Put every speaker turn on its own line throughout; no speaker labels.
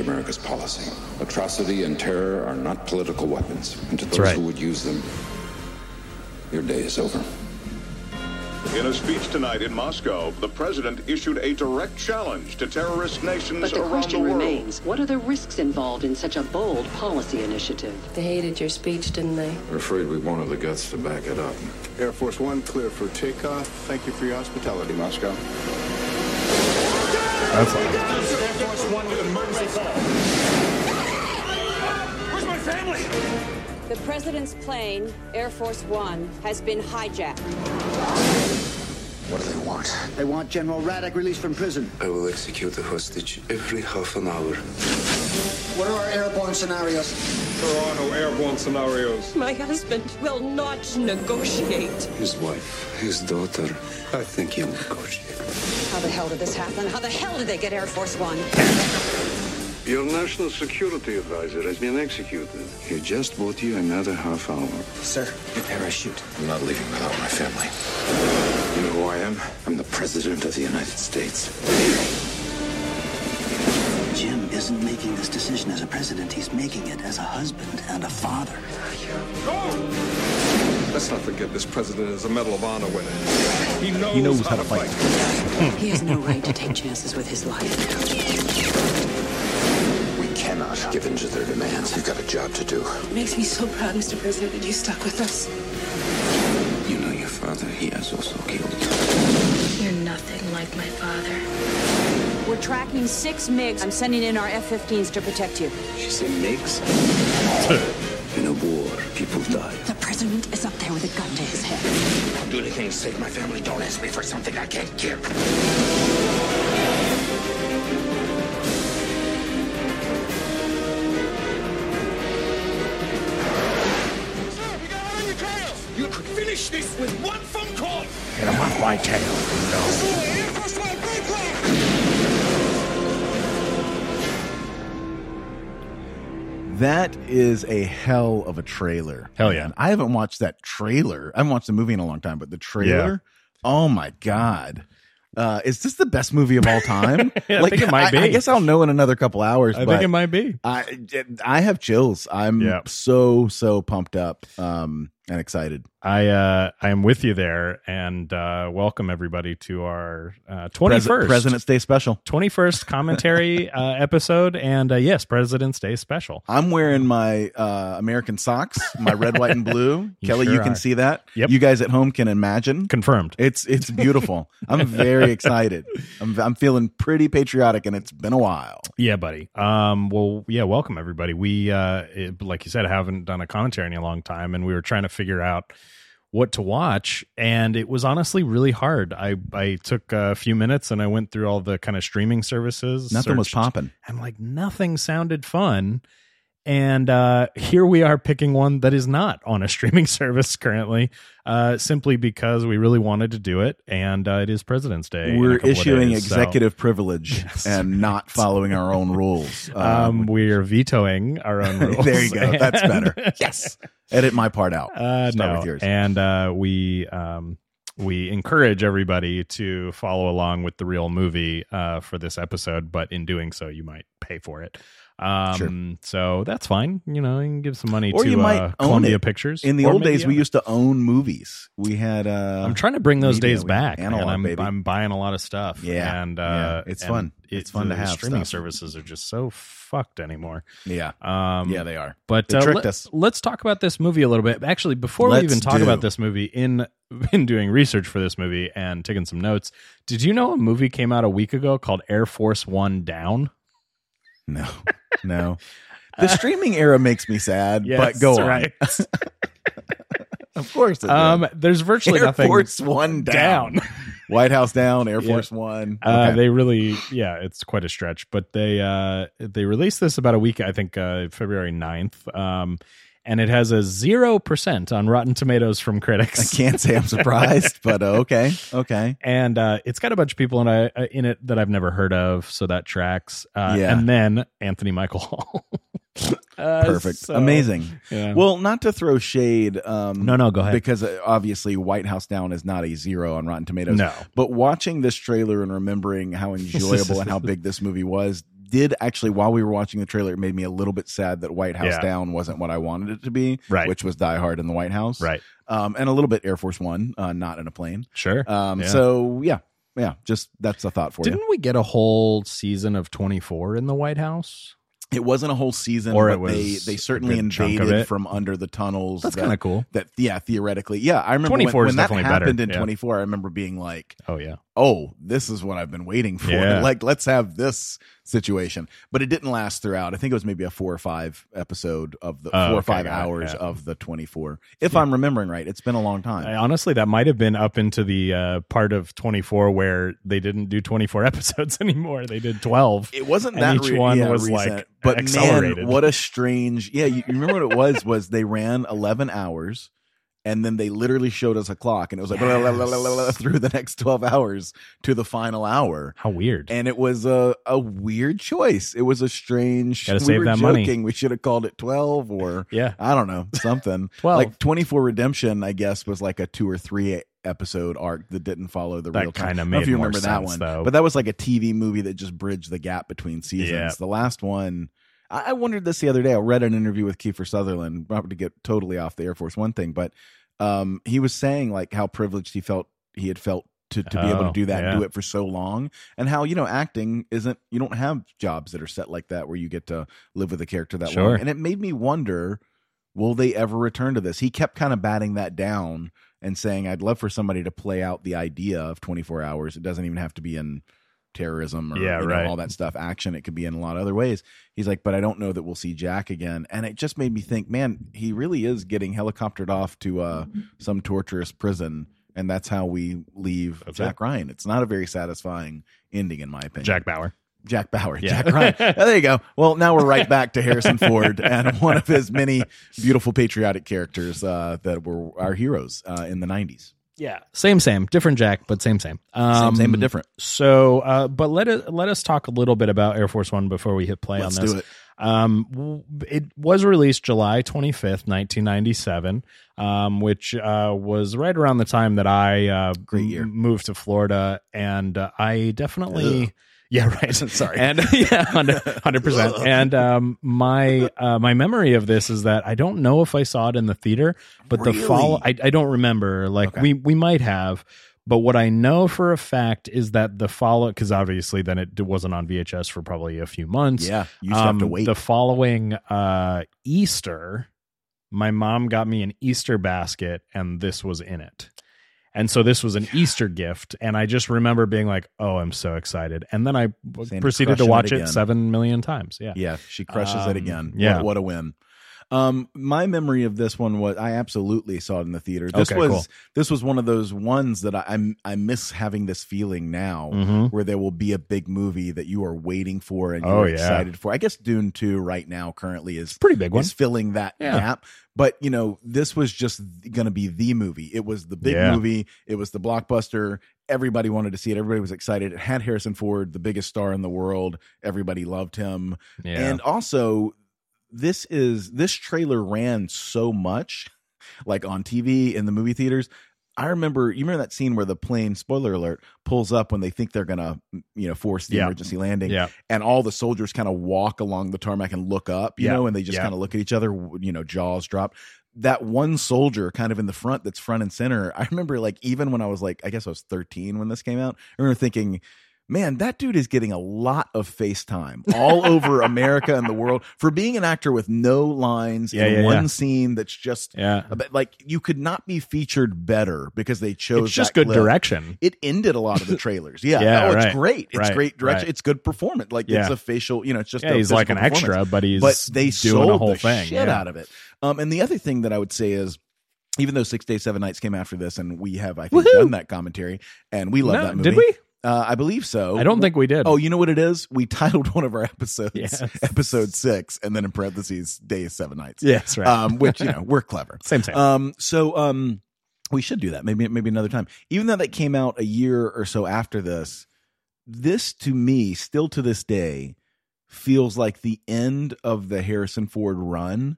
America's policy. Atrocity and terror are not political weapons. And to those
right.
who would use them, your day is over.
In a speech tonight in Moscow, the president issued a direct challenge to terrorist nations
But the
around
question
the world.
remains what are the risks involved in such a bold policy initiative?
They hated your speech, didn't they?
We're afraid we won't have the guts to back it up.
Air Force One clear for takeoff. Thank you for your hospitality, Moscow.
That's awesome.
Where's my family?
The president's plane, Air Force One, has been hijacked.
What do they want?
They want General Radek released from prison.
I will execute a hostage every half an hour.
What are our airborne scenarios?
There are no airborne scenarios.
My husband will not negotiate.
His wife, his daughter. I think he'll negotiate.
How the hell did this happen? How the hell did they get Air Force One?
Your national security advisor has been executed.
He just bought you another half hour.
Sir, your parachute.
I'm not leaving without my family. You know who I am? I'm the President of the United States.
Jim isn't making this decision as a president. He's making it as a husband and a father.
Let's not forget this president is a Medal of Honor winner. He knows,
He knows how to fight.
he has no right to take chances with his life.
We cannot give in to their demands. We've got a job to do.
It makes me so proud, Mr. President, that you stuck with us.
You know your father, he has also killed.
You're nothing like my father.
We're tracking six MiGs. I'm sending in our F 15s to protect you.
She said mix. In a war, people die.
The president is up there with a gun to his head.
I'll do anything to save my family. Don't ask me for something I can't give.
Sir, we got on your trail. You could finish this with one phone call.
Get him off my tail.
Sir, Air Force One, break left.
That is a hell of a trailer.
Hell yeah.
I haven't watched that trailer. I haven't watched the movie in a long time, but the trailer. Oh my god. Uh, is this the best movie of all time?
I think it might
I-
be.
I, guess I'll know in another couple hours.
I
but
think it might be.
I I have chills. I'm
Yeah.
so so pumped up um and excited.
I uh, I am with you there, and uh, welcome everybody to our uh, twenty
Pres-
first
President's Day special.
21st commentary uh, episode and uh, yes president's day special
I'm wearing my uh, American socks, my red, white, and blue.
You
Kelly,
sure
you can
are.
see that.
Yep.
You guys at home can imagine.
confirmed
It's it's beautiful. I'm very excited. I'm I'm feeling pretty patriotic, and it's been a while.
yeah buddy um well yeah welcome everybody we uh it- like you said haven't done a commentary in a long time and we were trying to figure out what to watch and it was honestly really hard i i took a few minutes and i went through all the kind of streaming services
Nothing was
searched,
popping.
and like nothing sounded fun and uh here we are picking one that is not on a streaming service currently uh simply because we really wanted to do it and uh, it is president's day in a
We're
couple of
issuing
days, so,
executive privilege and not following our own rules.
um we're vetoing our own rules
there you go. That's better. Yes. Edit my part out.
uh,
Start
no.
with yours.
And uh, we um, we encourage everybody to follow along with the real movie uh, for this episode, but in doing so, you might pay for it. Um, So that's fine. You know, you can give some money
or
to
you might
uh,
own
Columbia
it.
Pictures.
In the
Or
old
maybe
days, we
own it.
used to own movies. We had. Uh,
I'm trying to bring those
media,
days
we-
back,
analog,
and I'm
baby.
I'm buying a lot of stuff.
Yeah,
and
yeah.
uh,
It's
and
fun. It's fun to
the
have
Streaming
stuff.
services are just so fucked anymore.
yeah,
Um,
yeah, they are.
But
They
uh,
tricked
let,
us.
us talk about this movie a little bit. Actually, before
Let's
we even talk
do.
about this movie, in in doing research for this movie and taking some notes, did you know a movie came out a week ago called Air Force One Down?
No, no. The streaming era makes me sad, but go on. Of course, it
um,
did.
there's virtually
Air
nothing.
Force One down.
down.
White House down. Air
Yeah.
Force One.
Uh,
Okay.
They really, yeah, it's quite a stretch, but they uh, they released this about a week, I think, uh, February 9th. Um, and it has a zero percent on Rotten Tomatoes from
I
critics.
can't say I'm surprised, but uh, okay, okay.
and uh, it's got a bunch of people in, I, uh, in it that I've never heard of, so that tracks. Uh,
Yeah.
And then Anthony Michael Hall. Uh,
Perfect.
so-
Amazing.
Yeah.
Well, not to throw shade. Um,
No, no, go ahead.
Because uh, obviously, White House Down is not a zero on Rotten Tomatoes.
No.
But watching this trailer and remembering how enjoyable and how big this movie was did actually, while we were watching the trailer, it made me a little bit sad that White House yeah. Down wasn't what I wanted it to be,
right.
which was Die Hard in the White House.
Right.
Um, and a little bit Air Force One, uh, not in a plane.
Sure.
Um, yeah. So, yeah. Yeah. Just that's a thought for
Didn't
you.
Didn't we get a whole season of 24 in the White House?
It wasn't a whole season,
or
but they they certainly invaded from under the tunnels.
That's
that,
kind of cool.
That yeah, theoretically, yeah. I remember when, when that happened better. in yeah. twenty four. I remember being like,
oh yeah,
oh this is what I've been waiting for.
Yeah.
Like let's have this situation. But it didn't last throughout. I think it was maybe a four or five episode of the oh, four or okay, five hours yeah. of the twenty four. If I'm remembering right, it's been a long time.
I, honestly, that might have been up into the uh, part of twenty four where they didn't do twenty four episodes anymore. They did twelve.
It wasn't
and
that
each re- one was
recent.
like
but man, what a strange yeah. You, you remember what it was? was they ran eleven hours, and then they literally showed us a clock, and it was like yes. blah, blah, blah, through the next twelve hours to the final hour.
How weird!
And it was a a weird choice. It was a strange.
Gotta we save that joking. money.
We should have called it twelve or
yeah,
I don't know something.
twelve
like twenty four redemption, I guess, was like a two or three episode arc that didn't follow the
that
real
kind of made
if you remember
sense,
that one
though.
but that was like a tv movie that just bridged the gap between seasons yeah. the last one I, I, wondered this the other day i read an interview with kiefer sutherland probably to get totally off the air force one thing but um, he was saying like how privileged he felt he had felt to, to be
oh,
able to do that
yeah.
and do it for so long and how you know acting isn't you don't have jobs that are set like that where you get to live with a character that
sure.
long and it made me wonder will they ever return to this he kept kind of batting that down and saying I'd love for somebody to play out the idea of 24 hours. It doesn't even have to be in terrorism or
yeah,
you know,
right.
all that stuff, action. It could be in a lot of other ways. He's like, but I don't know that we'll see Jack again. And it just made me think, man, he really is getting helicoptered off to uh, some torturous prison. And that's how we leave
that's
Jack
it.
Ryan. It's not a very satisfying ending, in my opinion.
Jack Bauer.
Jack Bauer, yeah. Jack Ryan. oh, there you go. Well, now we're right back to Harrison Ford and one of his many beautiful patriotic characters uh, that were our heroes uh, in the '90s.
Yeah, same, same, different Jack, but same, same,
um, same, same, but different.
So, uh, but let it, let us talk a little bit about Air Force One before we hit play
Let's
on this.
Do it.
Um, it was released July 25th, 1997, um, which uh, was right around the time that I uh,
Great year.
M- moved to Florida, and uh, I definitely.
Ugh.
Yeah, right.
Sorry.
And yeah, 100 percent. And um, my uh, my memory of this is that I don't know if I saw it in the theater, but
Really?
the follow I, I don't remember. Like
Okay.
we we might have, but what I know for a fact is that the follow because obviously then it d- wasn't on VHS for probably a few months.
Yeah, you just have to
Um,
wait.
The following uh, Easter, my mom got me an Easter basket, and this was in it. And so this was an Easter gift. And I just remember being like, oh, I'm so excited. And then I w-
Sandy
proceeded to
crushing
watch
it
it,
again.
seven million times. Yeah.
Yeah, she crushes it
Um,
again.
yeah.
What, what a win. Um, my memory of this one was I absolutely saw it in the theater. This
Okay,
was
cool.
this was one of those ones that I I'm- I miss having this feeling now,
Mhm.
where there will be a big movie that you are waiting for and
Oh,
you're
yeah.
excited for. I guess Dune Two right now currently is
Pretty big one.
is filling that
Yeah.
gap. But you know, this was just going to be the movie. It was the big
Yeah.
movie. It was the blockbuster. Everybody wanted to see it. Everybody was excited. It had Harrison Ford, the biggest star in the world. Everybody loved him.
Yeah.
And also, this is this trailer ran so much, like on TV in the movie theaters. I remember you remember that scene where the plane, spoiler alert, pulls up when they think they're gonna, you know, force the
Yeah.
emergency landing,
Yeah.
and all the soldiers kind of walk along the tarmac and look up, you
Yeah.
know, and they just
Yeah.
kind of look at each other, w- you know, jaws dropped. That one soldier kind of in the front that's front and center. I remember like even when I was like, I guess I was 13 when this came out, I remember thinking, man, that dude is getting a lot of FaceTime all over America and the world for being an actor with no lines
Yeah,
in
yeah,
one
yeah.
scene that's just
Yeah.
but like you could not be featured better because they chose
It's just
that
good
clip.
direction.
It ended a lot of the trailers. Yeah,
Yeah,
oh, it's
right,
great. It's
right,
great direction.
right.
It's good performance. Like it's
Yeah.
a facial. You know, it's just
Yeah,
a
he's like
physical
an extra,
performance.
but he's
but they
doing
sold
the whole
the
thing.
shit
yeah.
out of it. Um, and the other thing that I would say is. Even though Six Days Seven Nights came after this, and we have I think
Woohoo!
done that commentary, and we love
No,
that movie.
did we?
Uh, I believe so.
I don't think we did.
Oh, you know what it is? We titled one of our episodes
Yes.
episode six, and then in parentheses, days seven nights.
Yes, right.
Um, which you know we're clever.
Same, same.
Um, so um, we should do that. Maybe maybe another time. Even though that came out a year or so after this, this to me still to this day feels like the end of the Harrison Ford run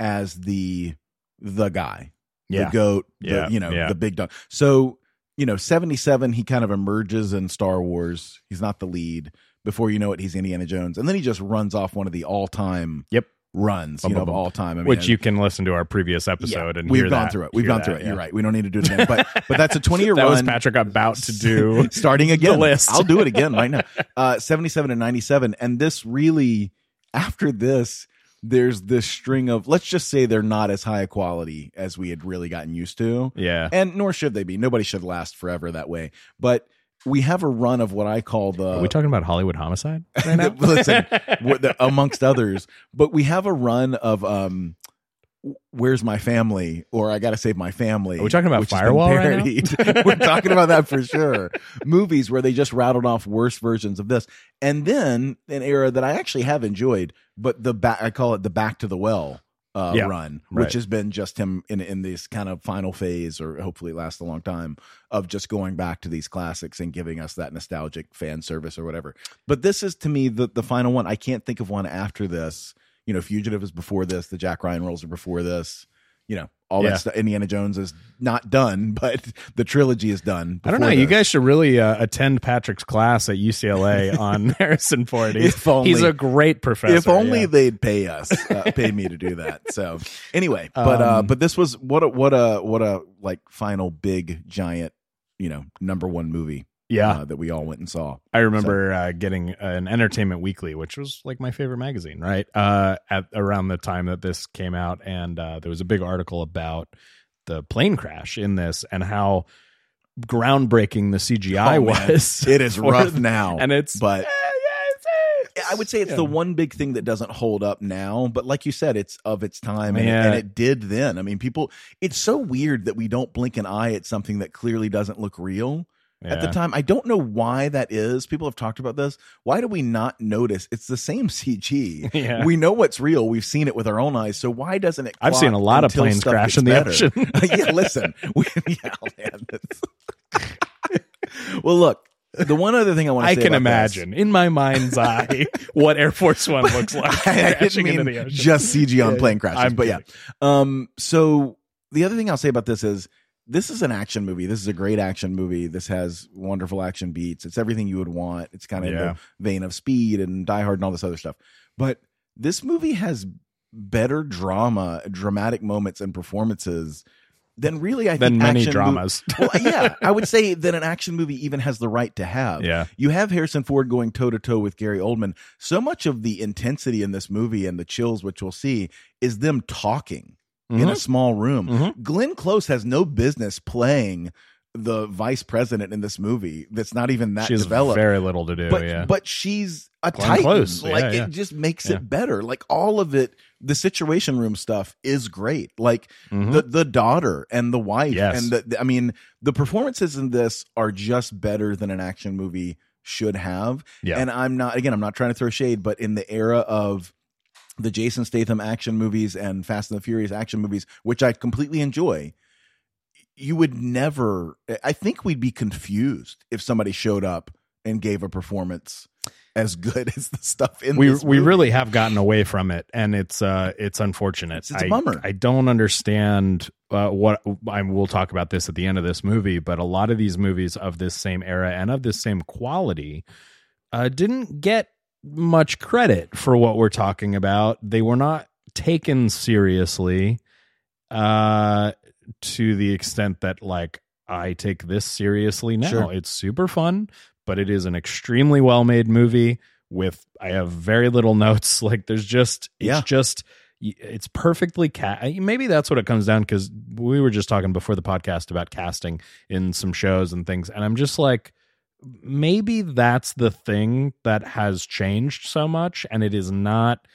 as the the guy
yeah.
the goat, the,
Yeah,
you know,
yeah.
the big dog. So, you know, 77, he kind of emerges in Star Wars. He's not the lead. Before you know it, he's Indiana Jones, and then he just runs off one of the all-time
yep
runs you know, of all time. I mean,
Which you can listen to our previous episode yeah, and
we've
hear
gone
that,
through it. We've
hear
gone
that,
through it.
yeah.
You're right. We don't need to do it again. But but that's a 20 year
that
run.
was Patrick about to do.
starting again. List. I'll do it again right now. Uh, 77 and 97, and this really after this. There's this string of let's just say they're not as high a quality as we had really gotten used to.
Yeah.
And nor should they be. Nobody should last forever that way. But we have a run of what I call the.
Are we talking about Hollywood homicide right now?
listen, what the, amongst others, but we have a run of um, "Where's My Family?" or "I Got to Save My Family."
Are we talking about
which has been
Firewall right now?
parodied. We're talking about that for sure. Movies where they just rattled off worse versions of this, and then an era that I actually have enjoyed, but the back I call it the Back to the Well. Uh,
Yeah,
run,
right.
which has been just him in in this kind of final phase, or hopefully last a long time, of just going back to these classics and giving us that nostalgic fan service or whatever. But this is to me the the final one. I can't think of one after this. You know, Fugitive is before this. The Jack Ryan rolls are before this. You know, all
Yeah.
that stuff. Indiana Jones is not done, but the trilogy is done.
I don't know.
before
You
this.
guys should really uh, attend Patrick's class at UCLA on Harrison Ford. He's,
If only-
he's a great professor.
If only
yeah.
they'd pay us, uh, pay me to do that. So anyway, but uh,
Um,
but this was what a what a what a like final big giant, you know, number one movie.
Yeah.
uh, that we all went and saw.
I remember uh, getting an Entertainment Weekly, which was like my favorite magazine, right? Uh, at around the time that this came out, and uh, there was a big article about the plane crash in this and how groundbreaking the CGI
Oh, man.
was.
It is
for
rough
the-
now,
and it's
but I
I
would say it's the one big thing that doesn't hold up now, but like you said, it's of its time and,
Yeah.
and it did then. I mean, people, it's so weird that we don't blink an eye at something that clearly doesn't look real at the
Yeah.
time. I don't know why that is. People have talked about this. Why do we not notice? It's the same CG.
Yeah.
We know what's real. We've seen it with our own eyes. So why doesn't it?
I've seen
clock
a lot of
until
planes
stuff gets
crash in the
better?
ocean.
yeah, listen. We, yeah, man, that's- well, look. The one other thing I want to
I
say
can
about this-
imagine in my mind's eye what Air Force One looks like
I, I
crashing
didn't mean
into the ocean.
just CG on plane crashes,
I'm
but yeah. Um, so the other thing I'll say about this is this is an action movie. This is a great action movie. This has wonderful action beats. It's everything you would want. It's kind of
Yeah.
in the vein of Speed and Die Hard and all this other stuff. But this movie has better drama, dramatic moments, and performances than really I
Than
think
many
action mov-
dramas.
well, yeah, I would say that an action movie even has the right to have.
Yeah.
You have Harrison Ford going toe to toe with Gary Oldman. So much of the intensity in this movie and the chills, which we'll see, is them talking in a
Mhm.
small room.
Mhm.
Glenn Close has no business playing the vice president in this movie that's not even that
She has
developed
very little to do.
but
yeah.
but she's a
Glenn
titan.
Close, yeah,
Like
yeah.
it just makes
Yeah.
it better. Like all of it, the situation room stuff is great. Like the the daughter and the wife
Mm-hmm. Yes.
and the, the- I mean the performances in this are just better than an action movie should have.
Yeah.
And I'm not again I'm not trying to throw shade, but in the era of the Jason Statham action movies and Fast and the Furious action movies, which I completely enjoy, you would never i think we'd be confused if somebody showed up and gave a performance as good as the stuff in
we
this
we
movie.
really have gotten away from it, and it's uh it's unfortunate.
It's- it's a
I-
bummer.
I don't understand uh, what I we'll talk about this at the end of this movie, but a lot of these movies of this same era and of this same quality uh, didn't get much credit for what we're talking about. They were not taken seriously uh, to the extent that like I take this seriously now.
Sure.
It's super fun, but it is an extremely well made movie with I have very little notes. Like there's just it's
Yeah.
just it's perfectly cast. Maybe that's what it comes down because we were just talking before the podcast about casting in some shows and things, and I'm just like maybe that's the thing that has changed so much and it is not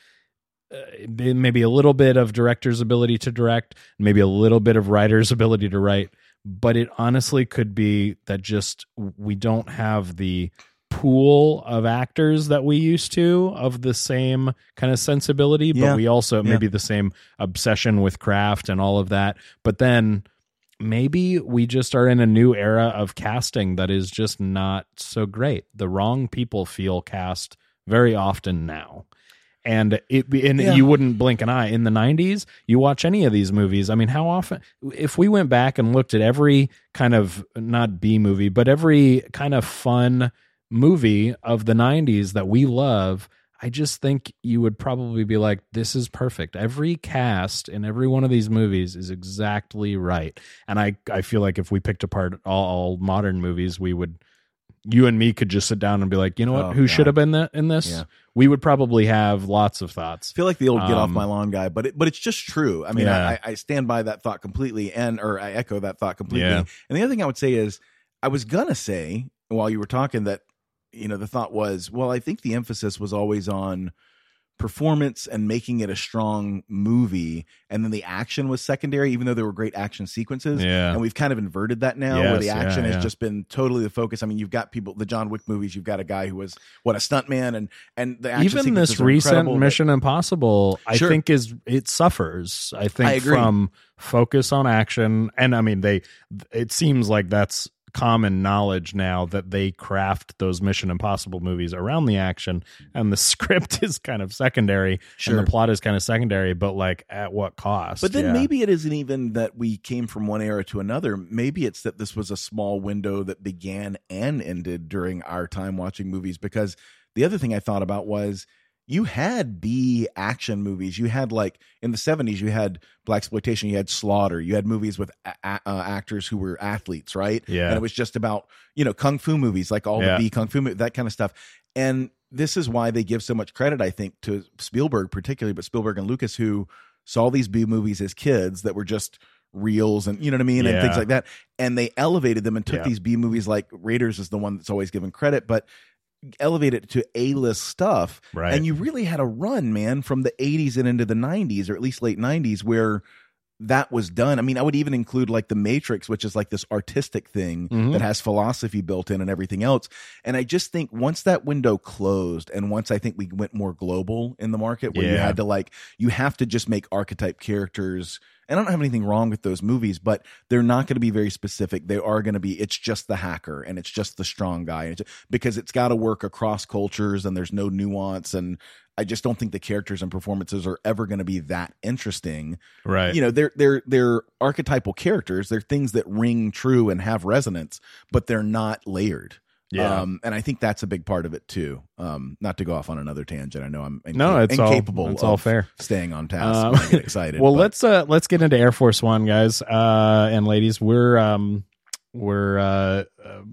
uh, maybe a little bit of director's ability to direct maybe a little bit of writer's ability to write but it honestly could be that just we don't have the pool of actors that we used to of the same kind of sensibility
Yeah.
but we also
Yeah.
maybe the same obsession with craft and all of that but then maybe we just are in a new era of casting that is just not so great. The wrong people feel cast very often now. And it and
Yeah.
you wouldn't blink an eye in the 90s. You watch any of these movies. I mean, how often if we went back and looked at every kind of not B movie, but every kind of fun movie of the 90s that we love, I just think you would probably be like, this is perfect. Every cast in every one of these movies is exactly right. And I, I feel like if we picked apart all, all modern movies, we would, you and me could just sit down and be like, you know what,
Oh,
who
God.
should have been the, in this?
Yeah.
We would probably have lots of thoughts.
I feel like the old get off
Um,
my lawn guy, but it, but it's just true. I mean,
Yeah.
I, I stand by that thought completely, and or I echo that thought completely.
Yeah.
And the other thing I would say is, I was gonna say while you were talking that, you know, the thought was, well, I think the emphasis was always on performance and making it a strong movie, and then the action was secondary, even though there were great action sequences.
Yeah.
And we've kind of inverted that now, where
Yes,
the
yeah,
action
yeah.
has just been totally the focus. I mean, you've got people, the John Wick movies, you've got a guy who was what a stuntman, and and the action
even
sequences
this
are
recent
incredible, but-
Mission Impossible, I
Sure.
think is it suffers. I think
I agree.
from focus on action, and I mean they. It seems like that's common knowledge now that they craft those Mission Impossible movies around the action, and the script is kind of secondary,
Sure.
and the plot is kind of secondary. But like, at what cost?
But then
Yeah.
maybe it isn't even that we came from one era to another. Maybe it's that this was a small window that began and ended during our time watching movies. Because the other thing I thought about was you had B action movies. You had like in the seventies, you had black exploitation, you had slaughter, you had movies with a- a- uh, actors who were athletes, right?
Yeah.
and it was just about you know kung fu movies, like all
Yeah.
the B kung fu mo- that kind of stuff, and. This is why they give so much credit, I think, to Spielberg, particularly, but Spielberg and Lucas, who saw these B movies as kids that were just reels and you know what I mean and things
Yeah.
like that and they elevated them and took
Yeah.
these B movies like Raiders is the one that's always given credit but elevate it to A list stuff
Right.
and you really had a run man from the 80s and into the 90s or at least late 90s where that was done I mean I would even include like The Matrix which is like this artistic thing
Mhm.
that has philosophy built in and everything else and I just think once that window closed and once I think we went more global in the market where you
Yeah.
had to like you have to just make archetype characters and i don't have anything wrong with those movies but they're not going to be very specific they are going to be it's just the hacker and it's just the strong guy and it's, because it's got to work across cultures and there's no nuance and i just don't think the characters and performances are ever going to be that interesting
right?
you know they're they're they're archetypal characters they're things that ring true and have resonance but they're not layered
Yeah.
um, and I think that's a big part of it too. Um, not to go off on another tangent. I know I'm inca-
No, it's all-
incapable.
it's all
of
fair.
Staying on task.
Um,
when I get excited.
well,
but-
let's uh let's get into Air Force One, guys uh, and ladies. We're um we're uh, uh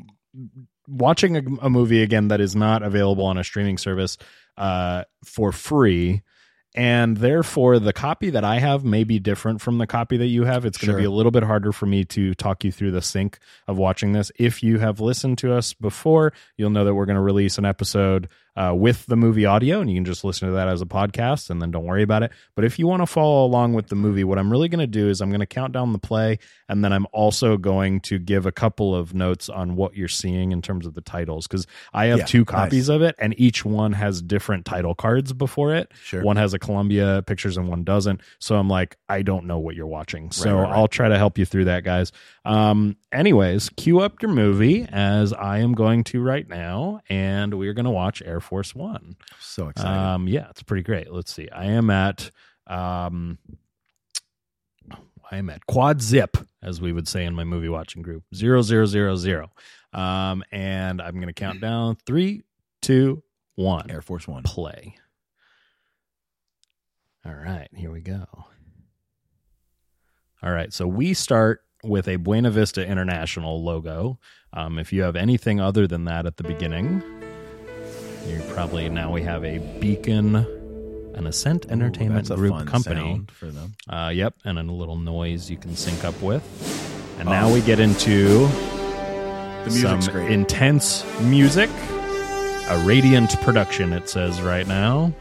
watching a, a movie again that is not available on a streaming service uh for free. And therefore, the copy that I have may be different from the copy that you have. It's going to
Sure.
be a little bit harder for me to talk you through the sync of watching this. If you have listened to us before, you'll know that we're going to release an episode uh, with the movie audio, and you can just listen to that as a podcast, and then don't worry about it. But if you want to follow along with the movie, what I'm really going to do is I'm going to count down the play, and then I'm also going to give a couple of notes on what you're seeing in terms of the titles because I have
Yeah,
two
nice.
copies of it, and each one has different title cards before it.
Sure.
One has a Columbia Pictures and one doesn't. So I'm like, I don't know what you're watching. So
right, right.
I'll try to help you through that, guys. Um, anyways, cue up your movie as I am going to right now, and we're going to watch Air Force One.
so excited.
Um, yeah, it's pretty great. Let's see. I am at. Um, I am at quad zip, as we would say in my movie watching group, zero zero zero zero, um, and I'm going to count down three, two, one
Air Force One.
play. All right, here we go. All right, so we start with a Buena Vista International logo. Um, if you have anything other than that at the beginning, you're probably now we have a Beacon, an Ascent Entertainment
That's a
Group
fun
company.
sound for them.
Uh, yep, and then a little noise you can sync up with. And now we get into
Oh. The
some
music's great.
intense music. A radiant production, it says right now.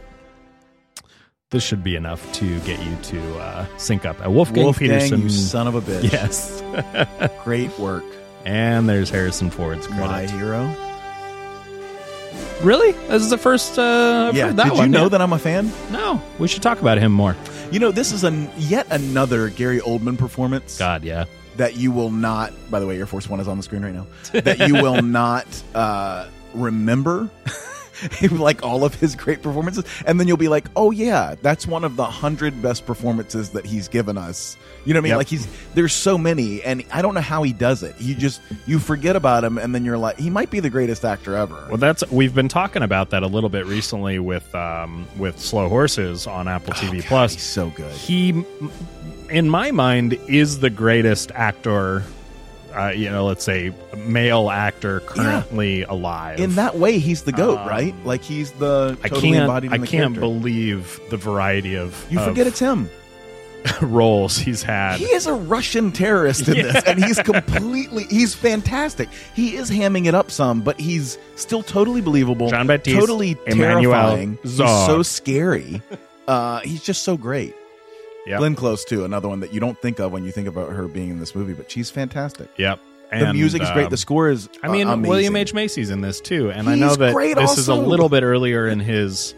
This should be enough to get you to uh, sync up. Uh, Wolfgang,
Wolfgang,
Peterson,
you son of a bitch.
yes,
Great work,
and there's Harrison Ford's credit.
my hero.
Really, this is the first. Uh, I've
yeah.
heard that
Did
one,
you know
yeah.
that I'm a fan?
No, we should talk about him more.
You know, this is an yet another Gary Oldman performance
God, yeah,
that you will not. By the way, Air Force One is on the screen right now. That you will not uh, remember. like all of his great performances, and then you'll be like, oh yeah, that's one of the hundred best performances that he's given us. You know what I mean?
Yep.
Like he's there's so many, and I don't know how he does it. You just you forget about him, and then you're like, he might be the greatest actor ever.
Well, that's we've been talking about that a little bit recently with um, with Slow Horses on Apple
Oh,
TV
God,
Plus.
he's so good.
He, in my mind, is the greatest actor. Uh, you know, let's say male actor currently alive.
In that way, he's the goat,
Uh-huh.
right? Like he's the
I
totally
can't.
embodied.
I
in the
can't
character.
believe the variety of
You
of
forget it's him.
roles he's had.
He is a Russian terrorist in
Yeah.
this, and he's completely he's fantastic. He is hamming it up some, but he's still totally believable.
John Baptiste,
totally
Emmanuel
terrifying. He's
Zog.
so scary. Uh, he's just so great.
Yep.
Glenn Close too, another one that you don't think of when you think about her being in this movie, but she's fantastic.
Yep.
the music is great.
um,
The score is.
I mean,
uh, amazing.
William H Macy's in this too, and I
He's
know that
great
this is a
also.
little bit earlier in his.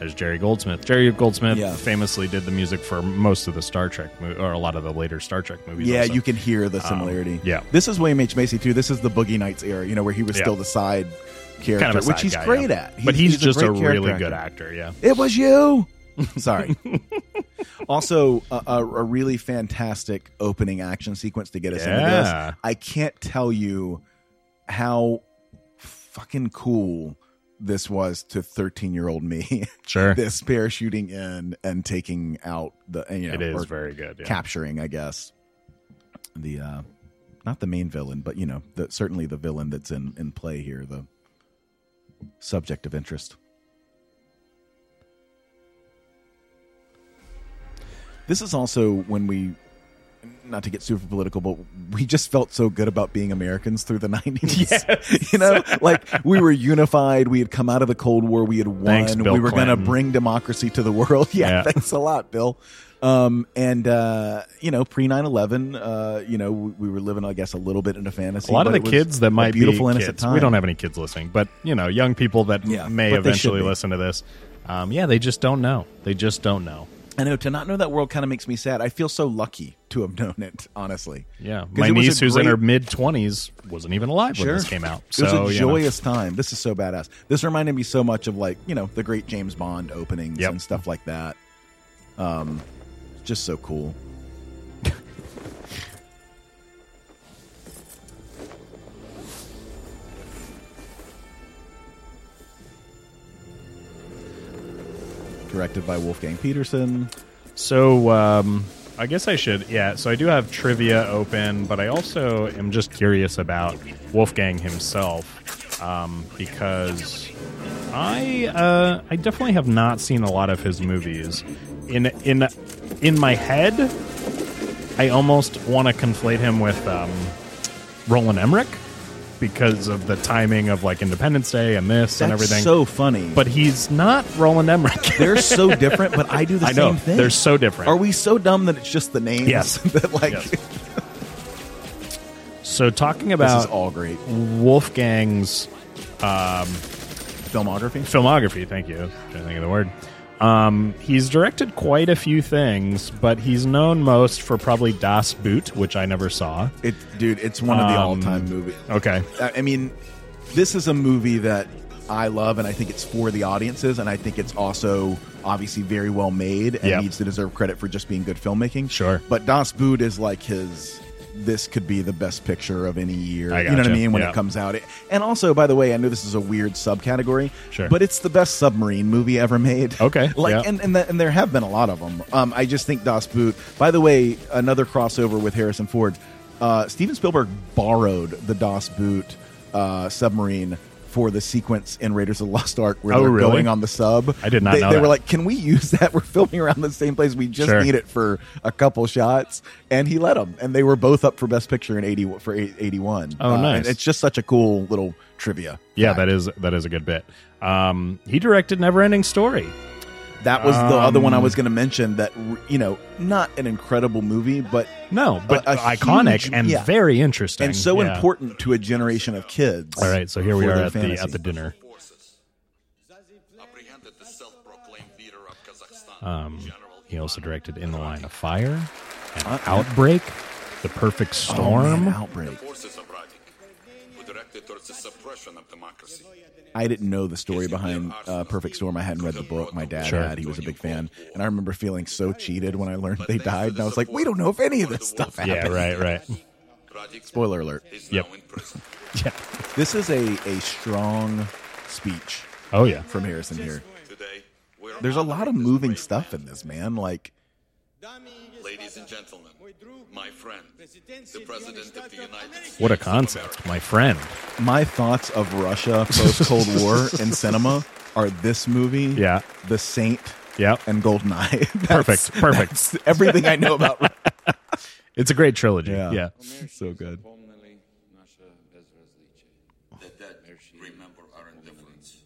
As Jerry Goldsmith, Jerry Goldsmith
Yeah.
famously did the music for most of the Star Trek mo- or a lot of the later Star Trek movies.
Yeah,
also.
you can hear the
Um,
similarity.
yeah.
this is William H Macy too. This is the Boogie Nights era, you know, where he was
Yeah.
still the side character,
Kind of a
which
side
he's
guy,
great
yeah.
at.
But he's just
great
a
character
really good actor, yeah.
it was you. Sorry. also, a, a, a really fantastic opening action sequence to get us
Yeah.
into this. I can't tell you how fucking cool this was to 13 year old me.
Sure.
this parachuting in and taking out the, uh, you know,
It is
or
very good, yeah.
Capturing, I guess, the, uh, not the main villain, but, you know, the, certainly the villain that's in, in play here, the subject of interest. This is also when we, not to get super political, but we just felt so good about being Americans through the 90s. you know, like we were unified. We had come out of the Cold War. We had won.
Thanks, Bill
we were going to
Clinton.
bring democracy to the world. Yeah,
Yeah.
thanks a lot, Bill. Um, and, uh, you know, pre 9 11, uh, you know, we, we were living, I guess, a little bit in a fantasy.
a lot of
but
the
it was
kids that
a
might
beautiful
be
innocent
kids.
Time.
We don't have any kids listening, but you know, young people that
Yeah,
may
but they should
eventually
be.
listen to this. Um, yeah, they just don't know. They just don't know.
I know to not know that world kind of makes me sad. I feel so lucky to have known it, honestly.
Yeah,
'Cause
my
it was a
niece, who's in
great-
her mid twenties, wasn't even alive when this came out.
it
So
was a
you know.
joyous time. This is so badass. This reminded me so much of like you know the great James Bond openings
Yep.
and stuff like that. Um, just so cool. Directed by Wolfgang Peterson.
So um, I guess I should. Yeah. So I do have trivia open, but I also am just curious about Wolfgang himself um, because I uh, I definitely have not seen a lot of his movies. In in in my head, I almost want to conflate him with um, Roland Emmerich because of the timing of like Independence Day and this and
That's
everything.
so funny.
but he's not Roland Emmerich.
They're so different, but I do the
I know
same thing.
they're so different.
Are we so dumb that it's just the names?
Yes.
that like
So talking about
is all great.
Wolfgang's um,
filmography.
Filmography. Thank you. I was trying to think of the word. Um, he's directed quite a few things, but he's known most for probably Das Boot, which I never saw.
It, dude, it's one of the
Um,
all-time movies.
Okay.
I I mean, this is a movie that I love, and I think it's for the audiences, and I think it's also obviously very well made and
Yep.
needs to deserve credit for just being good filmmaking.
Sure.
But Das Boot is like his. This could be the best picture of any year.
I
you know what I
gotcha.
mean when
Yeah.
it comes out. It, and also, by the way, I know this is a weird subcategory,
Sure.
but it's the best submarine movie ever made.
Okay,
like
yeah.
and and, that, and there have been a lot of them. Um, I just think Das Boot. By the way, another crossover with Harrison Ford. Uh, Steven Spielberg borrowed the Das Boot uh, submarine for the sequence in Raiders of the Lost Ark where
Oh,
they're
really?
going on the sub.
I did not
They,
know
they
that.
were like, "Can we use that? We're filming around the same place. We just
Sure.
need it for a couple shots." And he let them, and they were both up for Best Picture in eighty for eighty one.
Oh, nice.
Uh, it's just such a cool little trivia.
Yeah, that is that is a good bit. Um, he directed Neverending Story.
That was the other one I
Um,
was going to mention. That you know, not an incredible movie, but
No, but
a- a
iconic
huge-
and
yeah.
very interesting,
and so
Yeah.
important to a generation of kids.
All right, so here we
for
are
their
at the at
fantasy.
the dinner. Um, he also directed In the Line of Fire, and
Uh, yeah.
Outbreak, The Perfect
Oh, man,
Storm.
outbreak.
forces of Radik, who directed towards the suppression of democracy.
I didn't know the story behind uh, Perfect Storm. I hadn't read the book. My dad
Sure.
had. He was a big fan, and I remember feeling so cheated when I learned they died. And I was like, we don't know if any of this stuff happened.
Yeah, right, right.
Spoiler alert.
Yep. yeah.
This is a a strong speech.
Oh, yeah.
from Harrison here. There's a lot of moving stuff in this man. Like
Ladies and gentlemen, my friend, the President of the United States.
What a concept, my friend.
my thoughts of Russia post Cold War and cinema are this movie.
Yeah.
The Saint.
Yeah.
And Goldeneye. That's-
Perfect, perfect.
that's everything I know about.
It's a great trilogy.
Yeah.
Yeah.
so good.
The dead remember our indifference.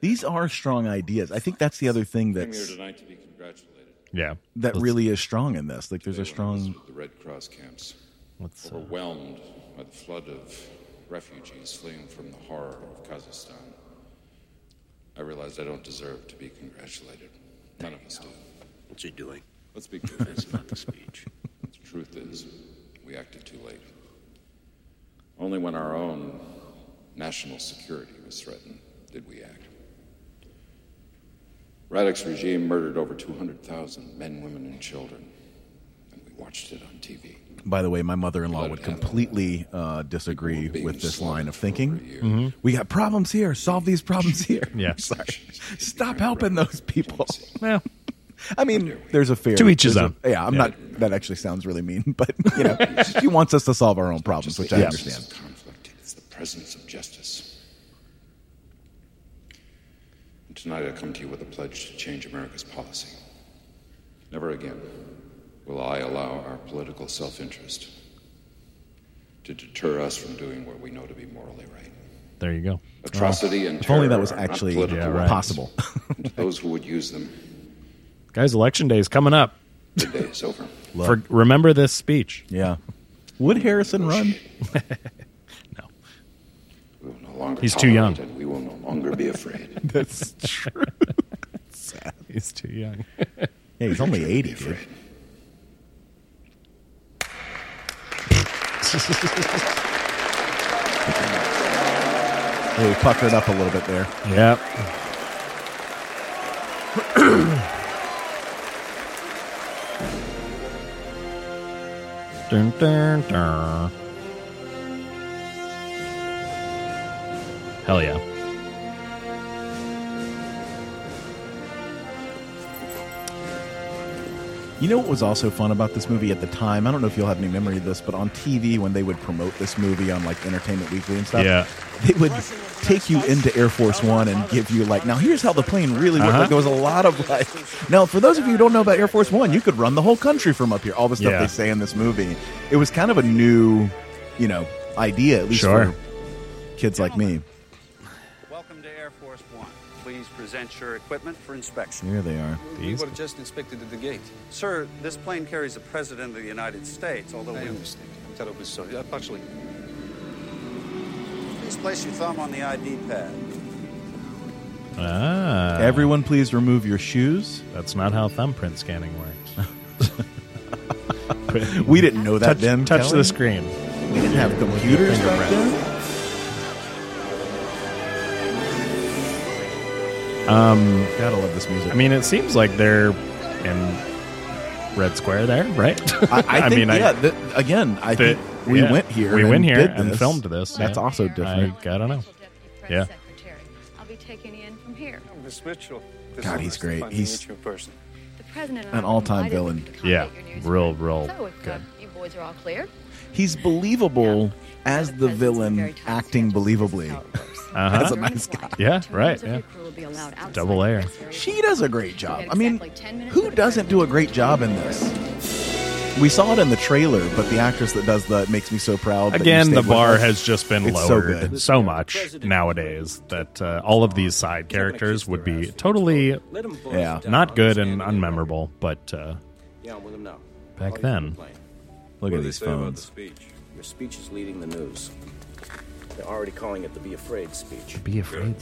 These are strong ideas. I think that's the other thing
Came here
that's
tonight to be congratulated.
Yeah.
that really is strong in this. Like there's a strong
The Red Cross camps,
Let's, uh,
overwhelmed by the flood of refugees fleeing from the horror of Kazakhstan. I realized I don't deserve to be congratulated. None of us do.
What's he doing?
Let's be clear. It's not a speech. The truth is, we acted too late. Only when our own national security was threatened did we act. Radek's regime murdered over 200,000 men, women, and children, and we watched it on TV.
By the way, my mother-in-law would completely uh, disagree with this line of thinking. We got problems here. Solve these problems here.
Mm-hmm. Yeah.
Sorry. Stop helping those people.
Well,
I mean, there's a fair.
To each his
there's
own.
A, yeah, I'm
Yeah.
not. That actually sounds really mean, but you know, she wants us to solve our own problems, which I
Yeah.
understand.
Conflict is the presence of justice. And tonight I come to you with a pledge to change America's policy. Never again will I allow our political self interest to deter us from doing what we know to be morally right.
there you go.
Atrocity and
If only that
terror
was
are not
actually
political
Yeah,
rights.
right.
possible.
And to those who would use them,
Guys, election day is coming up.
the day is over.
For, remember this speech.
yeah. Would Harrison run?
We will no longer
He's too young.
tolerate it. We will no longer be afraid.
That's true. Sad.
He's too young.
Yeah, he's only 80, dude. Hey, we puckered up a little bit there.
Yep. dun, dun, dun. Hell yeah.
You know what was also fun about this movie at the time? I don't know if you'll have any memory of this, but on TV when they would promote this movie on like Entertainment Weekly and stuff,
Yeah.
they would take you into Air Force One and give you like, now here's how the plane really worked.
Uh-huh.
Like, there was a lot of like, now for those of you who don't know about Air Force One, you could run the whole country from up here. All the stuff
Yeah.
they say in this movie, it was kind of a new, you know, idea at least
Sure.
for kids like me.
Welcome to Air Force One. Please present your equipment for inspection.
Here they are.
We would have just inspected at the gate. Sir, this plane carries the President of the United States, although we...
Actually,
Please place your thumb on the ID pad.
Ah.
Everyone, please remove your shoes.
That's not how thumbprint scanning works.
We didn't know that
touch
then.
touch
Kelly.
the screen.
We didn't have computers back then.
Um,
Gotta love this music.
I mean, it seems like they're in Red Square there, right?
I, I think,
mean,
yeah. th- again, I
the-
think we
yeah.
went here.
We
and
went here
did
and
this.
filmed this,
That's
yeah.
also different.
I, I don't know. Yeah.
Secretary. I'll be taking you in from here.
Miss Mitchell. this is
God, he's
nice to
great.
finally
He's-
meet you in person.
The president and I
An
were
all-time
invited
villain.
to come
Yeah,
get your news.
real, real
So if, uh,
good.
you boys are all clear.
He's believable as the villain, acting believably.
Uh-huh.
That's a nice guy.
Yeah, right.
Your
Yeah,
crew will be allowed outside
double
the
layer.
press area.
She does a great job.
You'll
I
get
mean,
exactly 10 minutes
who
with the
doesn't do a great job in this? We saw it in the trailer, but the actress that does the makes me so proud. that you
Again,
stayed
the
with
bar
us.
has just been
It's so
lowered so,
good.
much nowadays that uh, all of these side characters would be totally
Yeah.
not good and unmemorable. But uh,
Yeah, I'm with him now.
back then,
Look at these phones.
speech? Your speech is leading the news. They're already calling it the Be Afraid speech.
be afraid.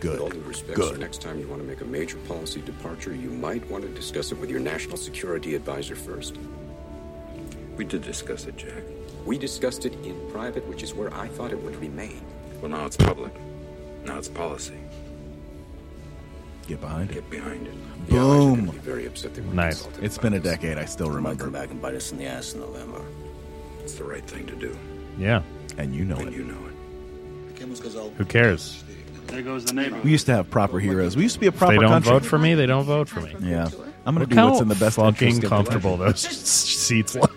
Good.
With all due respect,
Good.
sir, next time you want to make a major policy departure, you might want to discuss it with your national security advisor first.
We did discuss it, Jack.
We discussed it in private, which is where I thought it would remain.
Well, now it's public. Now it's policy.
Get behind it.
Get behind it.
Boom.
Yeah, be very upset they were
nice.
It's been a decade. I still remember.
Come back and bite us in the ass in November.
It's the right thing to do.
Yeah.
And you know
and
it.
you know it.
Who cares?
There goes the neighborhood.
We used to have proper heroes. We used to be a proper
they don't
country.
vote for me. They don't vote for me.
Yeah. I'm going
Look
to do
how
what's in the best
fucking
interest of the
comfortable
country.
those seats look.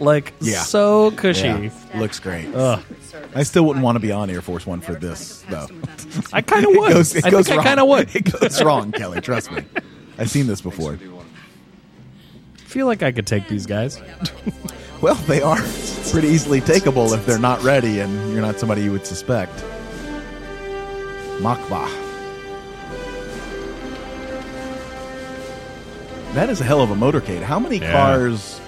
like
Yeah.
so cushy.
Yeah. Looks great.
Ugh.
I still wouldn't want to be on Air Force One for this, though.
I kind of would.
It goes, it
I
goes
think
wrong.
I kind of would.
It goes wrong, Kelly. Trust me. I've seen this before.
feel like I could take these guys.
Well, they are pretty easily takeable if they're not ready and you're not somebody you would suspect. Makba. That is a hell of a motorcade. How many
Yeah.
cars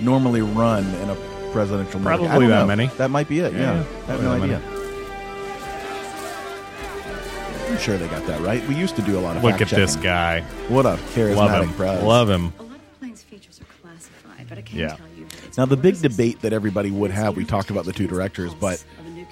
normally run in a presidential motorcade?
Probably
I don't
that
know.
many.
That might be it, yeah.
Yeah,
I have
probably
no
that many.
idea. I'm sure they got that right. We used to do a lot of
Look at
fact-checking.
this guy.
What a charismatic
Love him.
prize.
Love him.
Plane's features are classified, but I can't
Yeah.
tell you. that it's
Now, the big debate that everybody would have, we talked about the two directors, but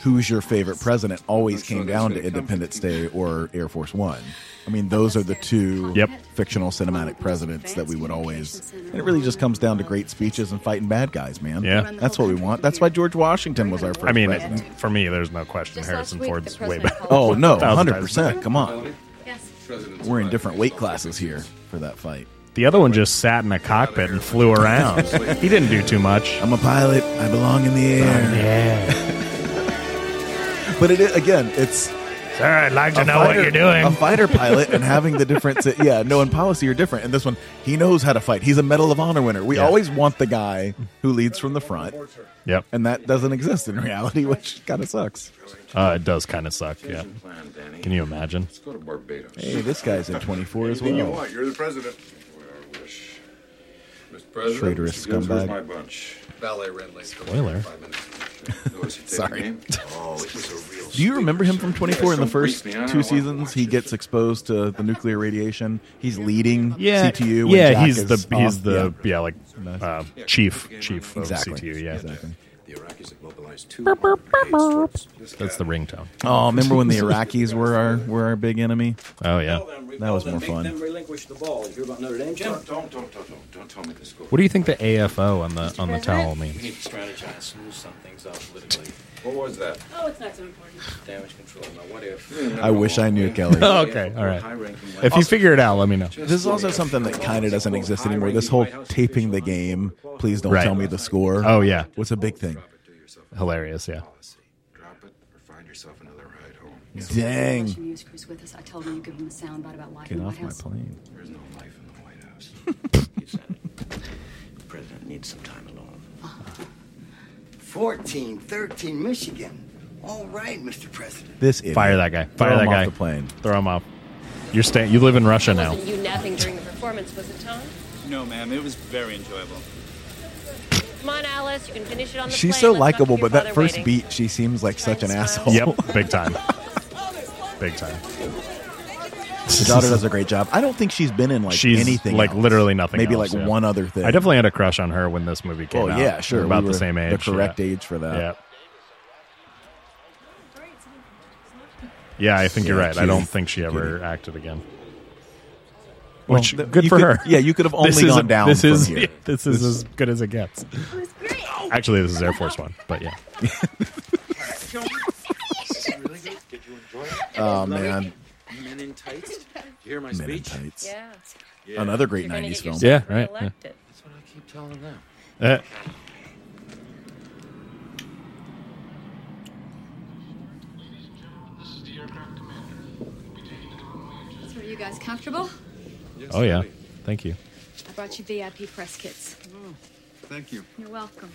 who's your favorite president always came down to Independence Day or Air Force One. I mean, those are the two
Yep.
fictional cinematic presidents that we would always. And it really just comes down to great speeches and fighting bad guys, man.
Yeah.
That's what we want. That's why George Washington was our first
I mean,
president.
for me, there's no question.
Just
Harrison
last week,
Ford's
the
way
president
better.
Oh, no,
Thousand times
100%.
better.
Come on.
Yes.
We're in different weight classes here for that fight.
The other one just sat in a cockpit and flew around. he didn't do too much.
I'm a pilot. I belong in the air.
Yeah.
But it i- again, it's
Sir, I'd like to
a
know what
fighter-
you're doing.
A fighter pilot and having the difference. Yeah, no, in policy you're different. And this one, he knows how to fight. He's a Medal of Honor winner. We
Yeah.
always want the guy who leads from the front,
yep.
and that doesn't exist in reality, which kind of sucks.
Uh, it does kind of suck. Yeah.
Plan, Danny.
Can you imagine?
Let's go to Barbados.
Hey, this guy's in 24 as
Anything you
well.
want. You're the president. Well, I wish. Mr. President,
Traitorous
Mr. Ginsburg's
scumbag.
my bunch. Ballet red lace.
Spoiler.
Five minutes. Notice you take
Sorry.
a name. Oh, it was a real
Do you remember him
speaker,
from
sir.
24 in the
Some
first
beat me. I
two
don't wanna
seasons?
watch
He
this
gets exposed to the nuclear radiation. He's leading
Yeah.
CTU. when
yeah.
Jack
He's
is
the he's
off.
the yeah, like
Nice.
uh, chief chief of
Exactly.
CTU. Yeah.
Exactly.
The Iraqis have mobilized two brigades troops.
That's the ringtone.
Oh, remember when the Iraqis were our were our big enemy?
Oh yeah.
That was more fun.
relinquish the ball. You hear about Notre Dame, Jim?
Don't, don't, don't, don't, don't, don't tell me the score.
What do you think the AFO Uh, on the on the towel means?
need to strategize, move some things up politically.
What was that?
Oh, it's not so important.
Damage control. Now, what if?
I wish I knew Kelly.
Oh, okay. All right.
High-ranking
If you figure it out, let me know.
This is also something that kind of doesn't exist anymore. This whole taping the game, please don't
Right.
tell me the score.
Oh, yeah.
what's a big thing?
Hilarious. Yeah.
Drop it or find yourself another ride home.
Dang,
News crews with us. I told him you give him a soundbite about life
get
in the
off
White
my
House.
plane.
There's no life in the White House.
The president needs some time alone.
1413 Michigan. All right, Mr. President.
This idiot.
Fire that guy. Fire
Throw
that
him
guy.
off the plane.
Throw him off. You're staying. You live in Russia now.
Wasn't you napping during the performance, was it, Tom?
No, ma'am, it was very enjoyable.
Come on, Alice. You can finish it on the
She's
plane.
so
Let's not
likable,
keep your
but that
father
first
waiting.
beat, she seems like such an asshole.
Yep. Big time. Big time.
the daughter does a great job. I don't think she's been in like
She's
anything,
like
else.
literally nothing.
Maybe
else,
like
yeah.
one other thing.
I definitely had a crush on her when this movie came
Well,
out.
yeah, sure.
We're about
We
the
were
same
the
age.
correct
yeah.
age for that.
Yeah. Yeah, I think you're
Yeah,
right. I
cutie.
don't think she ever acted again.
Well,
Which
th-
good
you
for
could-
her.
yeah, you could have
This
only
is
gone down
This
from
is
here.
this is as good as it gets. Actually, this is Air Force One, but yeah.
Did you enjoy it?
Oh man,
Men in tights? Did you hear my
Men in
speech?
Tights.
Yeah.
Another great
You're gonna get
'90s film. Eh.
yourself
Yeah, right, yeah.
elected.
That's what I keep telling them.
Uh,
So are you guys comfortable?
oh yeah, thank you.
I brought you VIP press kits.
Thank you.
You're welcome.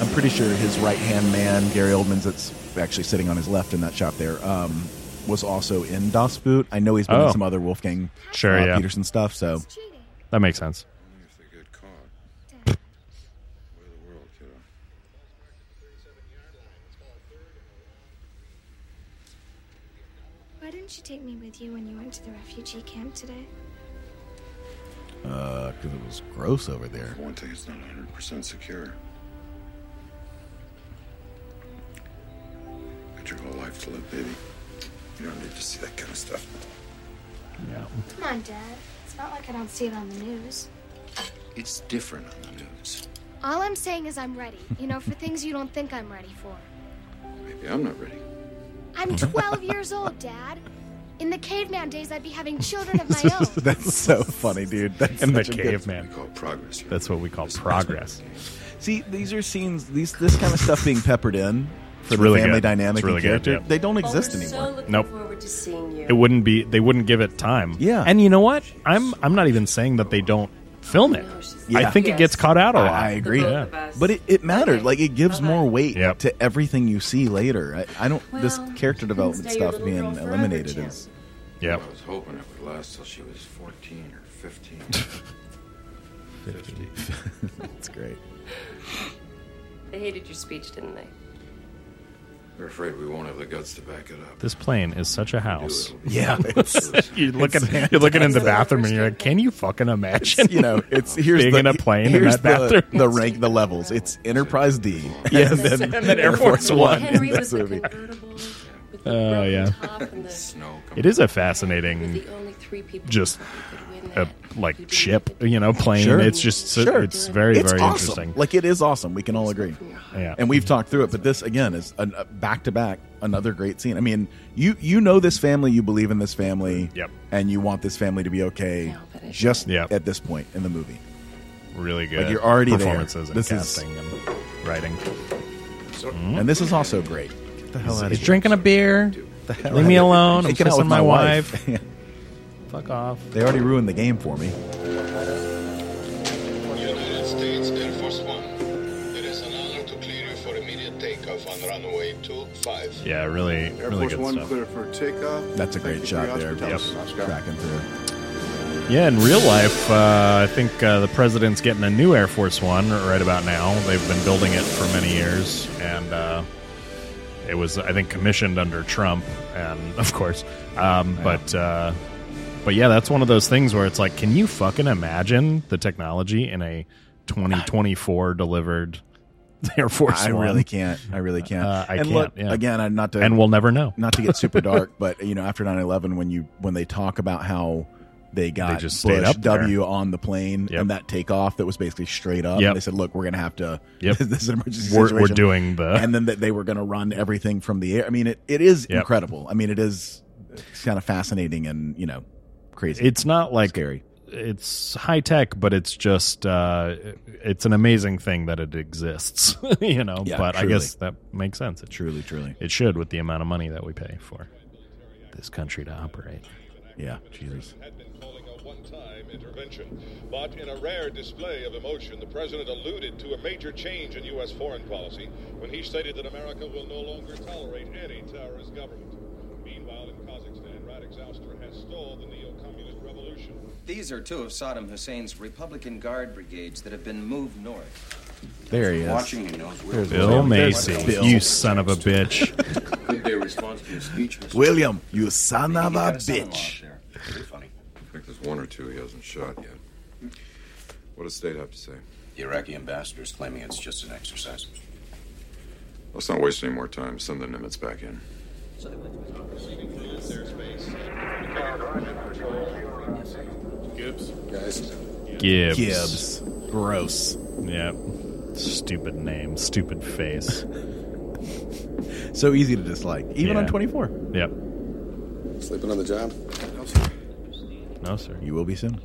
I'm pretty sure his right hand man, Gary Oldman's, that's actually sitting on his left in that shot there, um, was also in Das Boot. I know he's been
Oh.
in some other Wolfgang
Sure,
uh,
yeah.
Peterson stuff. So
That makes sense.
Only if they get caught. Way of the world, kiddo.
Why didn't you take me with you when you went to the refugee camp today?
because uh, it was gross over there.
For one thing, it's not 100% secure. Got your whole life to live, baby. You don't need to see that kind of stuff.
Yeah.
Come on, Dad. It's not like I don't see it on the news.
It's different on the news.
All I'm saying is I'm ready. You know, for things you don't think I'm ready for.
Maybe I'm not ready.
I'm 12 years old, Dad. In the caveman days, I'd be having children of my own.
That's so funny, dude. That's
And the
such a good-
caveman.
We call it progress.
That's what we call progress.
See, these are scenes. These this kind of stuff being peppered in for
It's
the
really
family
good.
dynamic
It's really
and
good,
character.
yeah.
They don't
Well,
exist
we're so
anymore.
looking Nope. It wouldn't be. They wouldn't give it time.
Yeah.
And you know what? I'm. I'm not even saying that they don't film it. I think it gets caught out a lot.
Oh, I, I agree.
Oh, Yeah.
But it, it mattered. Like it gives more weight to everything you see later. I, I don't. this character development
stay your
stuff
little
being
girl forever,
eliminated
Jim.
is.
Yeah.
I was hoping it would last till she was 14 or 15. 50.
That's great.
They hated your speech, didn't they?
They're afraid we won't have the guts to back it up.
This plane is such a house.
Yeah, it's-
you're looking.
it's
You're looking in the
fantastic.
bathroom, and you're like, "Can you fucking imagine?"
you know, it's here's
being
the,
in a plane in
here's
that bathroom.
The, the rank, the levels. It's Enterprise D,
Yes.
and then,
And then Air Force One.
in
Henry
this
was the
movie.
Oh yeah, it is a fascinating, just a like ship, you know, plane.
Sure.
It's just so-
Sure.
it's very
It's
very
awesome.
interesting.
Like it is awesome. We can all agree.
Yeah.
And we've talked through it, but this again is an- a back to back another great scene. I mean, you you know this family, you believe in this family,
Yep.
and you want this family to be okay. Just at this point in the movie,
Really good.
Like you're already there.
performances and
This is-
casting and writing. Mm.
and this is also great. Get the hell out of
He's
here.
drinking a beer.
The hell
Leave
out
me
of here.
alone. I'm
Taking out
kissing
with
my wife.
Fuck
off.
They already ruined the game for me.
United States Air Force One. It is an honor to clear you for immediate takeoff on runway 25.
Yeah, really,
Air
really
Force
good
One
stuff.
clear for takeoff.
That's a great shot there.
Yep.
Cracking through.
Yeah, in real life, uh, I think uh, the president's getting a new Air Force One right about now. They've been building it for many years, and uh, it was, I think, commissioned under Trump, Um, and of course, um, but uh, but yeah, that's one of those things where it's like, can you fucking imagine the technology in a 2024 delivered Air Force
I
One?
really can't. I really can't.
Uh, I
and
can't,
Look,
yeah.
Again, I'm not to
And we'll never know.
Not to get super dark, but you know, after 9/11, when you when they talk about how they got
just stayed
Bush
up there.
W on the plane and that takeoff that was basically straight up.
Yep.
And they said, "Look, we're going to have to.
Yep.
this is an emergency
We're- we're
situation.
doing the-
And then that they were going to run everything from the air. I mean, it, it is
Yep.
incredible. I mean, it is it's kind of fascinating and you know crazy.
It's not like
Scary.
It's high tech, but it's just uh, it's an amazing thing that it exists. you know,
Yeah,
but
truly.
I guess that makes sense. It
truly, truly,
it should with the amount of money that we pay for this country to operate.
Yeah, Jesus.
intervention. But in a rare display of emotion, the president alluded to a major change in U.S. foreign policy when he stated that America will no longer tolerate any terrorist government. Meanwhile, in Kazakhstan, Radek Zoster has stalled the neo-communist revolution.
These are two of Saddam Hussein's Republican Guard brigades that have been moved north.
There he is.
Watching you knows where-
There's
Bill
William.
Macy,
Bill.
you son of a bitch.
Good day response to your speech, Mr.
William, you son of a
got a son-in-law
bitch.
Pretty funny. I think there's one or two he hasn't shot yet. What does state have to say?
The Iraqi ambassador is claiming it's just an exercise.
Let's not waste any more time. Send the Nimitz back in.
Gibbs?
Guys.
Gibbs.
Gibbs. Gross.
Yep. Stupid name. Stupid face.
So easy to dislike, even on
Yeah.
24.
Yep.
Sleeping on the job?
No, sir.
You will be soon.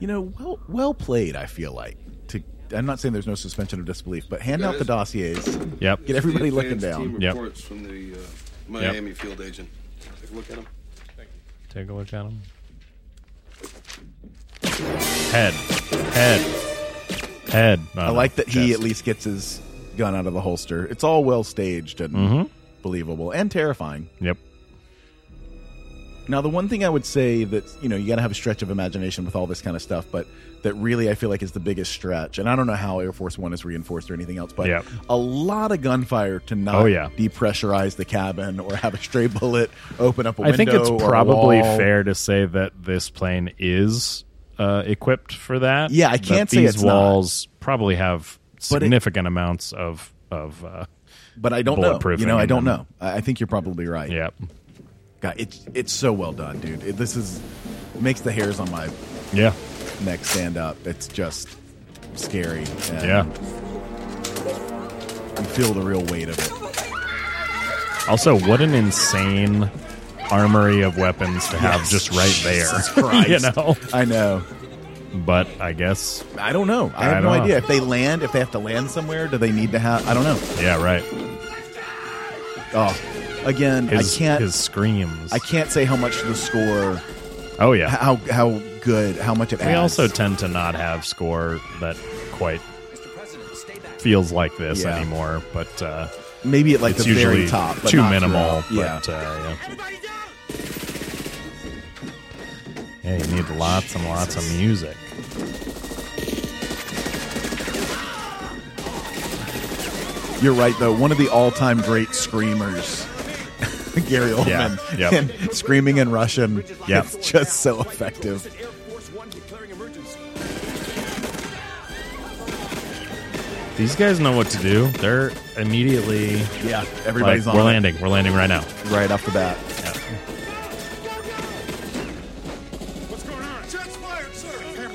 You know, well, well played. I feel like to. I'm not saying there's no suspension of disbelief, but hand out the dossiers.
Yep.
Get everybody
The
looking
advance
down.
Team reports from the uh, Miami field agent. Take a look at him.
Take a look at him. Head. Head. Head.
I like that he at least gets his gun out of the holster. It's all well staged and
Mhm.
believable and terrifying.
Yep.
Now, the one thing I would say that, you know, you got to have a stretch of imagination with all this kind of stuff, but that really I feel like is the biggest stretch. And I don't know how Air Force One is reinforced or anything else, but
Yep.
a lot of gunfire to not
Oh, yeah.
depressurize the cabin or have a stray bullet open up a
I
window.
think it's
or a
probably
wall.
fair to say that this plane is uh, equipped for that.
Yeah, I
but
can't say
these
it's not.
walls probably
But
have
it-
significant amounts of of. Uh,
But I don't know. You know,
bulletproofing
I
in
don't
them.
know. I I think you're probably right.
Yeah.
God, it's it's so well done, dude. It, this is makes the hairs on my
Yeah.
neck stand up. It's just scary. and
Yeah.
You feel the real weight of it.
Also, what an insane armory of weapons to have
Yes.
just right there.
Jesus Christ.
you know.
I know.
But I guess
I don't know. I have
I
no
don't know.
idea if they land. If they have to land somewhere, do they need to have? I don't know.
yeah, right.
Oh, again,
His,
I can't.
his screams.
I can't say how much the score.
oh yeah.
How how good? How much it
we
adds.
also tend to not have score that quite feels like this
Yeah.
anymore, but uh,
Maybe at like
it's
the very
usually
top, but
too
not
minimal.
throughout.
But,
Yeah.
uh, yeah. yeah, you need lots and lots of music.
You're right though. One of the all time great screamers. Gary Oldman
Yeah, yep.
and screaming in Russian.
Yep.
It's just so effective.
These guys know what to do. They're immediately
Yeah, everybody's
like,
on
We're
it."
landing. We're landing right now.
Right off the bat.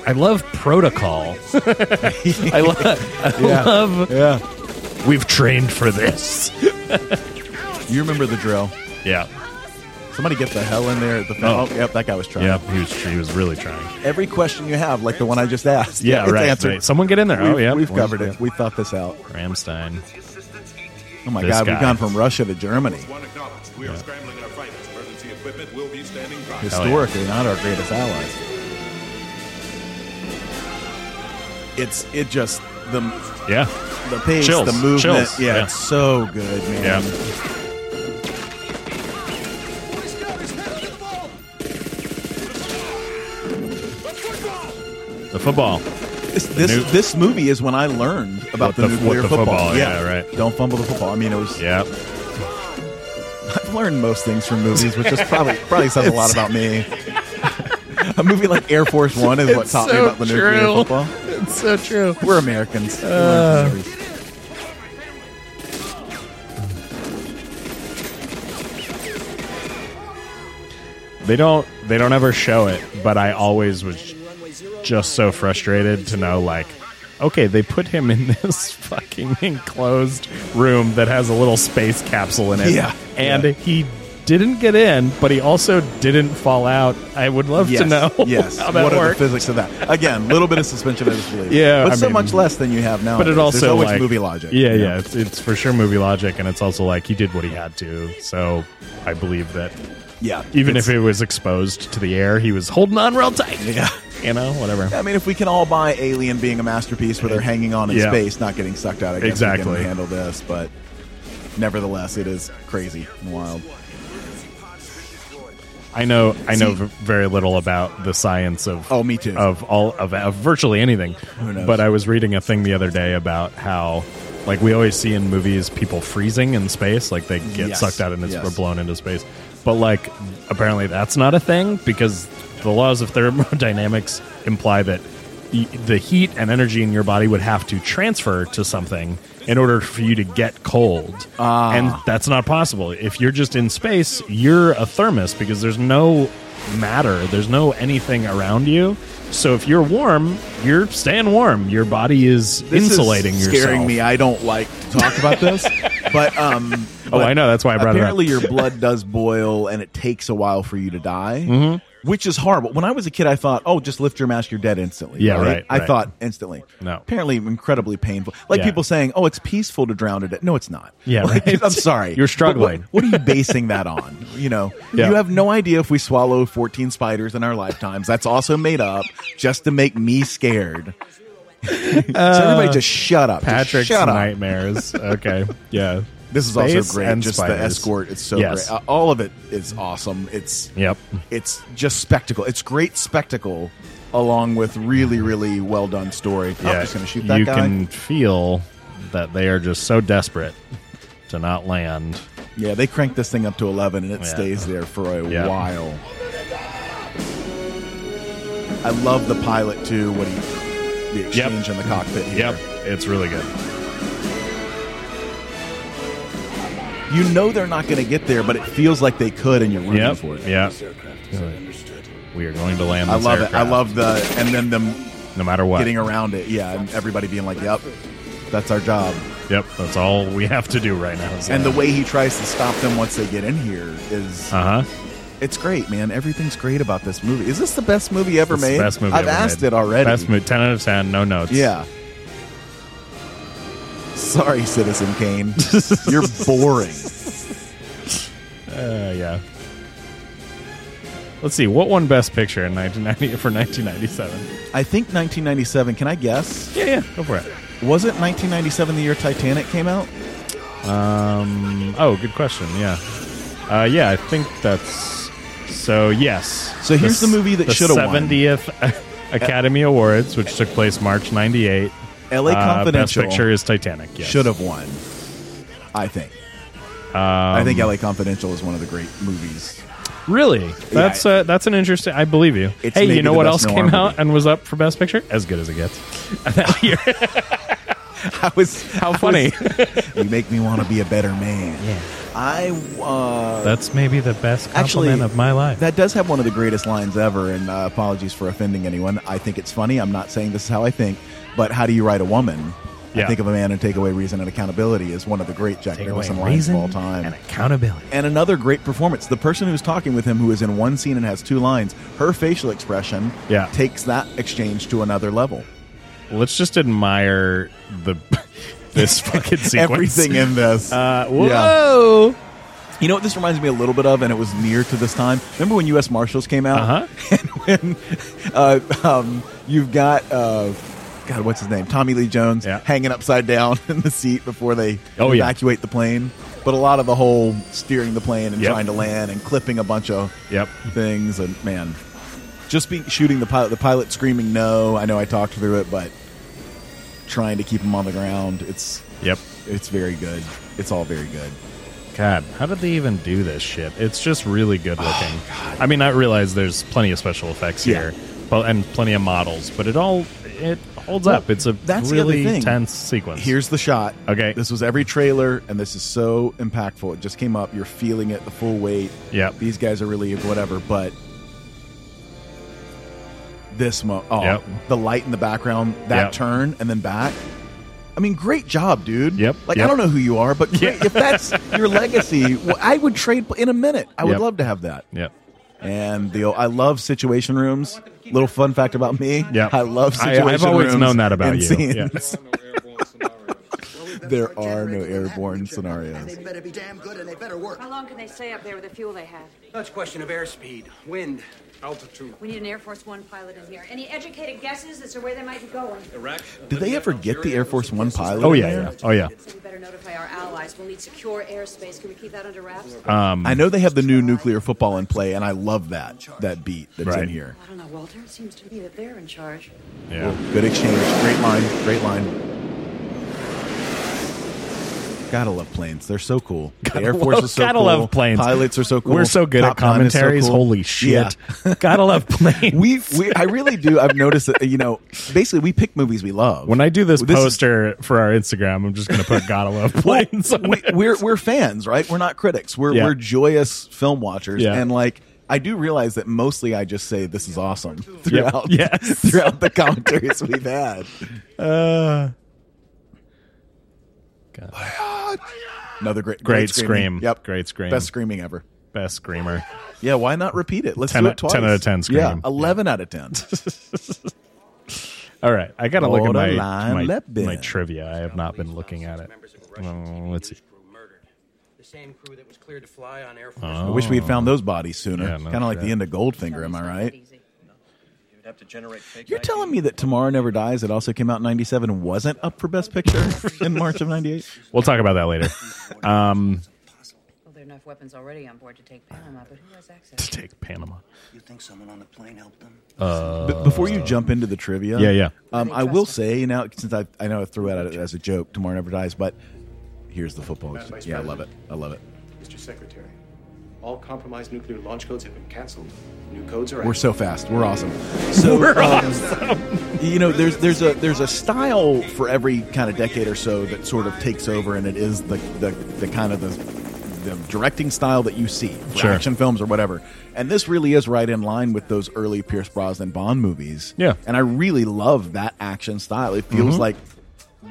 I love protocol. I, lo- I
Yeah.
love.
Yeah.
We've trained for this.
You remember the drill.
yeah.
Somebody get the hell in there at the
Oh.
oh. yep, that guy was trying.
Yeah. He was. He was really trying.
Every question you have, like the one I just asked.
Yeah.
it's
right,
answered.
right. Someone get in there. oh
We've-
yeah.
We've
Well,
covered it. We thought this out.
Ramstein.
Oh my
This
god,
guy.
we've gone from Russia to Germany.
One acknowledged. We are scrambling our finest. Emergency equipment will be standing by.
Historically, not our greatest allies. It's it just the
Yeah.
the pace,
Chills.
the movement.
Chills.
Yeah,
Yeah.
it's so good, man.
Yeah. The football.
This this,
nu-
this movie is when I learned about
What
the,
the- what
nuclear
the
football.
football, yeah, right.
Don't fumble the football. I mean, it was.
Yep.
I've learned most things from movies, which is probably probably says a lot about me. a movie like Air Force One is what
It's
taught me
so
about the nuclear
true.
football.
It's so true.
We're Americans. We learn
Uh.
from movies.
They don't. They don't ever show it. But I always was just so frustrated to know, like, okay, they put him in this fucking enclosed room that has a little space capsule in it.
Yeah.
And he didn't get in, but he also didn't fall out. I would love to
Yes,
know
yes.
how that
what are the
worked.
physics of that? Again, little bit of suspension of disbelief.
Yeah,
but
I
so
mean-
much less than you have now.
but it also
There's always
like,
movie logic.
Yeah,
you know?
yeah, it's, it's for sure movie logic, and it's also like he did what he had to. So I believe that
yeah.
even
It's-
if it was exposed to the air, he was holding on real tight.
yeah.
You know, whatever.
I mean, if we can all buy Alien being a masterpiece where they're hanging on in
Yeah.
space, not getting sucked out, I guess we
Exactly.
can handle this. But nevertheless, it is crazy and wild.
I know I know
See-
v- very little about the science of
Oh, me too.
of all of, of virtually anything.
Who knows?
But I was reading a thing the other day about how like we always see in movies people freezing in space, like they get
Yes.
sucked out and it's
Yes.
blown into space. But like apparently that's not a thing because the laws of thermodynamics imply that y- the heat and energy in your body would have to transfer to something in order for you to get cold.
Ah.
And that's not possible. If you're just in space, you're a thermos because there's no matter, there's no anything around you. So if you're warm, you're staying warm. Your body is
This is
insulating
scaring
yourself.
me. I don't like to talk about this, but um.
Oh,
but
I know. That's why I brought it up.
apparently your blood does boil, and it takes a while for you to die.
Mm-hmm.
Which is horrible. When I was a kid, I thought, "Oh, just lift your mask, you're dead instantly."
Yeah, right,
I
right.
thought instantly.
No.
apparently incredibly painful. Like
Yeah.
people saying, "Oh, it's peaceful to drown to death." No, it's not.
Yeah,
Like,
right.
I'm sorry.
You're
But
struggling.
What, what are you basing that on? You know,
Yeah.
you have no idea if we swallow 14 spiders in our lifetimes. That's also made up just to make me scared. so everybody just shut up. Just
Uh, Patrick's
shut up.
nightmares. okay. Yeah.
This is also
Space
great.
and
Just the
spiders.
escort. It's so
Yes.
great. Uh, all of it is awesome. It's
Yep.
It's just spectacle. It's great spectacle, along with really really well done story. I'm just going to shoot that
you
guy.
can feel that they are just so desperate to not land.
Yeah, they crank this thing up to eleven, and it stays there for a
Yeah.
while. I love the pilot too. What he the exchange in the cockpit. Here.
Yep, it's really good.
You know they're not going to get there, but it feels like they could, and you're rooting
Yep,
for it.
yeah. We are going to land.
I
this
love it. I
aircraft.
love the and then them
no matter what
getting around it. Yeah, and everybody being like, "Yep, that's our job."
Yep, that's all we have to do right now.
And the way he tries to stop them once they get in here is
uh huh.
It's great, man. Everything's great about this movie. Is this the best movie ever
It's the
made?
best movie
I've
ever
asked
made.
it already.
Best movie, ten out of ten, no notes.
Yeah. Sorry, Citizen Kane. You're boring.
Uh, yeah. Let's see what won Best Picture in 1990 for 1997.
I think 1997. Can I guess?
Yeah, yeah, go for it.
Was it 1997 the year Titanic came out?
Um. Oh, good question. Yeah. Uh, yeah, I think that's so. Yes.
So here's the movie that should've won.
70th Academy Awards, which took place March '98.
L.A. Confidential.
Uh, best picture is Titanic. Yes.
Should have won. I think.
Um,
I think L.A. Confidential is one of the great movies.
Really? That's uh, that's an interesting. I believe you.
It's
hey,
maybe
you know
the
what else
best
came
noir
out and was up for best picture? As good as it gets. that year.
I was how
funny.
you make me want to be a better man. Yeah. I uh,
That's maybe the best compliment
Actually,
of my life.
That does have one of the greatest lines ever, and uh, apologies for offending anyone. I think it's funny. I'm not saying this is how I think, but how do you write a woman?
Yeah.
I think of a man and take away reason and accountability is one of the great Jack
Take
Nicholson
away
lines of all
reason
time.
and accountability.
And another great performance. The person who's talking with him, who is in one scene and has two lines, her facial expression
Yeah.
takes that exchange to another level.
Let's just admire the this fucking sequence.
Everything in this.
Uh,
whoa. You know what this reminds me a little bit of, and it was near to this time. Remember when U.S. Marshals came out? Uh-huh. And when uh, um, you've got, uh, God, what's his name? Tommy Lee Jones hanging upside down in the seat before they
Oh, yeah.
evacuate the plane. But a lot of the whole steering the plane and
Yep.
trying to land and clipping a bunch of
yep.
things. And man, just being shooting the pilot, the pilot screaming no. I know I talked through it, but trying to keep him on the ground. It's
Yep.
It's very good. It's all very good.
God, how did they even do this shit? It's just really good
Oh,
looking. I mean, I realize there's plenty of special effects
Yeah.
here, but and plenty of models, but it all it holds
Well,
up. It's a
that's the other
really
thing.
tense sequence.
Here's the shot.
Okay.
This was every trailer, and this is so impactful. It just came up. You're feeling it, the full weight.
Yep.
These guys are relieved, whatever. But this mo oh,
Yep.
the light in the background, that
Yep.
turn, and then back. I mean, great job, dude.
Yep.
Like
Yep.
I don't know who you are, but great- if that's your legacy, well, I would trade in a minute. I would
Yep.
love to have that.
Yep.
And the I love situation rooms. Little fun fact about me.
Yep.
I love
I- uh, I've
situation rooms.
always known that about
and
you.
scenes.
Yeah.
There are no airborne
Oh,
scenarios.
better be damn good and they better work.
How long can they stay up there with the fuel they have?
That's a question of airspeed, wind, altitude.
We need an Air Force One pilot in here. Any educated guesses as to where they might be going?
Iraq.
Did they ever get the Air Force One pilot?
Oh
in
yeah,
there?
yeah. Oh yeah.
So we better notify our allies. We'll need secure airspace. Can we keep that under wraps?
Um,
I know they have the new nuclear football in play, and I love that that beat that's in
Right.
here.
I don't know, Walter. It seems to me that they're in charge.
Yeah.
Good exchange. Great line. Great line. Gotta love planes. They're so cool. The Air Force
Love-
is so
gotta
cool.
love planes.
Pilots are so cool.
We're so good
Top
at
Gun is so
commentaries.
cool.
Holy shit! gotta love planes.
We, we, I really do. I've noticed that you know, basically, we pick movies we love.
When I do this,
This is-
poster for our Instagram, I'm just gonna put "Gotta Love Planes." on
we,
it.
we're we're fans, right? We're not critics. We're
Yeah.
we're joyous film watchers,
Yeah.
and like I do realize that mostly I just say this is awesome
Yep.
throughout
Yes.
throughout the commentaries we've had.
Uh,
Another great
Great
screaming.
scream.
Yep,
Great scream.
Best screaming ever.
best screamer.
Yeah, why not repeat it? Let's
10
do
out-
it twice.
10 out of 10 scream.
Yeah, eleven out of ten.
All right, I gotta look at my
Borderline
my,
Lebanon.
my trivia. I have not been looking at it. Oh, let's see.
The same crew that was cleared to fly on Air Force.
Oh.
I wish we had found those bodies sooner.
Yeah, no
kind of like
shit.
the end of Goldfinger, am I right?
would have to generate fake
You're telling me that Tomorrow Never Dies, that also came out in 97, wasn't up for Best Picture in March of 98?
We'll talk about that later. Um,
Well, there are enough weapons already on board to take Panama, but who has access?
To take Panama.
You think someone on the plane helped them?
uh,
B- before you jump into the trivia,
Yeah, yeah.
Um, I will say now, since I, I know I threw it out as a joke, Tomorrow Never Dies, but here's the football.
Madam Vice
Yeah, I
President.
love it. I love it.
Mr. Secretary, all compromised nuclear launch codes have been canceled. New codes are
We're so fast. We're awesome. So
We're
um,
awesome.
You know, there's there's a there's a style for every kind of decade or so that sort of takes over, and it is the the, the kind of the the directing style that you see for
Sure.
action films or whatever. And this really is right in line with those early Pierce Brosnan Bond movies.
Yeah.
and I really love that action style. It feels
Mhm.
like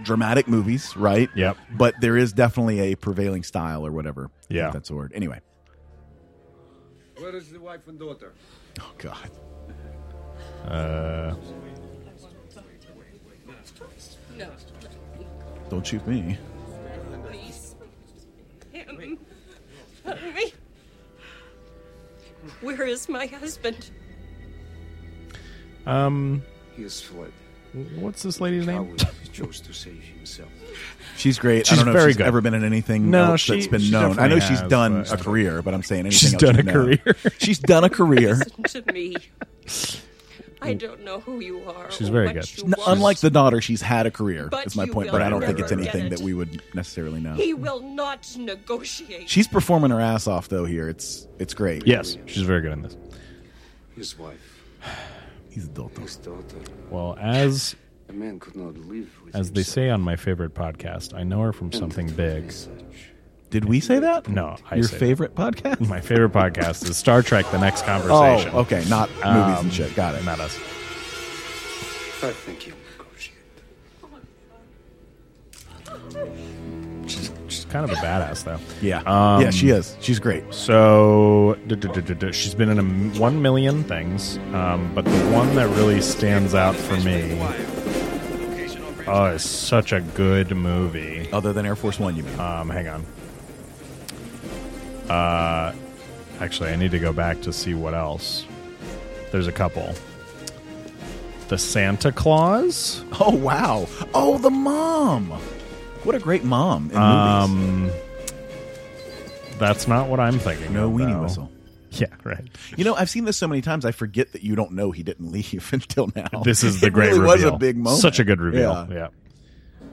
dramatic movies, right?
Yep.
But there is definitely a prevailing style or whatever. I think
Yeah.
that's the word. Anyway,
Where is the wife and daughter?
oh god.
Uh,
No.
Don't shoot me.
Please. Him. Not me. Where is my husband?
um,
He has fled.
what's this lady's name?
Coward chose to save himself.
She's great.
She's
I don't know
very
if she's
good.
ever been in anything
No,
else
she-
that's been
she
known. I know
definitely
she's
has,
done
but-
a career, but I'm saying anything
She's
else.
done
you
a
know.
career.
she's done a career.
Listen to me. I don't know who you are.
She's
or
very
what
good.
you
N-
want.
Unlike the daughter, she's had a career.
But
Is my
you
point,
will
but I don't
never
think it's
get
anything
it.
that we would necessarily know.
He will not negotiate.
She's performing her ass off though. Here, it's it's great.
Yes, she's very good in this.
His wife,
He's adult.
his daughter.
Well, as
A man could not live with
as they say on my favorite podcast, I know her from something big.
Did we say that?
No, I
Your
say that.
favorite podcast?
My favorite podcast is Star Trek: The Next Conversation. Um,
Oh, okay, not movies and shit. Got it.
Not us.
I think he'll negotiate.
She's, she's kind of a badass, though.
Yeah.
Um,
yeah, she is. She's great.
So duh, duh, duh, duh, duh, she's been in a m- one million things, um, but the one that really stands out for me oh, is such a good movie.
Other than Air Force One, you mean?
Um, hang on. Uh, actually, I need to go back to see what else. There's a couple. The Santa Claus.
Oh wow. Oh, the mom. What a great mom in movies.
Um, that's not what I'm thinking.
No
of,
weenie
though.
whistle.
Yeah, right.
You know, I've seen this so many times, I forget that you don't know he didn't leave until now.
This is the
it
great
really was
reveal.
a big moment.
Such a good reveal.
Yeah.
Yeah.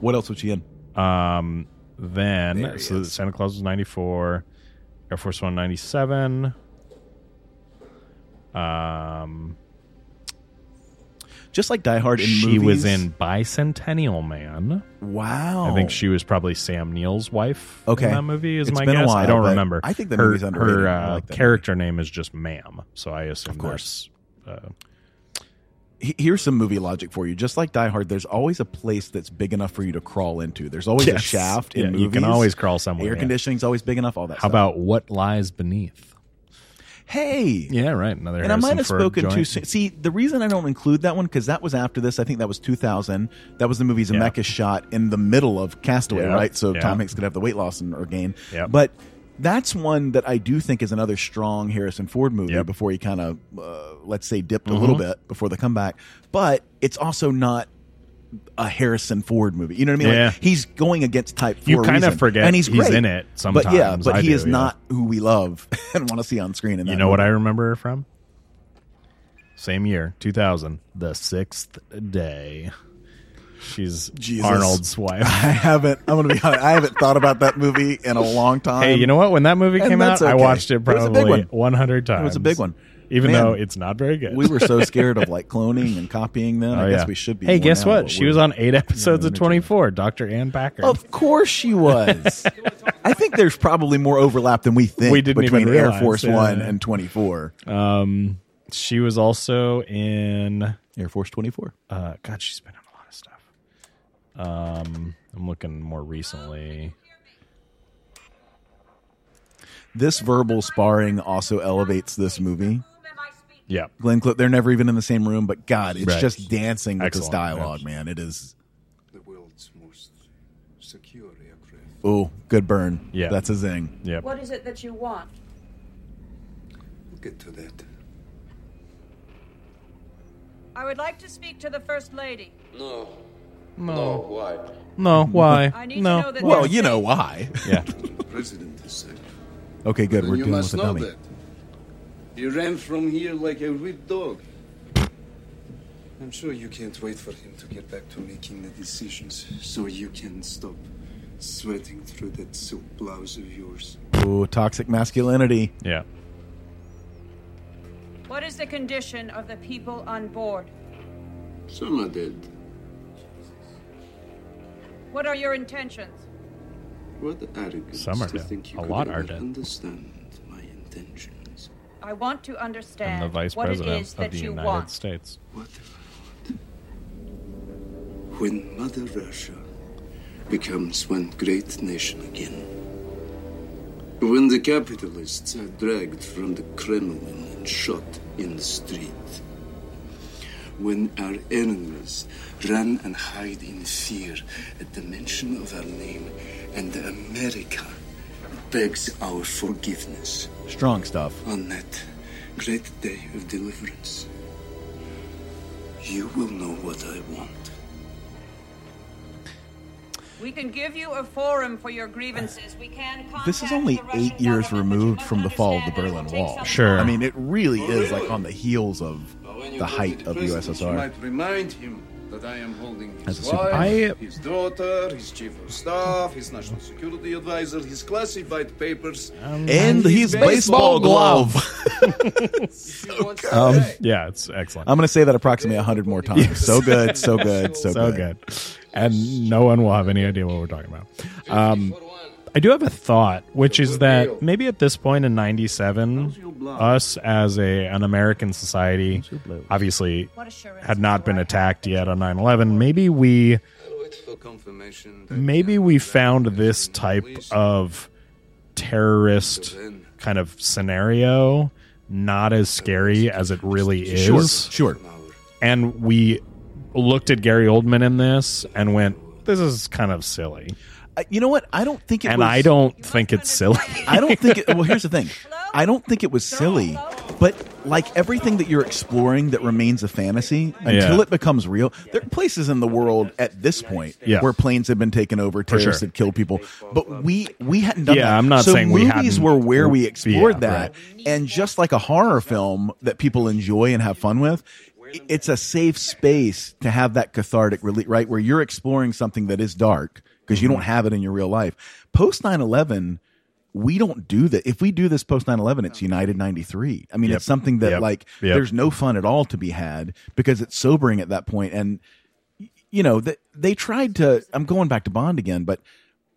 What else was she in?
Um,
There
then
he
so Santa Claus was 94, Air Force One 97. Um,
Just like Die Hard in
she
movies.
was in Bicentennial Man.
Wow.
I think she was probably Sam Neill's wife
Okay.
in that movie. Is
It's
my
been a
guess.
while,
I don't
but
remember.
I think the
her,
movie's underrated.
Her
I
uh,
like that
character name is just Ma'am, so I assume of
course.
Uh,
He- Here's some movie logic for you. Just like Die Hard, there's always a place that's big enough for you to crawl into. There's always a
Yes.
shaft in
Yeah,
movies.
you can always crawl somewhere,
Air
yeah.
conditioning's always big enough. All that.
how
stuff.
about what lies beneath?
Hey?
Yeah, right. Another
and I might
Harrison
have
Ford
spoken too
joint.
soon. See, the reason I don't include that one because that was after this. I think that was 2000. That was the movie Zemeckis shot in the middle of Castaway,
Yeah,
right? So
yeah.
Tom Hanks could have the weight loss and or gain.
Yep.
But that's one that I do think is another strong Harrison Ford movie before he kind of, uh, let's say, dipped a little
Mhm.
bit before the comeback. But it's also not a Harrison Ford movie. You know what I mean?
Yeah.
Like, he's going against type. For
You
a
kind of
reason.
forget
and he's,
he's
great.
in it
But yeah,
sometimes.
but
I
he
do,
is
yeah.
not who we love and want to see on screen. In that
You know what
movie.
I remember her from? Same year, 2000, The Sixth Day. She's
Jesus.
Arnold's wife.
I haven't. I'm gonna be honest. I haven't thought about that movie in a long time.
Hey, you know what? When that movie
And
came out,
that's
I
okay.
watched it
It was a big
probably
one.
100 times.
It was a big one.
Even
Man.
though it's not very good.
we were so scared of like cloning and copying them. I
Oh,
guess
yeah.
we should be.
Hey,
more
guess
now,
what?
but
She
we're-
was on eight episodes
Yeah,
of 24, Dr. Ann Packer.
Of course she was. I think there's probably more overlap than we think
We didn't
between
even
Air
realize,
Force
yeah.
One and 24.
Um, she was also in
Air Force 24.
Uh, God, she's been in a lot of stuff. Um, I'm looking more recently.
This verbal sparring also elevates this movie.
Yeah.
Glenn Close, they're never even in the same room, but God, it's
Right.
just dancing with this
Excellent, yeah.
dialogue, man. It is.
The world's most secure aircraft.
Oh, good burn.
Yeah.
That's a zing.
Yeah.
What is it that you want?
We'll get to that.
I would like to speak to the First Lady.
No.
No.
No, why?
No, why?
I need
no.
to know that
Well,
they're
you know
safe.
why.
Yeah.
President is safe.
Okay, good.
Then
We're
you
dealing
must
with a
know
dummy.
that. He ran from here like a weak dog. I'm sure you can't wait for him to get back to making the decisions so you can stop sweating through that silk blouse of yours.
Ooh, toxic masculinity.
Yeah.
What is the condition of the people on board?
Some are dead.
What are your intentions?
What arrogance
Some are
to
dead.
think you
A
could
lot
ever
are dead.
understand my intentions.
I want to understand
I'm the vice
what it
president
is
of
that
the
you
United
want.
States.
When Mother Russia becomes one great nation again, when the capitalists are dragged from the Kremlin and shot in the street, when our enemies run and hide in fear at the mention of our name, and America begs our forgiveness
Strong stuff.
on that great day of deliverance, you will know what I want.
We can give you a forum for your grievances. We can contact
This is only eight years removed from the fall of the Berlin Wall.
Sure.
I mean, it really
Oh,
is like on the heels of the height of the
You
USSR.
might remind him that I am holding his
As a super-
wife,
I-
his daughter, his chief of staff, his national security advisor, his classified papers,
And his baseball glove.
Um, yeah, it's excellent.
I'm going to say that approximately 100 more times. So good, so good, so,
so good. And no one will have any idea what we're talking about. Um, I do have a thought, which is that maybe at this point in '97, us as a an American society, obviously had not been attacked yet on 9/11. Maybe we, maybe we found this type of terrorist kind of scenario not as scary as it really is.
Sure, sure.
And we looked at Gary Oldman in this and went, "This is kind of silly."
Uh, you know what? I don't think it
and
was-
I don't think it's silly.
I don't think it. Well, here's the thing. I don't think it was silly, but like everything that you're exploring that remains a fantasy until
Yeah.
it becomes real. There are places in the world at this point
Yeah.
where planes have been taken over,
For sure.
terrorists have killed people, but we we hadn't done
Yeah,
that.
I'm not
so
saying we
movies
hadn't-
were where we explored
Yeah,
that, and just like a horror film that people enjoy and have fun with. i- It's a safe space to have that cathartic relief, right? Where you're exploring something that is dark because
Mm-hmm.
you don't have it in your real life. Post 9 11, we don't do that. If we do this post 9 11, it's United 93. I mean,
Oh. Yep.
it's something that,
Yep.
like,
Yep.
there's no fun at all to be had because it's sobering at that point. And, y- you know, they, they tried to, I'm going back to Bond again, but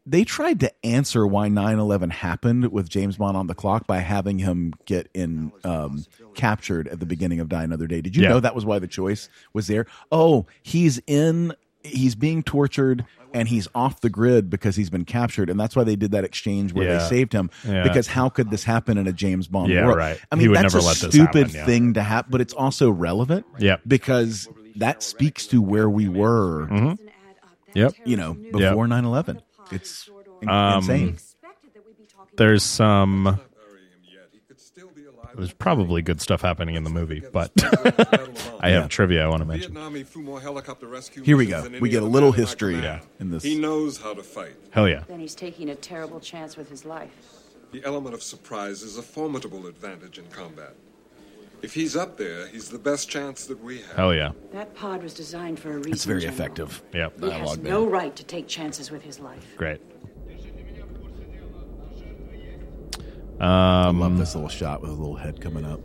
they tried to answer why 9 11 happened with James Bond on the clock by having him get in um, captured at the beginning of Die Another Day. Did you
Yeah.
know that was why the choice was there? Oh, he's in, he's being tortured and he's off the grid because he's been captured. And that's why they did that exchange where they
Yeah.
saved him
Yeah.
because how could this happen in a James Bond
Yeah,
world?
right.
I
He
mean,
would
that's
never
a
let this
stupid
happen, yeah.
thing to happen, but it's also relevant
Yeah.
because that speaks to where we were,
Yep.
Mm-hmm. you know,
Yep.
before 9 11. It's in-
Um,
insane.
There's some. There's probably good stuff happening in the movie, but I have
Yeah.
trivia I want to mention.
Vietnam, he flew more helicopter rescue
Here we
missions
go.
than any
We get a
other
little
man in my
history
command.
in this.
He knows how to fight.
Hell yeah.
Then he's taking a terrible chance with his life. The element of surprise is a formidable advantage in combat. If he's up there, he's the best chance that we have.
Hell yeah.
That pod was designed for a reason.
It's very effective.
Yeah.
He has no right to take chances with his life.
Great. Um,
I love this little shot with a little head coming up.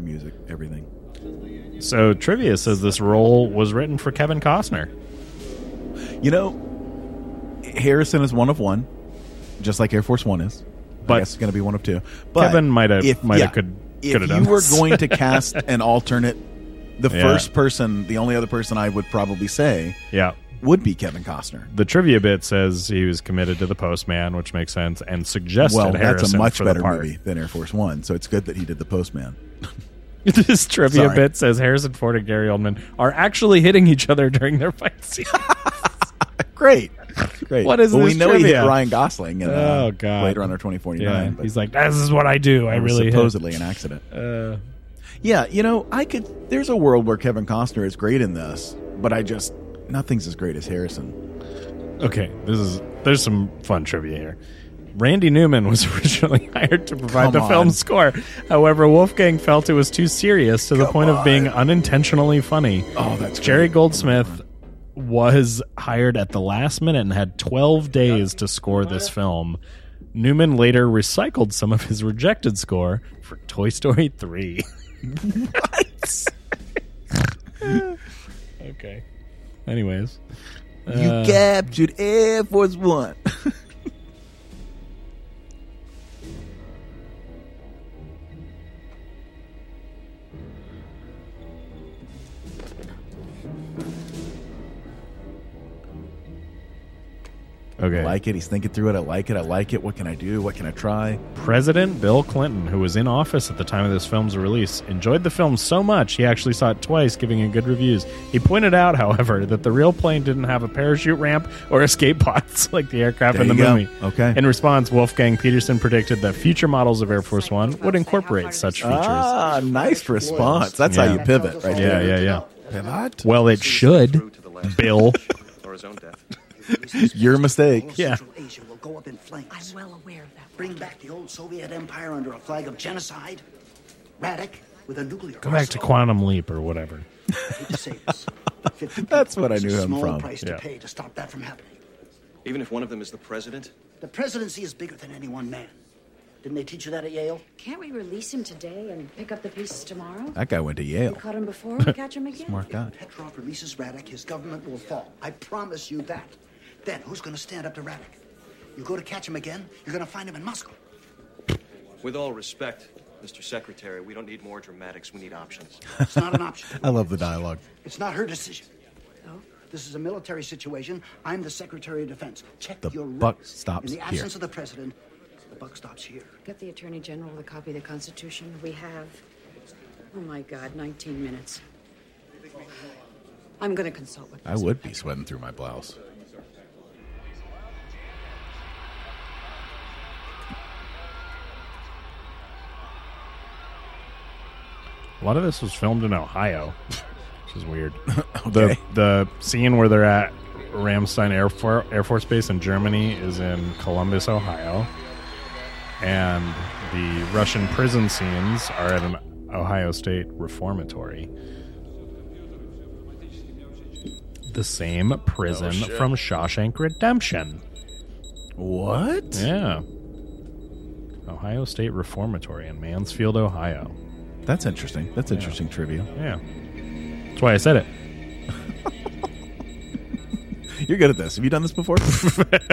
Music, everything.
So trivia says this role was written for Kevin Costner.
You know, Harrison is one of one, just like Air Force One is. But it's going to be one of two. But
Kevin might have-
if-
might have could-
if
could have done
you were
this.
going to cast an alternate, the
Yeah.
first person, the only other person I would probably say
Yeah.
would be Kevin Costner.
The trivia bit says he was committed to the postman, which makes sense, and suggested
well,
Harrison
that's a much
for the
better
part.
movie than Air Force One, so it's good that he did the Postman.
this trivia
Sorry.
bit says Harrison Ford and Gary Oldman are actually hitting each other during their fight scene.
Great, great.
What is
well,
this
We know he
trivia?
hit Ryan Gosling in uh,
Oh, God.
Blade Runner twenty forty
Yeah,
nine.
he's like, "This is what I do. I really hit."
supposedly an accident.
Uh,
Yeah, you know, I could. There's a world where Kevin Costner is great in this, but I just nothing's as great as Harrison.
Okay, this is there's some fun trivia here. Randy Newman was originally hired to provide
Come
the
on.
film's score. However, Wolfgang felt it was too serious to the point of being unintentionally funny.
Oh, that's
Jerry Goldsmith was hired at the last minute and had 12 days to score this film. Newman later recycled some of his rejected score for Toy Story 3. what? okay. Anyways. Uh,
captured Air Force One.
Okay.
I like it. He's thinking through it. I like it. I like it. What can I do? What can I try?
President Bill Clinton, who was in office at the time of this film's release, enjoyed the film so much he actually saw it twice, giving it good reviews. He pointed out, however, that the real plane didn't have a parachute ramp or escape pods like the aircraft
There
in the
you go.
movie.
Okay.
In response, Wolfgang Peterson predicted that future models of Air Force One would incorporate such features.
Ah, nice response. That's how
Yeah.
you pivot, right?
Yeah,
there.
yeah, yeah. Well, it should, Bill.
or his own death.
Your mistake.
Yeah.
Central Asia will go up in flames. I'm
Ah.
well aware of that. Bring back the old Soviet Empire under a flag of genocide. Radic with a nuclear.
Go back to Quantum Leap or whatever.
That's what I knew
It's a
him
small
from.
price
Yeah.
to pay to stop that from happening.
Even if one of them is the president,
The presidency is bigger than any one man. Didn't they teach you that at Yale?
Can't we release him today and pick up the pieces tomorrow?
That guy went to
We
Yale.
caught him before, we catch him again.
Smart guy.
Petrov releases Radek, his government will fall. I promise you that. Then who's going to stand up to Radek? You go to catch him again, you're going to find him in Moscow.
with all respect, Mr. Secretary, we don't need more dramatics. We need options.
It's not an option.
I love the dialogue.
It's not her decision. No. This is a military situation. I'm the Secretary of Defense. Check
The
your
buck
records.
stops
In the
here.
absence of the president, the buck stops here.
Get the Attorney General to copy the Constitution. We have, oh my God, 19 minutes. I'm going to consult with
I would be sweating through my blouse.
A lot of this was filmed in Ohio, which is weird. The the scene where they're at Ramstein Air, For- Air Force Base in Germany is in Columbus, Ohio, and the Russian prison scenes are at an Ohio State reformatory. The same prison
Oh, shit.
from Shawshank Redemption.
What?
Yeah. Ohio State Reformatory in Mansfield, Ohio.
That's interesting. That's interesting trivia.
Yeah. That's why I said it.
You're good at this. Have you done this before?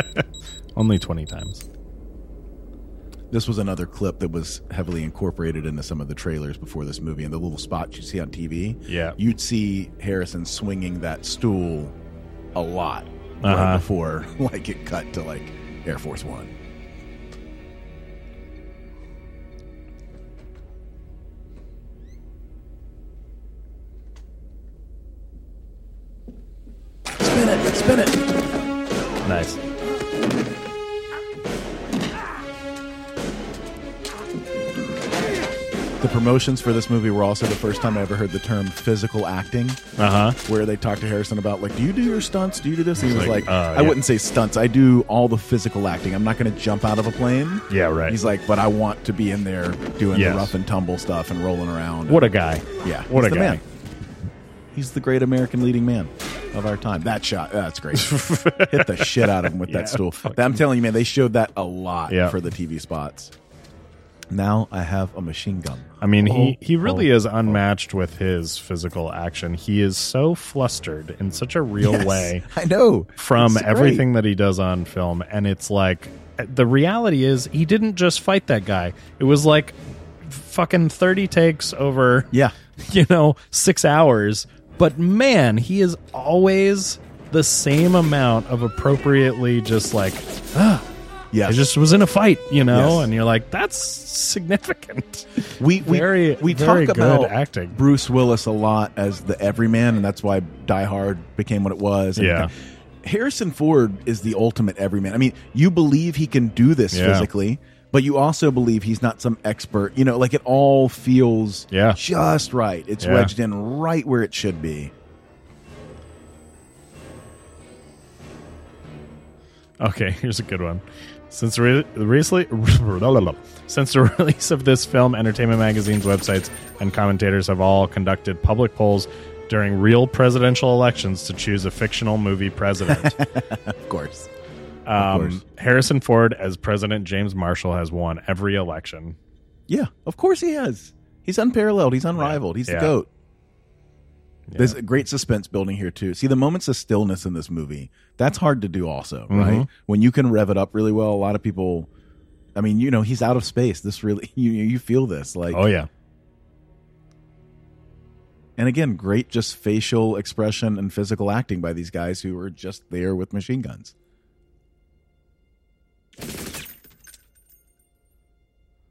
Only 20 times.
This was another clip that was heavily incorporated into some of the trailers before this movie and the little spots you see on TV.
Yeah.
You'd see Harrison swinging that stool a lot right
Uh-huh.
before like it cut to like Air Force 1. Spin it, spin it.
Nice.
The promotions for this movie were also the first time I ever heard the term physical acting.
Uh huh.
Where they talked to Harrison about like, do you do your stunts? Do you do this? And he
He's
was
like,
like,
uh,
I
yeah.
wouldn't say stunts. I do all the physical acting. I'm not going to jump out of a plane.
Yeah, right.
He's like, but I want to be in there doing
Yes.
the rough and tumble stuff and rolling around.
What a guy.
yeah,
What
he's the
a guy.
man. He's the great American leading man of our time. That shot, that's great. Hit the shit out of him with
Yeah,
that stool.
fucking-
I'm telling you, man, they showed that a lot
Yeah.
for the TV spots. Now I have a machine gun.
I mean, he,
Oh,
he really
oh.
is unmatched with his physical action. He is so flustered in such a real
Yes,
way
I know
from
It's great.
everything that he does on film. And it's like, the reality is, he didn't just fight that guy, it was like fucking 30 takes over,
Yeah.
you know, six hours. But man, he is always the same amount of appropriately just like, ah,
Yeah.
I just was in a fight, you know,
Yes.
and you're like, that's significant.
we we,
very,
we
very
talk
good
about
acting.
Bruce Willis a lot as the everyman, and that's why Die Hard became what it was. and
Yeah.
everything. Harrison Ford is the ultimate everyman. I mean, you believe he can do this
Yeah.
physically, but you also believe he's not some expert. You know, like it all feels
Yeah.
just right. It's
Yeah.
wedged in right where it should be.
Okay, here's a good one. Since re- recently, since the release of this film, Entertainment Magazine's websites and commentators have all conducted public polls during real presidential elections to choose a fictional movie president.
of course.
Um,
course.
Harrison Ford as President James Marshall has won every election.
Yeah, of course he has. He's unparalleled. He's unrivaled. He's
Yeah.
the goat. There's a great suspense building here too. See the moments of stillness in this movie. That's hard to do also,
Mhm.
right? When you can rev it up really well, a lot of people I mean, you know, he's out of space. This really you you feel this like
Oh yeah.
And again, great just facial expression and physical acting by these guys who are just there with machine guns.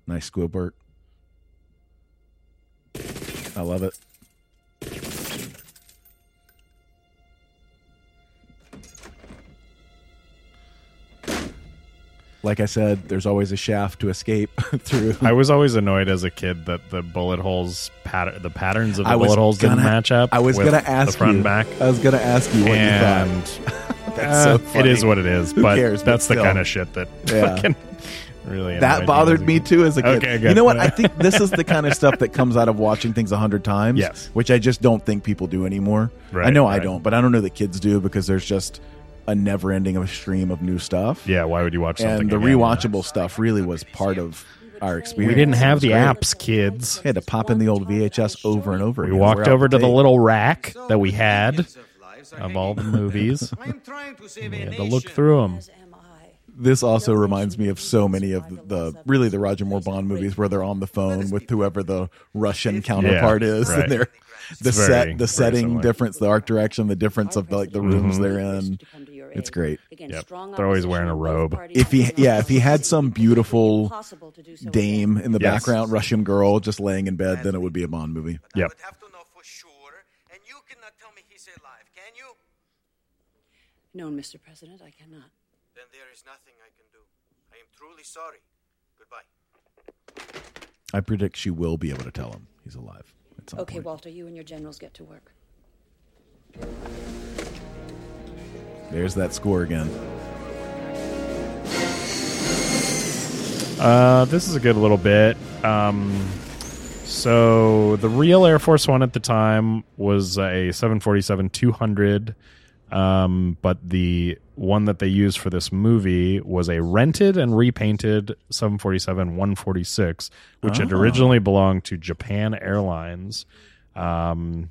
Nice Squilbert. I love it. Like I said, there's always a shaft to escape through.
I was always annoyed as a kid that the bullet holes pat- the patterns of the
I was
bullet holes didn't
gonna-
match up.
I was
with
gonna ask
the front
you.
and back.
I was gonna ask you what you
and,
thought.
That's
That's so
It
funny.
is what it is.
Who
But
cares, but
that's the
still.
kind of shit that
Yeah.
fucking really annoyed
that bothered
as a
me
kid.
too as a kid.
Okay, good.
You know what? I think this is the kind of stuff that comes out of watching things a hundred times.
Yes.
which I just don't think people do anymore.
Right,
I know I
right.
don't, but I don't know that kids do because there's just a never ending of a stream of new stuff.
Yeah, why would you watch something?
and the
again?
rewatchable stuff really was part of our experience.
didn't have
It was
the
great.
apps, kids.
We had to pop in the old VHS over and over.
We
again.
walked
We're out
over to
of
the
date.
little rack that we had of all the movies. we had to look through them.
This also reminds me of so many of the, the really the Roger Moore Bond movies where they're on the phone with whoever the Russian counterpart is,
right.
and they're the
It's
set,
very-
the
very
setting
similar.
difference, the art direction, the difference of like the rooms they're in. It's great.
Yep. They're always wearing a robe.
If he, yeah, if he had some beautiful dame in the
Yes.
background, Russian girl just laying in bed, then it would be a Bond movie.
Yep.
No, Mr. President, I cannot.
Then there is nothing I can do. I am truly sorry. Goodbye.
I predict she will be able to tell him he's alive. at some
Okay,
point.
Walter, you and your generals get to work.
There's that score again.
Uh, this is a good little bit. Um, so the real Air Force One at the time was a 747 200, um, but the one that they used for this movie was a rented and repainted 747 146, which had
Ah.
originally belonged to Japan Airlines. Um,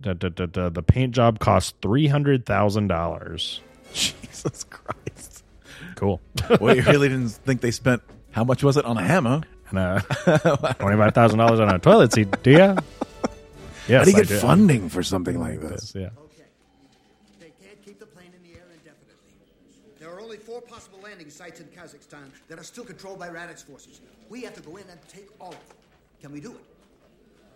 da, da, da, da, the paint job cost three hundred thousand dollars.
Jesus Christ!
Cool.
well, you really didn't think they spent how much was it on a hammer?
and uh, twenty five thousand dollars on a toilet seat. Do you?
How
Yes,
do you
I
get
do.
funding for something like this?
Yeah.
They can't keep the plane in the air indefinitely. There are only four possible landing sites in Kazakhstan that are still controlled by Raditz forces. We have to go in and take all of them. Can we do it?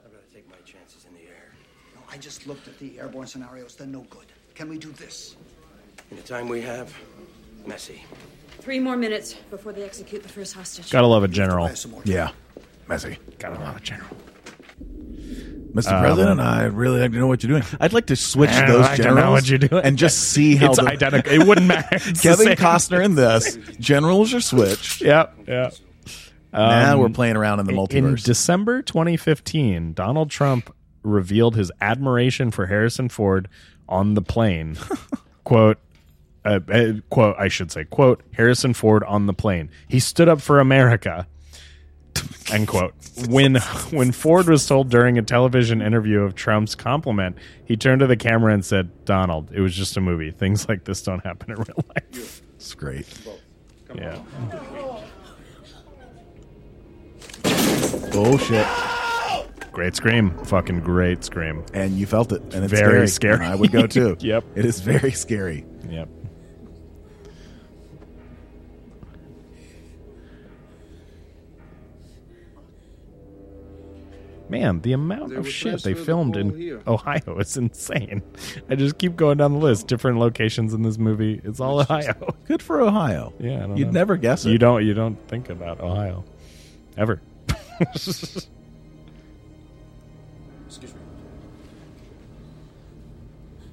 I'm gonna take my chances in the air.
No, I just looked at the airborne scenarios. They're no good. Can we do this?
In the time we have, messy.
Three more minutes before they execute the first hostage.
Gotta love a general.
Yeah, messy.
Gotta love a general.
Mr.
Um,
President, I'd really like to know what you're doing. I'd like to switch
I'd
those
like to know
generals
what you're doing.
and just see how
It's identical. It wouldn't matter. It's the
Kevin
same.
Costner in this generals are switched.
Yep. Yeah.
Now we're playing around in the
In
multiverse.
December 2015, Donald Trump revealed his admiration for Harrison Ford on the plane. quote, uh, uh, quote, I should say, quote, Harrison Ford on the plane. He stood up for America. End quote. When when Ford was told during a television interview of Trump's compliment, he turned to the camera and said, "Donald, it was just a movie. Things like this don't happen in real life."
It's great.
Yeah.
Oh shit!
Great scream. Fucking great scream.
And you felt it, and it's
Very
very
scary.
I would go too.
Yep.
it is very scary.
Yep. Man, the amount
They
of
would
shit
transfer
they
the
filmed
ball
in
here.
Ohio is insane. I just keep going down the list. Different locations in this movie. It's all Ohio.
Good for Ohio.
Yeah, I don't
You'd
know.
never guess it.
You don't. You don't think about Ohio, ever.
Excuse me.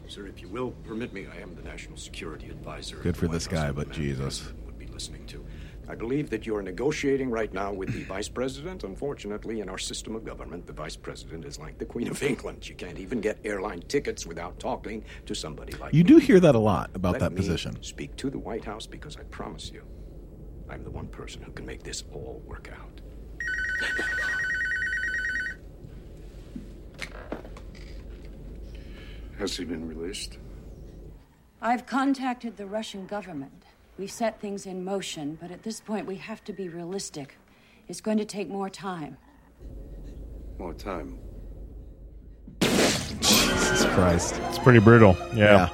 Sir, if you will permit me, I am the National Security Advisor.
Good for
White
this
House
guy, but Jesus.
Would be listening to. I believe that you are negotiating right now with the Vice President. Unfortunately, in our system of government, the Vice President is like the Queen of England. You can't even get airline tickets without talking to somebody like
You do hear that a lot about
Let
that
me
position.
Speak to the White House because I promise you, I'm the one person who can make this all work out.
Has he been released?
I've contacted the Russian government. We've set things in motion, but at this point we have to be realistic. It's going to take more time.
More time.
Christ.
It's pretty brutal. Yeah.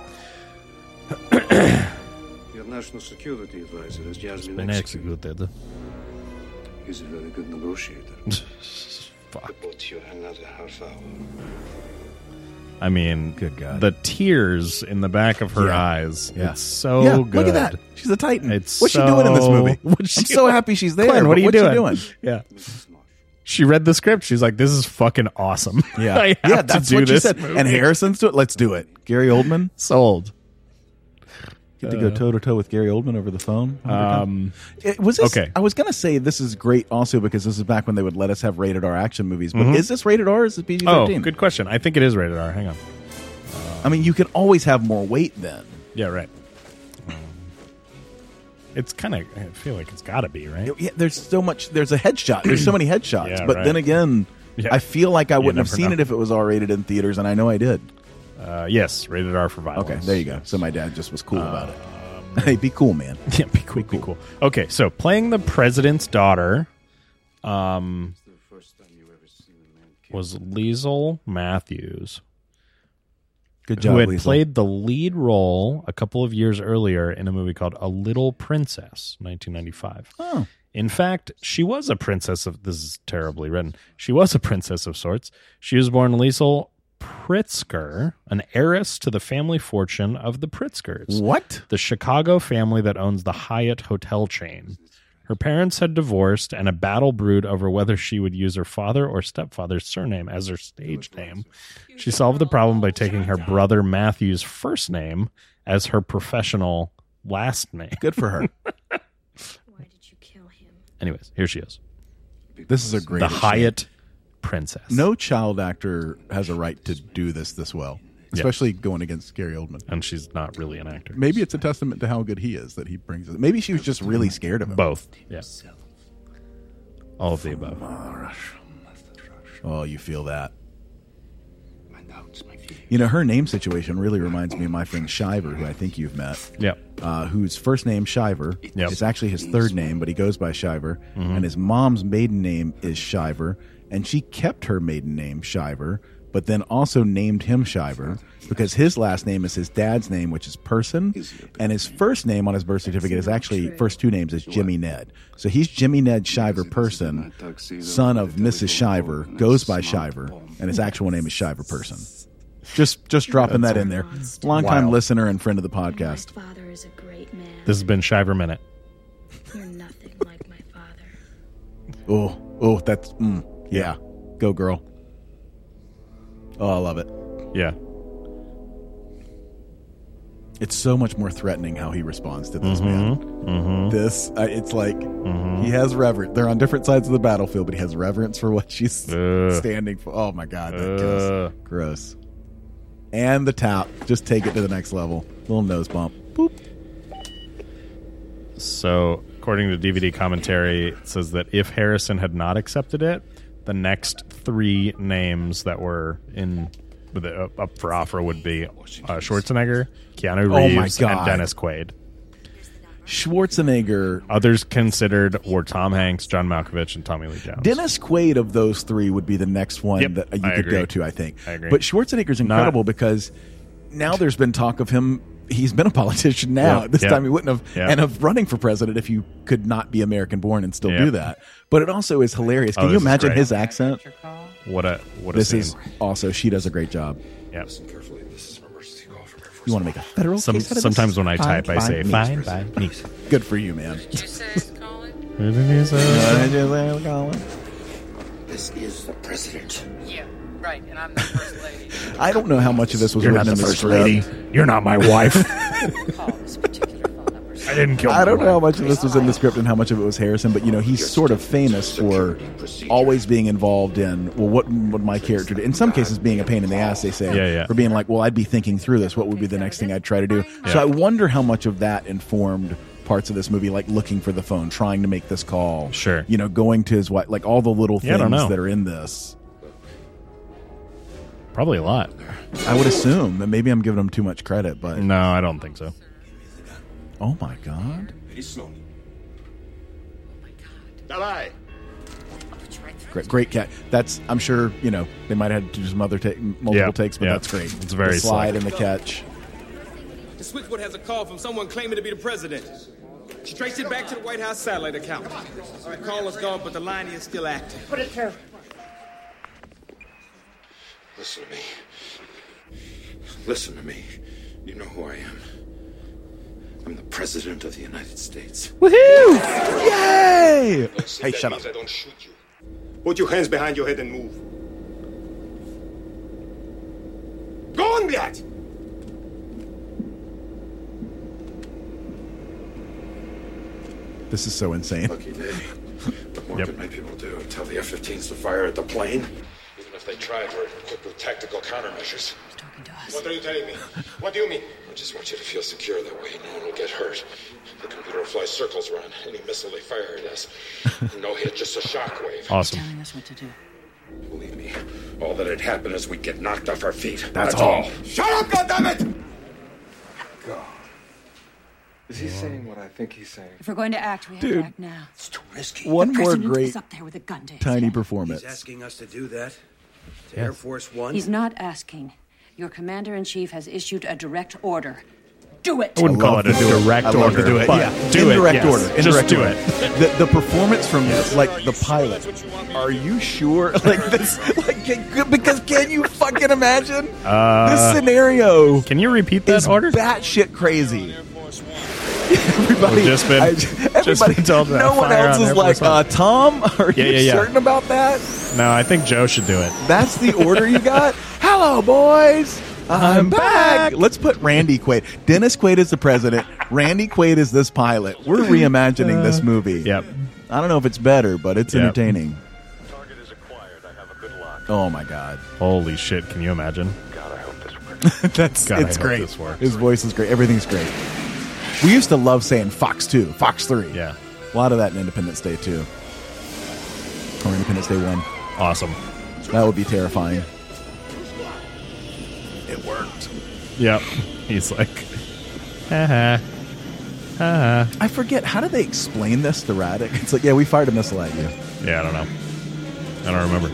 Your National Security Advisor is Jasmine
Been executed.
He's a very good negotiator.
Fuck.
But you another half hour.
I mean, good God. The tears in the back of her eyes.
Yeah.
It's so
Yeah,
good.
Look at that. She's a titan.
It's
what's she doing in this
so-
movie? I'm
What's she-
so happy she's there.
Claire,
but
what are you
what's
doing?
She doing?
Yeah. She read the script. She's like, "This is fucking awesome."
Yeah,
I have
yeah,
to
that's
do
what
this
she said.
movie.
And Harrison's to it. Let's do it. Gary Oldman
sold.
Get to go
Uh,
toe to toe with Gary Oldman over the phone.
Um,
Uh, it, was this,
okay.
I was gonna say this is great also because this is back when they would let us have rated R action movies. But
Mhm.
is this rated R? Or is it PG
Oh,
thirteen?
good question. I think it is rated R. Hang on.
I mean, you can always have more weight then.
Yeah, right. Um, It's kind of. I feel like it's got to be right.
Yeah, there's so much. There's a headshot. There's so many headshots.
Yeah,
but
right.
then again,
Yeah.
I feel like I
You
wouldn't have
never
seen
know.
it if it was R rated in theaters, and I know I did.
Uh, yes, rated R for violence.
Okay, there you go. So my dad just was cool about it.
Um,
Hey, be cool, man.
Yeah, be cool, be cool. Okay, so playing the president's daughter um, was Liesel Matthews.
Good job,
Who had
Liesl.
played the lead role a couple of years earlier in a movie called A Little Princess, 1995.
Oh.
In fact, she was a princess of. This is terribly written. She was a princess of sorts. She was born Liesel Pritzker, an heiress to the family fortune of the Pritzkers.
What?
The Chicago family that owns the Hyatt hotel chain. Her parents had divorced, and a battle brewed over whether she would use her father or stepfather's surname as her stage name. She solved the problem by taking her brother Matthew's first name as her professional last name.
Good for her.
Anyways, here she is.
This is a great.
the
issue.
Hyatt princess.
No child actor has a right to do this this well,
Yeah.
especially going against Gary Oldman.
And she's not really an actor.
Maybe it's a testament to how good he is that he brings it. Maybe she was just really scared of him.
Both. Yeah. All of the above.
Oh, you feel that. You know, her name situation really reminds me of my friend Shiver, who I think you've met.
Yep.
Uh, whose first name Shiver.
Yep.
It's actually his third name, but he goes by Shiver.
Mhm.
And his mom's maiden name is Shiver, and she kept her maiden name Shiver, but then also named him Shiver because his last name is his dad's name, which is Person, and his first name on his birth certificate is actually first two names is Jimmy Ned. So he's Jimmy Ned Shiver Person, son of Mrs. Shiver, goes by Shiver, and his actual name is Shiver Person. Just just dropping that in there. Longtime
Wild.
listener and friend of the podcast.
father is a great man.
This has been Shiver Minute.
You're nothing like my father.
Oh, oh, that's mm, yeah. Go girl. Oh, I love it.
Yeah.
It's so much more threatening how he responds to this man.
Mhm.
This, I it's like
Mm-hmm.
he has reverence. They're on different sides of the battlefield, but he has reverence for what she's
Ugh.
standing for. Oh my god, that
Ugh.
gross. gross. And the tap, just take it to the next level. Little nose bump. Boop.
So, according to DVD commentary, it says that if Harrison had not accepted it, the next three names that were in with it, up- up for offer would be uh, Schwarzenegger, Keanu
Oh my
Reeves,
God.
and Dennis Quaid.
Schwarzenegger.
Others considered were Tom Hanks, John Malkovich, and Tommy Lee Jones.
Dennis Quaid of those three would be the next one
Yep,
that you
I
could
agree.
go to, I think.
I agree.
But Schwarzenegger's
Not-
incredible because now there's been talk of him. He's been a politician now.
Yep,
this
yep,
time he wouldn't have,
yep.
and of running for president if you could not be American born and still
Yep.
do that. But it also is hilarious. Can
Oh,
you
this is
imagine
great.
his accent?
What a what a
this
scene.
is also she does a great job.
Yep.
Listen carefully. This is an emergency call from You want to make a federal
Some-
case out of
sometimes
this?
when I type, I say, fine by me.
Good for you, man.
This is the president. Yeah, right, and I'm the first lady.
I don't know how much of this was
You're not
written in
the
the
first
script.
lady. You're not my wife. I didn't kill.
I don't
my
know how
wife.
much of this was in the script and how much of it was Harrison, but you know he's sort of famous for always being involved in well, what would my character do? In some cases, being a pain in the ass. They say,
Yeah, yeah.
for being like, well, I'd be thinking through this. What would be the next thing I'd try to do? So
Yeah.
I wonder how much of that informed parts of this movie, like looking for the phone, trying to make this call,
Sure.
you know, going to his wife, like all the little
Yeah, I
things
don't know.
that are in this.
Probably a lot.
I would assume that maybe I'm giving him too much credit, but
No, I don't think so.
oh my god,
Давай.
Great, great cat. That's I'm sure you know they might have had to do some other ta- multiple
Yeah,
takes, but
yeah.
that's great.
It's very
the slide
slick.
and the catch.
The switchboard has a call from someone claiming to be the president. She traced it back to the White House satellite account. The call is gone, but the line is still active.
Put it through.
Listen to me. Listen to me. You know who I am. I'm the President of the United States.
Woohoo! Yay!
Hey, shut up. I don't shoot you. Put your hands behind your head and move. Go on, блядь!
This is so insane.
Lucky day. What more could my people do? Tell the F-15s to fire at the plane? Even if they tried, we're equipped with tactical countermeasures. He's talking to us.
What are you telling me? What do you mean?
I just want you to feel secure that way. No one will get hurt. The computer will fly circles around any missile they fire at us. No hit, just a shockwave.
Awesome.
Telling us what to do.
Believe me, all that'd happen is we'd get knocked off our feet.
That's all.
Shut up, goddammit! God. Is he saying what I think he's saying?
If we're going to act, we have
Dude.
to act now. It's too risky.
One more great,
Is up there with a gun to his
tiny
head.
performance.
He's asking us to do that. To
Yes.
Air Force One.
He's not asking. Your commander in chief has issued a direct order. Do it.
I
Oh,
wouldn't call it a direct
I love
order,
to do it.
but
yeah.
do it,
indirect
yes.
order.
Just
Indirect
do
order. The, the performance from like the pilot.
Are
you sure? Like this? Like can- because can you fucking imagine
Uh,
this scenario?
Can you repeat that
is
order?
Batshit crazy. Everybody,
We've just been-
I-
just been
everybody,
told that
no one
fire
else
on
is
Air
like,
Force One.
uh, Tom, are
Yeah,
you
yeah, yeah.
certain about that?
No, I think Joe should do it.
That's the order you got? Hello, boys. I'm back. Let's put Randy Quaid. Dennis Quaid is the president. Randy Quaid is this pilot. We're reimagining this movie. Yep. I don't know if it's better, but it's
Uh, Yep.
entertaining. Oh my god!
Holy shit! Can you imagine? God, I hope this works.
That's
God, I
it's
hope
great.
This works.
His voice is great. Everything's great. We used to love saying Fox Two, Fox Three.
Yeah.
A lot of that in Independence Day too. Or Independence Day One.
Awesome.
That would be terrifying. It worked.
Yep. He's like, haha, haha.
I forget how do they explain this to Radek? It's like, yeah, we fired a missile at you.
Yeah, I don't know. I don't remember.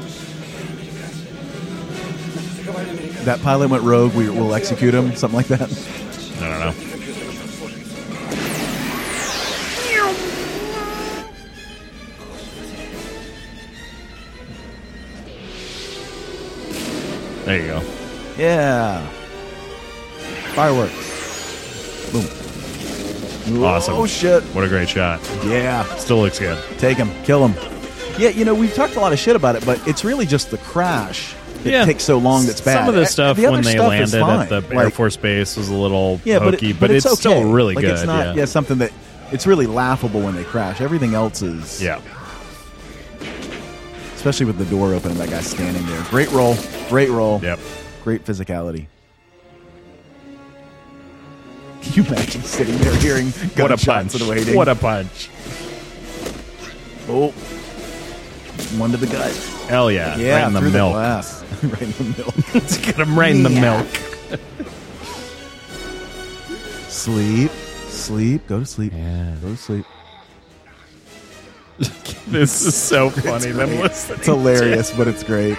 That pilot went rogue. We will execute him, something like that.
I don't know. There you go.
Yeah. Fireworks. Boom.
Awesome.
Oh shit.
What a great shot.
Yeah.
Still looks good.
Take him. Kill him. Yeah, you know we've talked a lot of shit about it, but it's really just the crash that
Yeah.
takes so long. That's bad.
Some of the
Eh,
stuff
the other
when they
stuff is
landed at
fine.
the Air
Like,
Force Base was a little
yeah, but,
hokey,
it- but it's, okay.
still really
like,
good.
It's not
yeah.
yeah something that it's really laughable when they crash. Everything else is
Yeah.
especially with the door open and that guy standing there. Great roll, great roll.
Yep.
Great physicality. Can you imagine sitting there hearing
What a
gunshots
punch.
and waiting?
What a punch.
Oh. One to the gut.
Hell yeah.
Yeah,
Right in the
through
milk.
The glass. right in the milk.
Let's get him right in the
Yeah.
milk.
Sleep. Sleep. Go to sleep. Yeah. Go to sleep.
This is so
It's
funny, them
great.
listening
It's hilarious,
to it.
but it's great.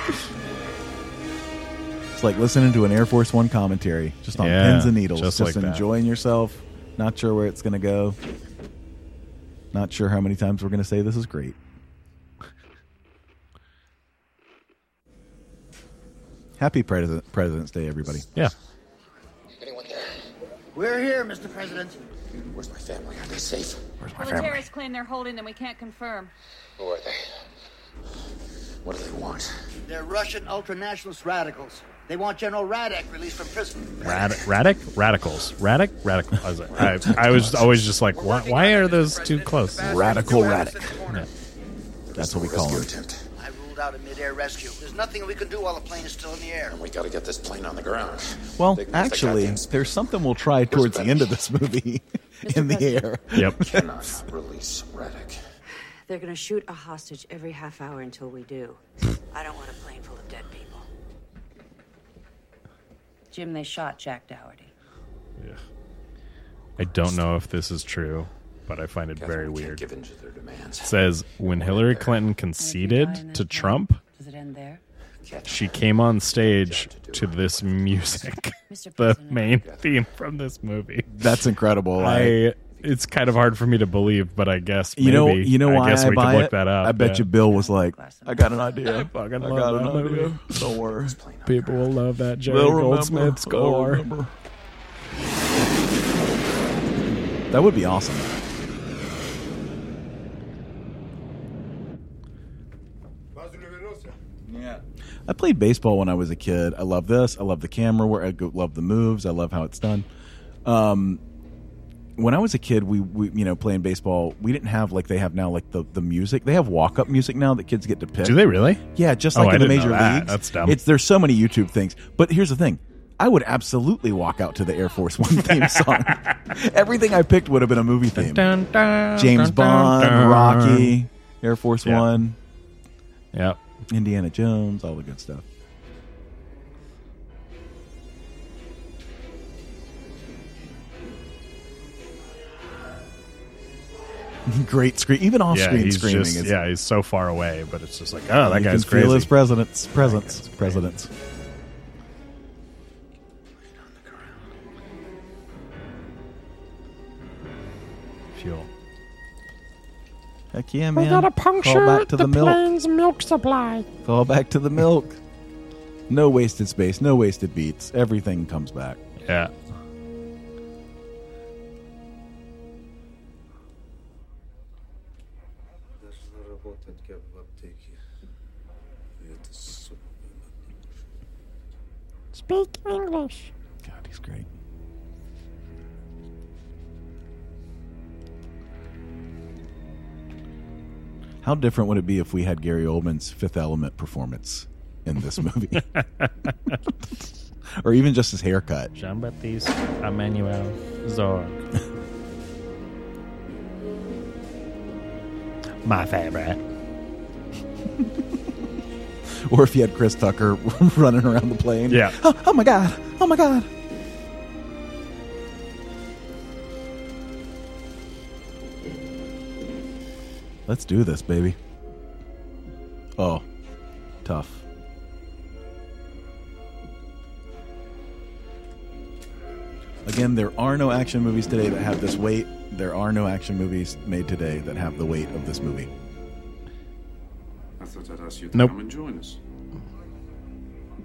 It's like listening to an Air Force One commentary, just on
Yeah,
pins and needles,
just
just,
like that.
enjoying yourself. Not sure where it's going to go. Not sure how many times we're going to say this is great. Happy President President's Day, everybody.
Yeah.
We're here, Mr. President.
Where's my family? Are they safe?
Where's
Well, the terrorists claim they're holding them. We can't confirm.
Who are they? What do they want?
They're Russian ultranationalist radicals. They want General Radek released from prison.
Rad- Radic? Radicals. Radic? Radical. I was, like- I, I was always just like, why, why are those two close?
Radical Radic.
Yeah.
That's what we call him.
I ruled out a mid-air rescue. There's nothing we can do while the plane is still in the air.
We gotta get this plane on the ground.
Well, actually, there's something we'll try towards the end of this movie in the air.
Cannot release Radek.
They're gonna shoot a hostage every half hour until we do. I don't want a plane full of dead people.
Jim, they shot Jack Dougherty.
I don't know if this is true, but I find it very weird.
give in to their demands.
It says when Hillary Clinton conceded to Trump,
Does it end there?
she came on stage to this music, the main theme from this movie.
That's incredible.
I. It's kind of hard for me to believe, but I guess
You know,
maybe.
you know
I
why
guess
I
we
buy
could look
it?
that up.
I bet
yeah.
you Bill was like, "I got an idea.
I fucking
I
love
got
that
an
movie.
idea. Don't worry."
People will love that Jerry
They'll remember.
Goldsmith
They'll
score.
remember. That would be awesome.
Yeah.
I played baseball when I was a kid. I love this. I love the camera where I go- love the moves. I love how it's done. Um, when I was a kid, we, we you know playing baseball, we didn't have like they have now like the, the music. They have walk up music now that kids get to pick.
Do they really?
Yeah, just
Oh,
like
I
in the
didn't know
major
that.
leagues.
That's dumb.
It's there's so many YouTube things. But here's the thing. I would absolutely walk out to the Air Force One theme song. Everything I picked would have been a movie theme. James Bond, Rocky, Air Force
Yeah.
One.
Yep.
Indiana Jones, all the good stuff. Great screen, even off
yeah,
screen
he's
screaming
just-
is.
yeah, he's so far away, but it's just like, oh, that
you
guy's
can
crazy.
Feel his presence, presence, presence.
Fuel.
Heck yeah,
We
man!
gotta puncture
Call back to
the,
the, milk.
plane's milk supply.
Call back to the milk. No wasted space, no wasted beats. Everything comes back.
Yeah.
Speak English.
God, he's great. How different would it be if we had Gary Oldman's Fifth Element performance in this movie, or even just his haircut?
Jean Baptiste Emmanuel Zorg. My favorite.
Or if you had Chris Tucker running around the plane.
Yeah.
Oh, oh my God. Oh my God. Let's do this, baby. Oh, tough. Again, there are no action movies today that have this weight. There are no action movies made today that have the weight of this movie.
I thought I'd ask you
Nope.
and join us.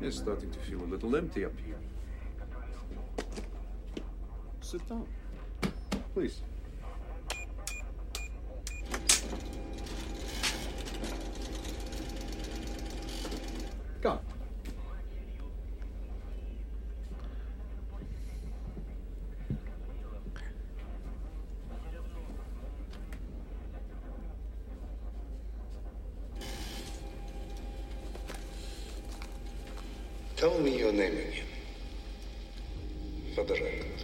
It's starting to feel a little empty up here. Sit down. Please.
Go.
Tell me your name again. For the record.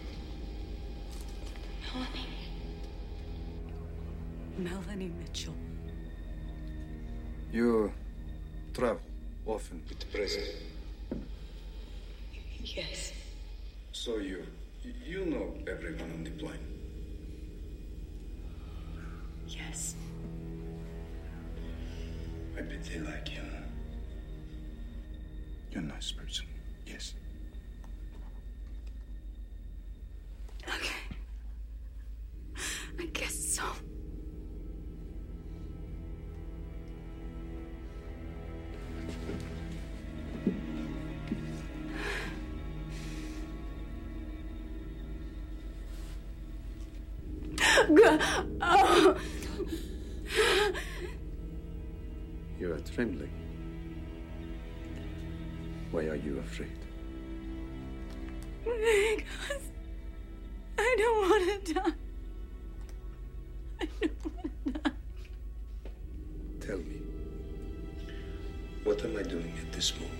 Melanie Mitchell.
You travel often with the president.
Yes.
So you you know everyone on the plane.
Yes.
I bet they like you. You're a nice person. Yes.
I guess so. Oh.
You're trembling. Why are you afraid?
Because I don't want to die. I don't want to die.
Tell me. What am I doing at this moment?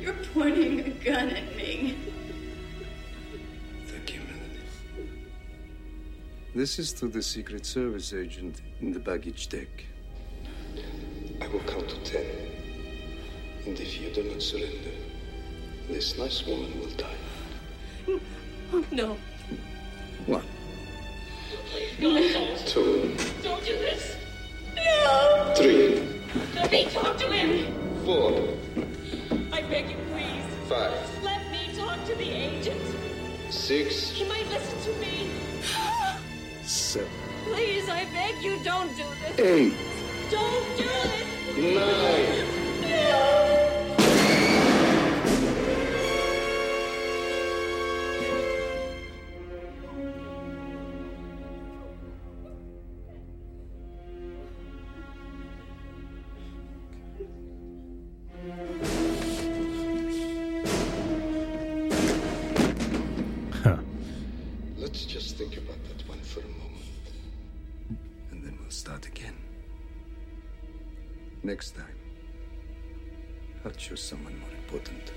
You're pointing a gun at me.
This is to the Secret Service agent in the baggage deck.
I will count to ten. And if you do not surrender, this nice woman will die.
Oh, no.
One,
Don't
two,
do this. No.
three,
Let me talk to him.
four,
I beg you, please.
five,
Let me talk to the agent.
six,
He might listen to me.
seven,
Please, I beg you, don't do this.
eight,
Don't do this.
nine.
Let's just think about that one for a moment.
And then we'll start again. Next time, I'll choose someone more important.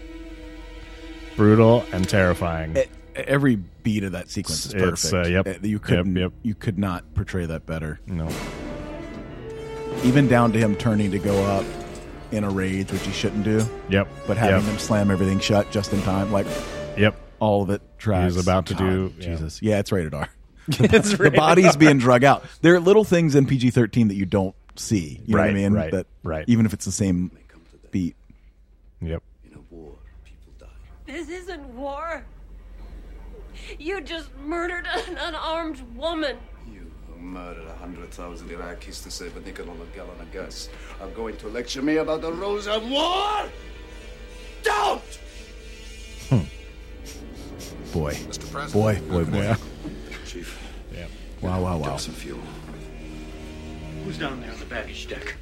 Brutal and terrifying.
Eh. Every beat of that sequence is perfect.
It's, uh, yep.
Uh, You
Yep,
couldn't.
yep.
You could not portray that better.
No.
Even down to him turning to go up in a rage, which he shouldn't do.
Yep.
But having
Yep.
him slam everything shut just in time, like.
Yep.
All of it. Tracks.
He's about to do- yeah.
Jesus. Yeah, it's rated R.
It's
the
rated
body's
R.
being drug out. There are little things in PG thirteen that you don't see. You know what I
Right,
mean?
right,
that,
right.
Even if it's the same beat.
Yep.
This isn't war. You just murdered an unarmed woman.
Who murdered 100,000 Iraqis to save a nickel on a gallon of gas. Are going to lecture me about the rules of war? Don't!
Boy.
Mr. President.
Boy, boy, boy.
Yeah. Chief.
Yeah.
Wow, wow, wow.
Who's down there on the baggage deck?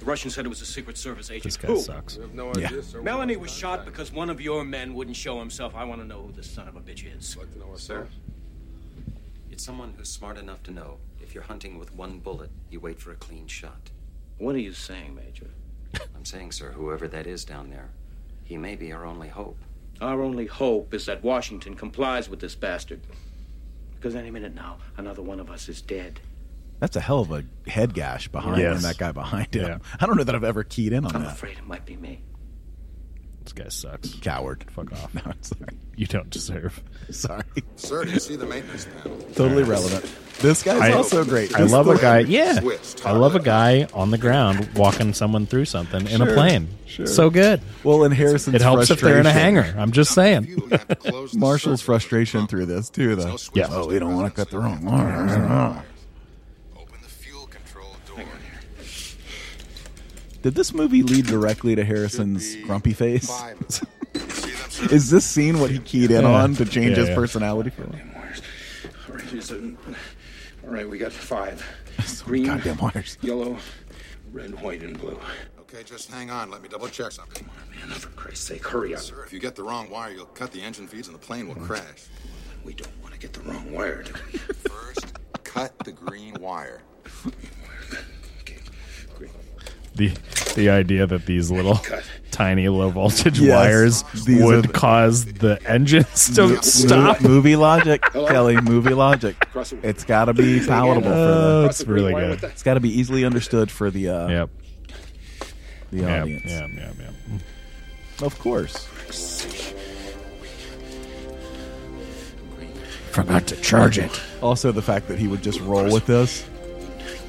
The Russian said it was a Secret Service agent.
This guy
who?
sucks. We have no
idea, Yeah.
sir. Melanie was shot because one of your men wouldn't show himself. I want to know who this son of a bitch is. Like to know sir. It's someone who's smart enough to know if you're hunting with one bullet, you wait for a clean shot.
What are you saying, Major?
I'm saying, sir, whoever that is down there, he may be our only hope.
Our only hope is that Washington complies with this bastard. Because any minute now, another one of us is dead.
That's a hell of a head gash behind
Yes.
him, that guy behind him.
Yeah.
I don't know that I've ever keyed in on
I'm
that.
afraid it might be me.
This guy sucks.
Coward.
Fuck off.
No, I'm sorry.
You don't deserve.
Sorry.
Sir, do you see the maintenance panel?
Totally relevant. This guy's
I-
also great.
I
This
love a
little-
guy. Yeah. I love a guy on the ground walking someone through something in a
Sure,
plane.
sure.
So good.
Well, in Harrison's
It helps if they're in a
frustration-
hangar. I'm just saying.
Marshall's frustration through this too, though.
Yeah.
Oh, we don't want to cut the wrong line. Did this movie lead directly to Harrison's grumpy face? Is this scene what he keyed in
Yeah.
on to change
Yeah,
his
yeah.
personality? For?
All right, here's a- all right, we got five. Green,
goddamn wires.
yellow, red, white, and blue. Okay, just hang on. Let me double check something. Come on, man. For Christ's sake, hurry up. Sir, if you get the wrong wire, you'll cut the engine feeds and the plane will crash. We don't want to get the wrong wire, do we? First, cut the green wire.
The the idea that these little tiny low voltage
Yes.
wires
These
would
are the-
cause the engines to
Mo-
stop.
mo- Movie logic,
Hello?
Kelly. Movie logic. It's got to be palatable for
Oh,
the.
it's really good.
It's got to be easily understood for the. Uh,
yep.
The
Yep,
audience.
yep, yep, yep.
Of course. Forgot to charge it. Also, the fact that he would just roll with this.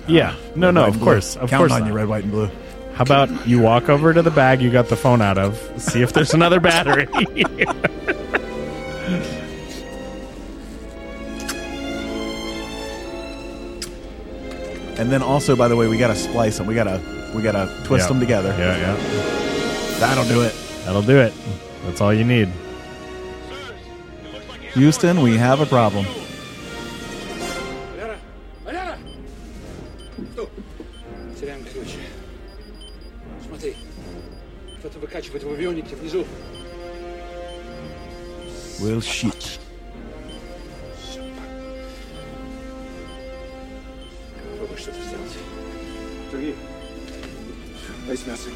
Yeah. No,
Red,
no,
white,
of
and
course.
blue.
Of
Counting
course.
on
not.
you, red, white, and blue.
How about you walk over to the bag you got the phone out of, see if there's another battery.
And then also, by the way, we gotta splice them. We gotta we gotta twist
Yeah.
them together.
Yeah, yeah.
That'll do it.
That'll do it. That's all you need.
Houston, we have a problem.
Oh. Теряем ключ. Смотри, кто-то выкачивает в авионике внизу.
Well, shit.
Попробуй что-то сделать. Сергей, дай мясо.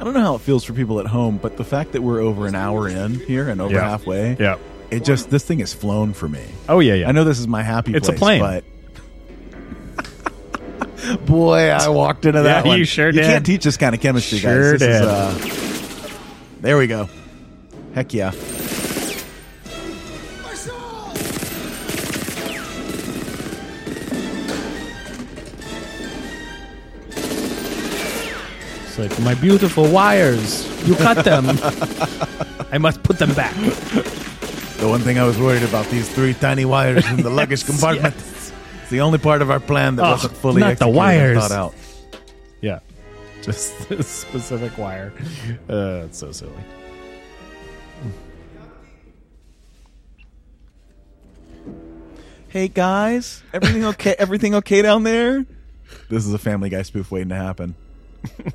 I don't know how it feels for people at home, but the fact that we're over an hour in here and over
Yeah.
halfway,
Yeah.
it just this thing has flown for me.
Oh yeah, yeah.
I know this is my happy.
It's a
place,
plane.
but boy, I walked into that.
Yeah,
one.
you sure
You can't
did.
teach this kind of chemistry,
Sure
guys. This is,
did.
uh, there we go. Heck yeah.
It's like my beautiful wires. You cut them. I must put them back.
The one thing I was worried about these three tiny wires in the luggage compartment. It's the only part of our plan that
Ugh,
wasn't fully
Ah, not the
executed and
wires.
thought out.
Yeah. Just this specific wire. Uh, it's so silly.
Hey guys, everything okay? everything okay down there? This is a Family Guy spoof waiting to happen.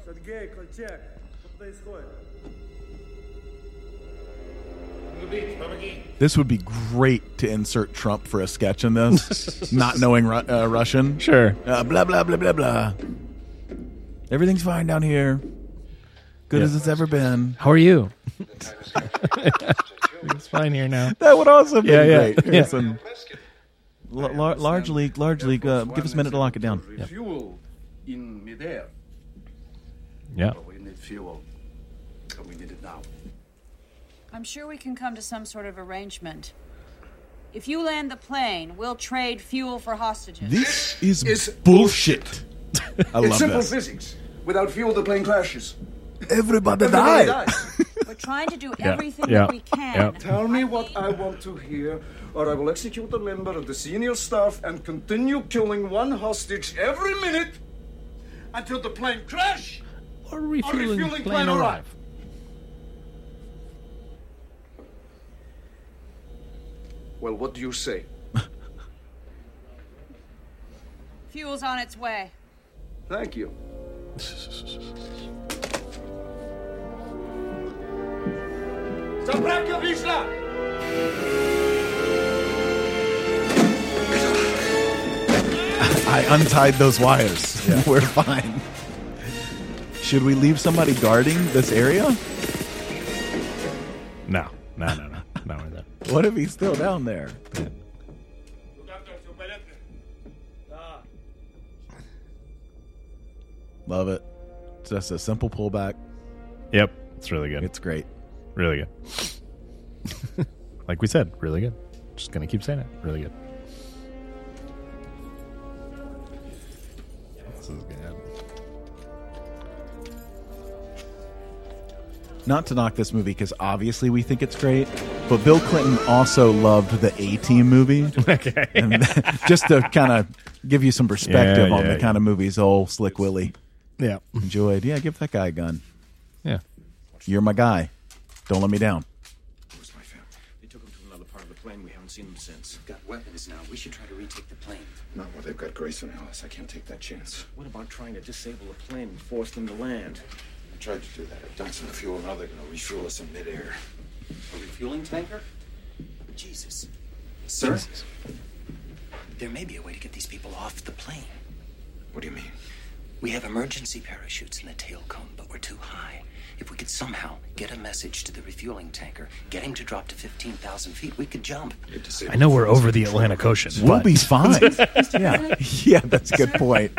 Сергей, Колчак, что происходит?
This would be great to insert Trump for a sketch in this, not knowing Ru- uh, Russian.
Sure.
Uh, blah blah blah blah blah. Everything's fine down here. Good
Yeah.
as it's ever been.
How are you? it's fine here now.
That would also be
Yeah, yeah,
great.
yeah.
Here's some- L- lar- largely, largely. Uh, give us a minute to lock it down. Yeah.
Fuel in midair.
Yeah.
But we need fuel. And we need it now.
I'm sure we can come to some sort of arrangement. If you land the plane, we'll trade fuel for hostages.
This is bullshit. I
it's
love
simple
this.
physics. Without fuel, the plane crashes.
Everybody
Everybody
died.
We're trying to do
Yeah,
everything
yeah,
that we can.
dies. Tell me what I want to hear, or I will execute a member of the senior staff and continue killing one hostage every minute until the plane crash
or
refueling,
plane arrive.
Well, what do you say?
Fuel's on its way.
Thank you.
Забрать Гришна!
I untied those wires. We're fine. Should we leave somebody guarding this area?
No, no, no, no, no. we're done.
What if he's still down there? Love it. It's Just a simple pullback.
Yep, it's really good.
It's great.
Really good. like we said, really good. Just gonna keep saying it. Really good. This is good.
Not to knock this movie because obviously we think it's great, but Bill Clinton also loved the A Team movie. Okay. And just to kind of give you some perspective
Yeah,
on
yeah,
the kind of movies old Slick Willie
Yeah.
enjoyed. Yeah, give that guy a gun.
Yeah.
You're my guy. Don't let me down.
They took him to another part of the plane. We haven't seen him since. Got weapons now. We should try to retake the plane.
Not while they've got Grayson Ellis. I can't take that chance.
What about trying to disable the plane and force them to land?
I tried to do that. I've done some fuel. Now they're going to refuel us in midair.
A refueling tanker? Jesus.
Sir?
There may be a way to get these people off the plane.
What do you mean?
We have emergency parachutes in the tail cone, but we're too high. If we could somehow get a message to the refueling tanker, get him to drop to 15,000 feet, we could jump.
I know we're over the Atlantic Ocean.
We'll
but-
be fine. yeah. Yeah, that's a good point.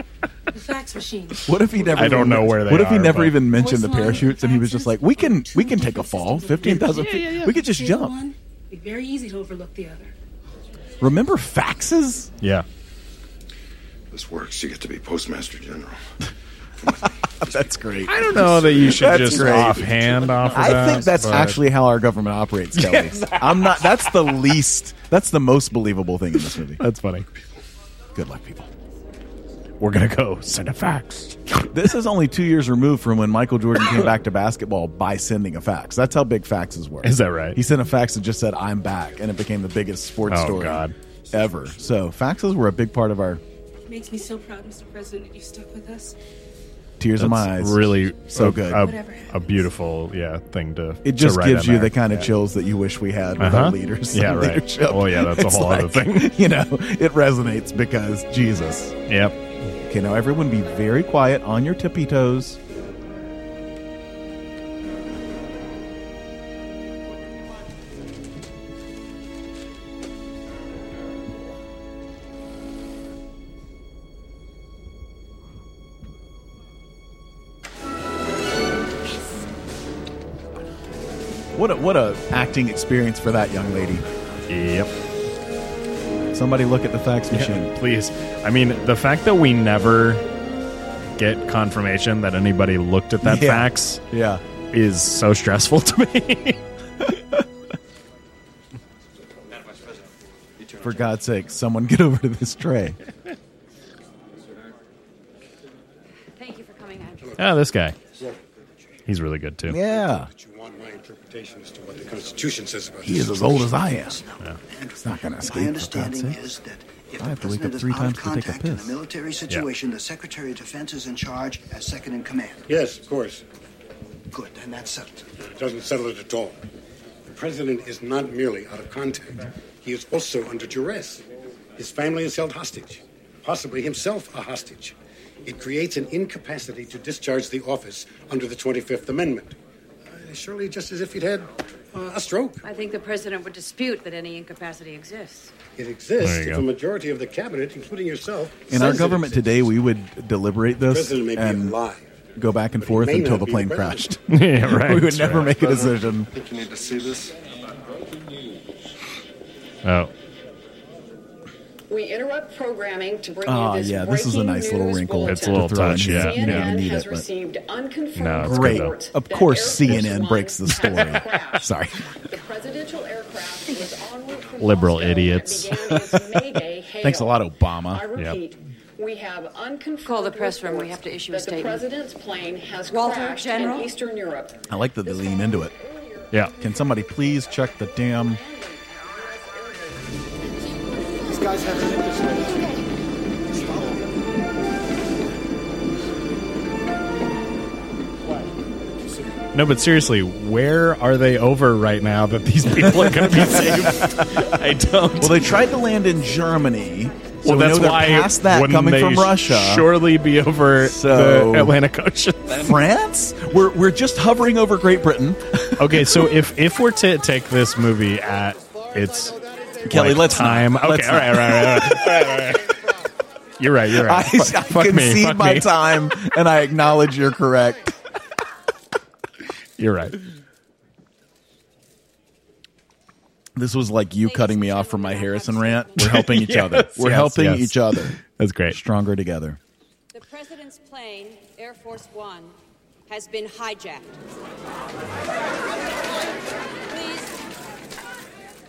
The fax machine.
What if he never?
I don't
even-
know where they
What if he
are,
never
but-
even mentioned the parachutes and he was just like, "We can, we can take a fall, fifteen thousand feet. We could just
Take
jump."
one, Be very easy to overlook the other.
Remember faxes?
Yeah.
This works. You get to be Postmaster General.
that's great.
I don't know that you should
That's
just
great.
offhand offer
I
that,
think that's
but-
actually how our government operates, Kelly.
Yes.
I'm not. That's the least. That's the most believable thing in this movie.
That's funny.
Good luck, people.
we're gonna go send a fax.
This is only two years removed from when Michael Jordan came back to basketball by sending a fax. That's how big faxes work.
Is that right?
He sent a fax that just said "I'm back," and it became the biggest sports
Oh,
story
God.
ever. So faxes were a big part of our
It makes me so proud, Mr. President, that you stuck with us.
tears in my
That's
eyes.
Really,
so
a-
good.
A, a beautiful, yeah, thing to.
it
to
just
write
gives
in
you
there.
the kind of
Yeah.
chills that you wish we had with
Uh-huh.
our leaders.
Yeah,
and
right.
leadership.
Oh, yeah, that's a
It's
whole other thing.
You know, it resonates because Jesus.
Yep.
Okay, now everyone be very quiet on your tippy toes. What a what a acting experience for that young lady.
Yep.
Somebody look at the fax
Yeah,
machine.
please. I mean, the fact that we never get confirmation that anybody looked at that
Yeah.
fax,
yeah,
is so stressful to me.
For God's sake, someone get over to this tray.
Thank you for coming, Andrew.
ah, this guy, he's really good too.
Yeah.
You want my interpretation as to what the Constitution says about
He
this.
is as old as I am.
Yeah.
It's not going to escape.
My
for
understanding
God's sake.
is that if
I
the
have to wake
president
up
is
three
out
times
of
to take a
contact in a
piss.
military situation, the Secretary of Defense is in charge as second in command.
Yes, of course.
Good, and that's settled.
It doesn't settle it at all. The president is not merely out of contact, he is also under duress. His family is held hostage, possibly himself a hostage. It creates an incapacity to discharge the office under the 25th Amendment. Uh, surely just as if he'd had uh, a stroke.
I think the president would dispute that any incapacity exists.
It exists
There you
if
go.
a majority of the cabinet, including yourself,
In our
says it
government
exists.
today, we would deliberate this
President may be
and
alive,
go back and
but he
forth
may
until
not
the
be
plane
the
crashed.
president.
Yeah, right,
we would never
right.
make a decision.
think you need to see this.
Oh,
We interrupt programming to bring
Ah,
you this
yeah, this is a
breaking
nice little
news
wrinkle.
bulletin.
It's a little To throw in touch, here. yeah.
CNN
You don't even need
has
it, but-
received unconfirmed
No, it's good, though.
reports
Of
that
course
Air Force
CNN
One
breaks the
has
story.
crashed.
Sorry.
The presidential aircraft was en route from
liberal
Moscow and
idiots.
began its May Day hail.
Thanks a lot, Obama.
I
Yep.
repeat, we have unconfirmed
Call the press room. We
reports
have to issue a
that
statement.
The president's plane has
Walter,
crashed
General?
in Eastern Europe.
I like that they lean into it.
Yeah.
Can somebody please check the damn?
These guys have an interest
no, but seriously, where are they over right now that these people are going to be saved? I don't.
Well, they tried to land in Germany. so
well,
we
that's
know they're
why
past that
wouldn't
coming
they
from Russia.
surely be over
So-
the Atlantic Ocean.
France? We're we're just hovering over Great Britain.
okay, so if if we're to take this movie at its
Kelly,
like,
let's not.
time, okay,
Let's
all right, all
not.
right, all right, all right, all right. You're right. You're
I,
right. Fuck-
I
fuck me,
concede
fuck
my
me.
time, and I acknowledge you're correct.
You're right.
This was like you cutting me off from my Harrison rant. We're helping each other.
Yes,
We're
yes,
helping
yes.
each other.
That's great.
Stronger together.
The president's plane, Air Force One, has been hijacked.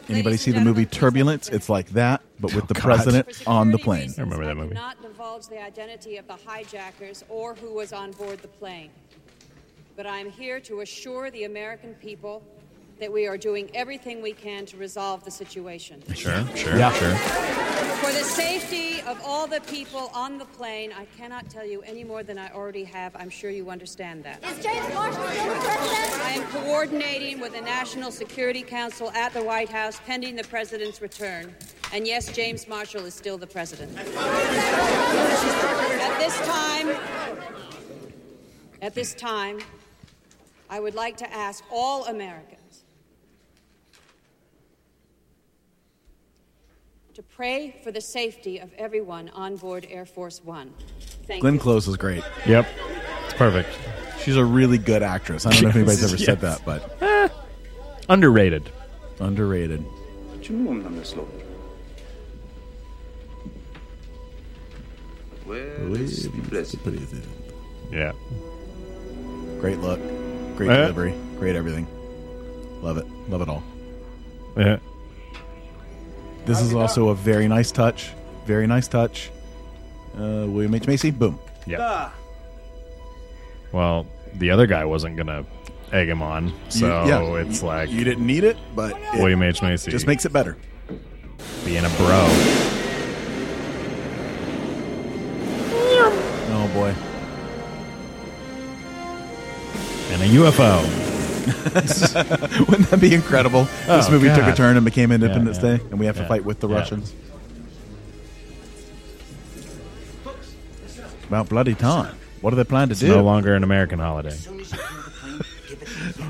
Anybody see the movie Turbulence? It's like that, but with the
Oh, God.
president on the plane.
I remember that movie.
Not divulge the identity of the hijackers or who was on board the plane. But I'm here to assure the American people that we are doing everything we can to resolve the situation.
Sure, sure,
Yeah.
sure.
For the safety of all the people on the plane, I cannot tell you any more than I already have. I'm sure you understand that. Is James Washington president? I am coordinating with the National Security Council at the White House pending the president's return. And yes, James Marshall is still the president. At this time, at this time, I would like to ask all Americans to pray for the safety of everyone on board Air Force One. Thank
Glenn
you.
Close is great.
Yep. It's perfect.
She's a really good actress. I don't know if anybody's ever said
Yes.
that, but
Underrated.
Underrated.
Yeah.
Great look. Great
Yeah.
delivery. Great everything. Love it. Love it all.
Yeah.
This is also a very nice touch. Very nice touch. Uh, William H. Macy. Boom.
Yeah. Well, the other guy wasn't gonna egg him on, so
You- yeah.
it's like
you didn't need it, but it
William H Macy
just makes it better.
being a bro.
Oh boy.
And a UFO.
Wouldn't that be incredible? this
Oh,
movie took
God.
a turn and became Independence
Yeah, yeah.
Day, and we have
Yeah.
to fight with the
Yeah.
Russians. It's about bloody time. What do they plan to
It's
do?
no longer an American holiday.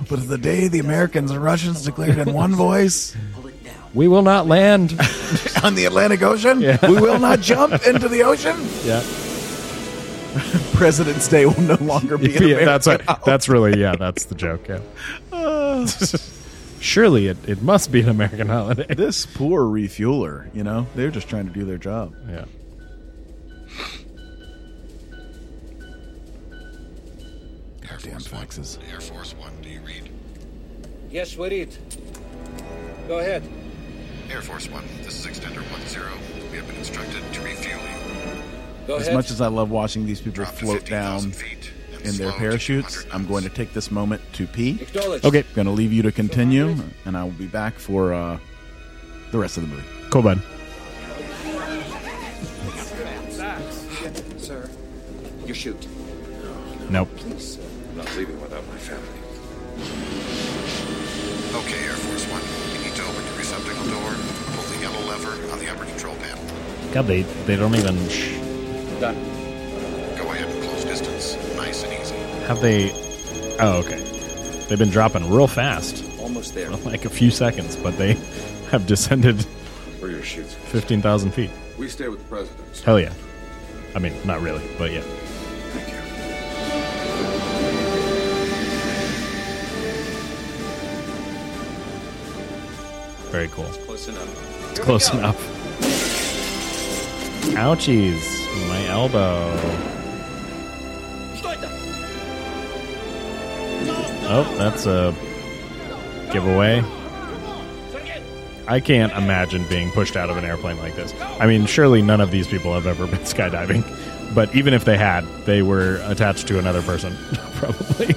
but the day the Americans and Russians declared in one voice
We will not land.
on the Atlantic Ocean,
Yeah.
we will not jump into the ocean.
yeah.
President's Day will no longer be. an
Yeah, that's
American
what, that's really yeah, that's the joke, yeah. Surely it, it must be an American holiday.
This poor refueler, you know, they're just trying to do their job.
Yeah.
Goddamn foxes.
Air Force One, do you read?
Yes, we read. Go ahead.
Air Force One, this is Extender 10. We have been instructed to refuel you.
Go
As
ahead.
much as I love watching these people float down in their parachutes, I'm going to take this moment to pee.
Acknowledged.
Okay. Going to leave you to continue, and I will be back for uh, the rest of the movie.
Cool, bud.
Sir.
You shoot.
Nope.
Please,
I'm not leaving without my family. Okay, Air Force One. You need to open your receptacle door, pull the yellow lever on the upper control panel.
God, they they don't even sh-
Done. Go ahead and close distance. Nice and easy.
have they. Oh, okay. They've been dropping real fast,
Almost there.
like a few seconds, but they have descended
Where you shoot.
fifteen thousand feet.
We stay with the president.
Hell yeah. I mean, not really, but yeah. Very cool.
Close enough.
It's close enough. Ouchies, my elbow. Oh, that's a giveaway. I can't imagine being pushed out of an airplane like this. I mean, surely none of these people have ever been skydiving, but even if they had, they were attached to another person, probably.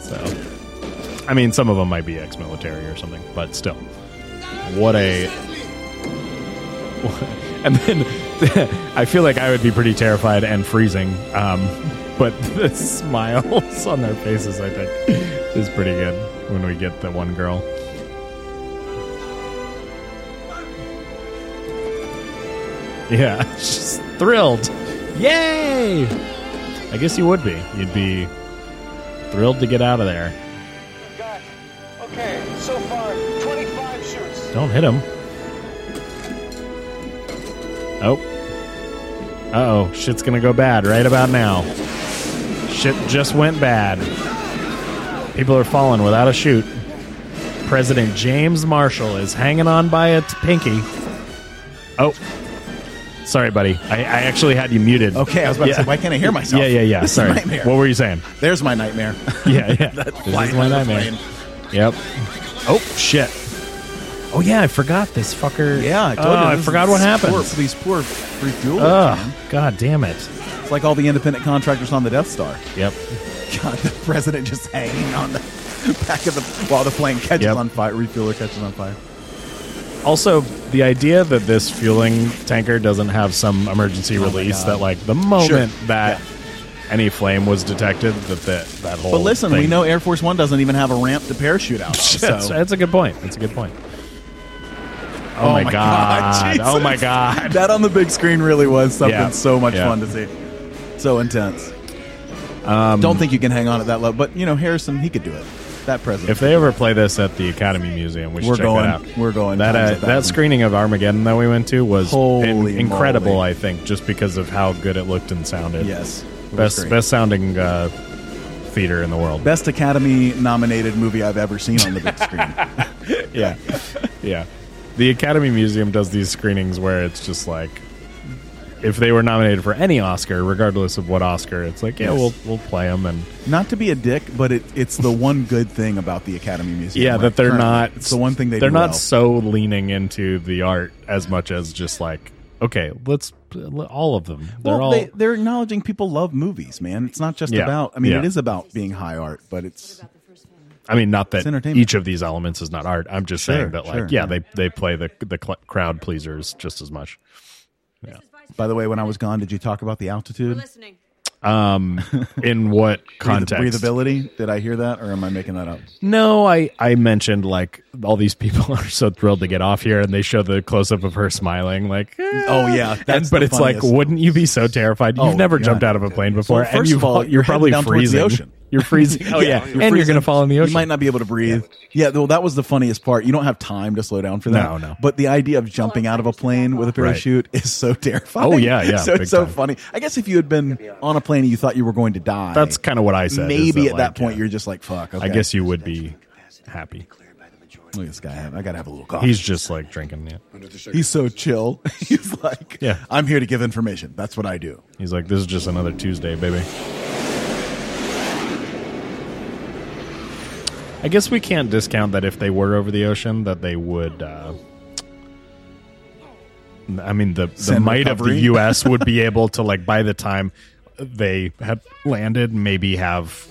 So, I mean, some of them might be ex military or something, but still. What a. And then I feel like I would be pretty terrified and freezing, um, but the smiles on their faces, I think, is pretty good when we get the one girl. Yeah, she's thrilled. Yay! I guess you would be. You'd be thrilled to get out of there.
Okay, so far, 25 shoots.
Don't hit him. Oh. Uh oh. Shit's gonna go bad right about now. Shit just went bad. People are falling without a shoot. President James Marshall is hanging on by a t- pinky. Oh. Sorry, buddy. I, I actually had you muted.
Okay, I was about to say, why can't I hear myself?
Yeah, yeah, yeah.
This is
Sorry.
a nightmare.
What were you saying?
There's my nightmare.
Yeah, yeah.
That
this
flying
is my
out of the
nightmare. Yep. Oh shit. Oh yeah, I forgot this fucker.
Yeah, I told
oh,
you,
I
this
forgot
is-
what
this
happened.
Poor, these poor refuelers.
Ugh,
man.
God damn it.
It's like all the independent contractors on the Death Star.
Yep.
God, the president just hanging on the back of the while the plane catches on fire, refueler catches on fire.
Also, the idea that this fueling tanker doesn't have some emergency
Oh my
release
God.
that, like, the moment
Sure.
that any flame was detected, that the, that whole.
But listen,
thing-
we know Air Force One doesn't even have a ramp to parachute out. Of,
that's,
so.
that's a good point. That's a good point. Oh, my god! oh my
Jesus.
god!
That on the big screen really was something
Yeah.
so much
Yeah.
fun to see. So intense. Don't think you can hang on at that level, but you know Harrison, he could do it. That president.
If they ever play this at the Academy Museum, we should
We're
check
going.
that out.
We're going
That
times
uh,
a
that
thousand.
screening of Armageddon that we went to was in-
Holy
incredible.
moly.
I think just because of how good it looked and sounded.
Yes, it was
best
great.
best sounding uh, theater in the world.
Best Academy nominated movie I've ever seen on the big screen.
yeah, yeah. The Academy Museum does these screenings where it's just like, if they were nominated for any Oscar, regardless of what Oscar, it's like, yeah,
Yes.
we'll we'll play them and
Not to be a dick, but it, it's the one good thing about the Academy Museum.
yeah,
right,
that they're
currently.
not.
It's the one thing they
they're
do
not
well.
so leaning into the art as much as just like Okay, let's all of them. They're
well,
all
they, they're acknowledging people love movies, man. It's not just
Yeah.
about. I mean,
Yeah.
it is about being high art, but it's
I mean, not that
It's entertainment.
each of these elements is not art. I'm just
Sure,
saying that, like,
sure,
yeah,
yeah.
they they play the the cl- crowd pleasers just as much. Yeah.
By the way, when I was gone, did you talk about the altitude?
Um, in what
Breath-
context?
Breathability? Did I hear that, or am I making that up?
No, I I mentioned like all these people are so thrilled to get off here, and they show the close up of her smiling, like, "Ah."
Oh yeah,
and- but it's like, wouldn't you be so terrified? You've
Oh,
never
God.
jumped out of a plane before,
Well,
and
first
you've,
of all,
you're,
you're heading
probably
down towards
freezing.
the ocean.
You're freezing. Oh yeah, and you're gonna fall in the ocean.
You might not be able to breathe. Yeah, well, that was the funniest part. You don't have time to slow down for that.
No, no.
But the idea of jumping out of a plane with a
Right.
parachute is so terrifying.
Oh, yeah, yeah,
So
big
it's so
time.
funny. I guess if you had been on a plane and you thought you were going to die,
That's kind of what I said. is
Maybe at
like,
that point
yeah.
you're just like, fuck. Okay.
I guess you would be happy.
Look at this guy. I gotta have a little coffee.
He's just like drinking. Yeah.
He's so chill. He's like,
Yeah.
I'm here to give information. That's what I do.
He's like, this is just another Tuesday, baby. I guess we can't discount that if they were over the ocean, that they would. Uh, I mean, the, the
Send
might of
recovery.
the U.S. would be able to, like, by the time they had landed, maybe have,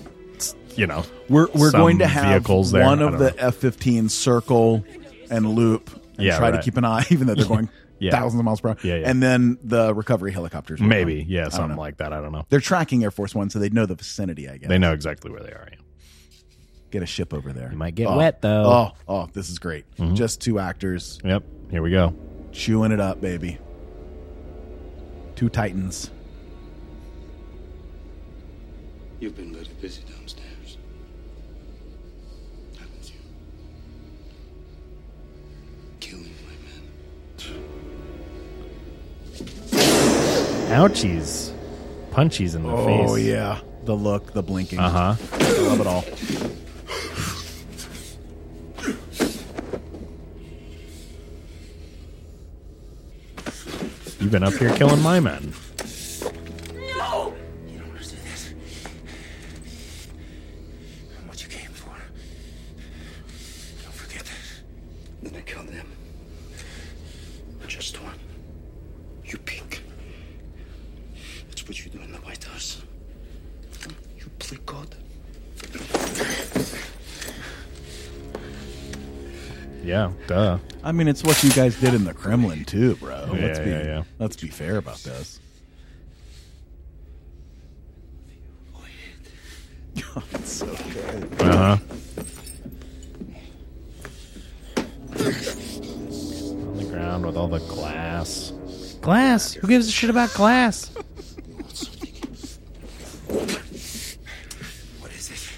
you know,
We're we're
some
going to have
vehicles there.
one
I
of
don't
the
know.
F fifteen circle and loop and
Yeah,
try to
right.
keep an eye, even though they're going
Yeah.
thousands of miles per hour.
Yeah, yeah.
And then the recovery helicopters, will
Maybe,
come.
yeah,
I don't
something
know.
like that. I don't know.
They're tracking Air Force One, so they know the vicinity. I guess
They know exactly where they are. Yeah.
Get a ship over there. You might
get wet, though.
Oh, oh, this is great. Just two actors
Mm-hmm. Yep. Here we go.
chewing it up, baby. Two titans.
You've been very busy downstairs. Haven't you? Killing my men.
Ouchies. Punchies in the face.
Oh yeah, the look, the blinking.
Uh huh.
I love it all.
You've been up here killing my men.
No! You don't understand this. And what you came for. Don't forget that. Then I killed them. Just one. You pig. That's what you do in the White House. You play God.
Yeah. Duh.
I mean, it's what you guys did in the Kremlin too, bro.
Yeah,
let's be
yeah, yeah.
let's be fair about this. it's so good.
Uh huh. On the ground with all the glass. Glass. Who gives a shit about glass?
What is it?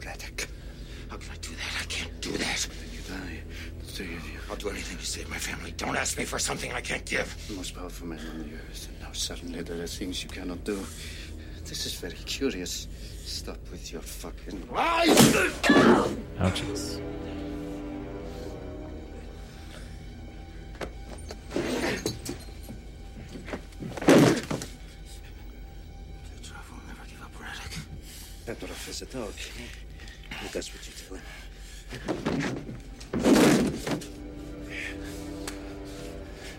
Radek. How can I do that? I can't do that. Then you die. The three of you. I'll do anything to save my family. Don't ask me for something I can't give. The most powerful man on the earth. And now suddenly there are things you cannot do. This is very curious. Stop with your fucking lies!
Ouchies.
Petrov is a dog. That's what you tell him.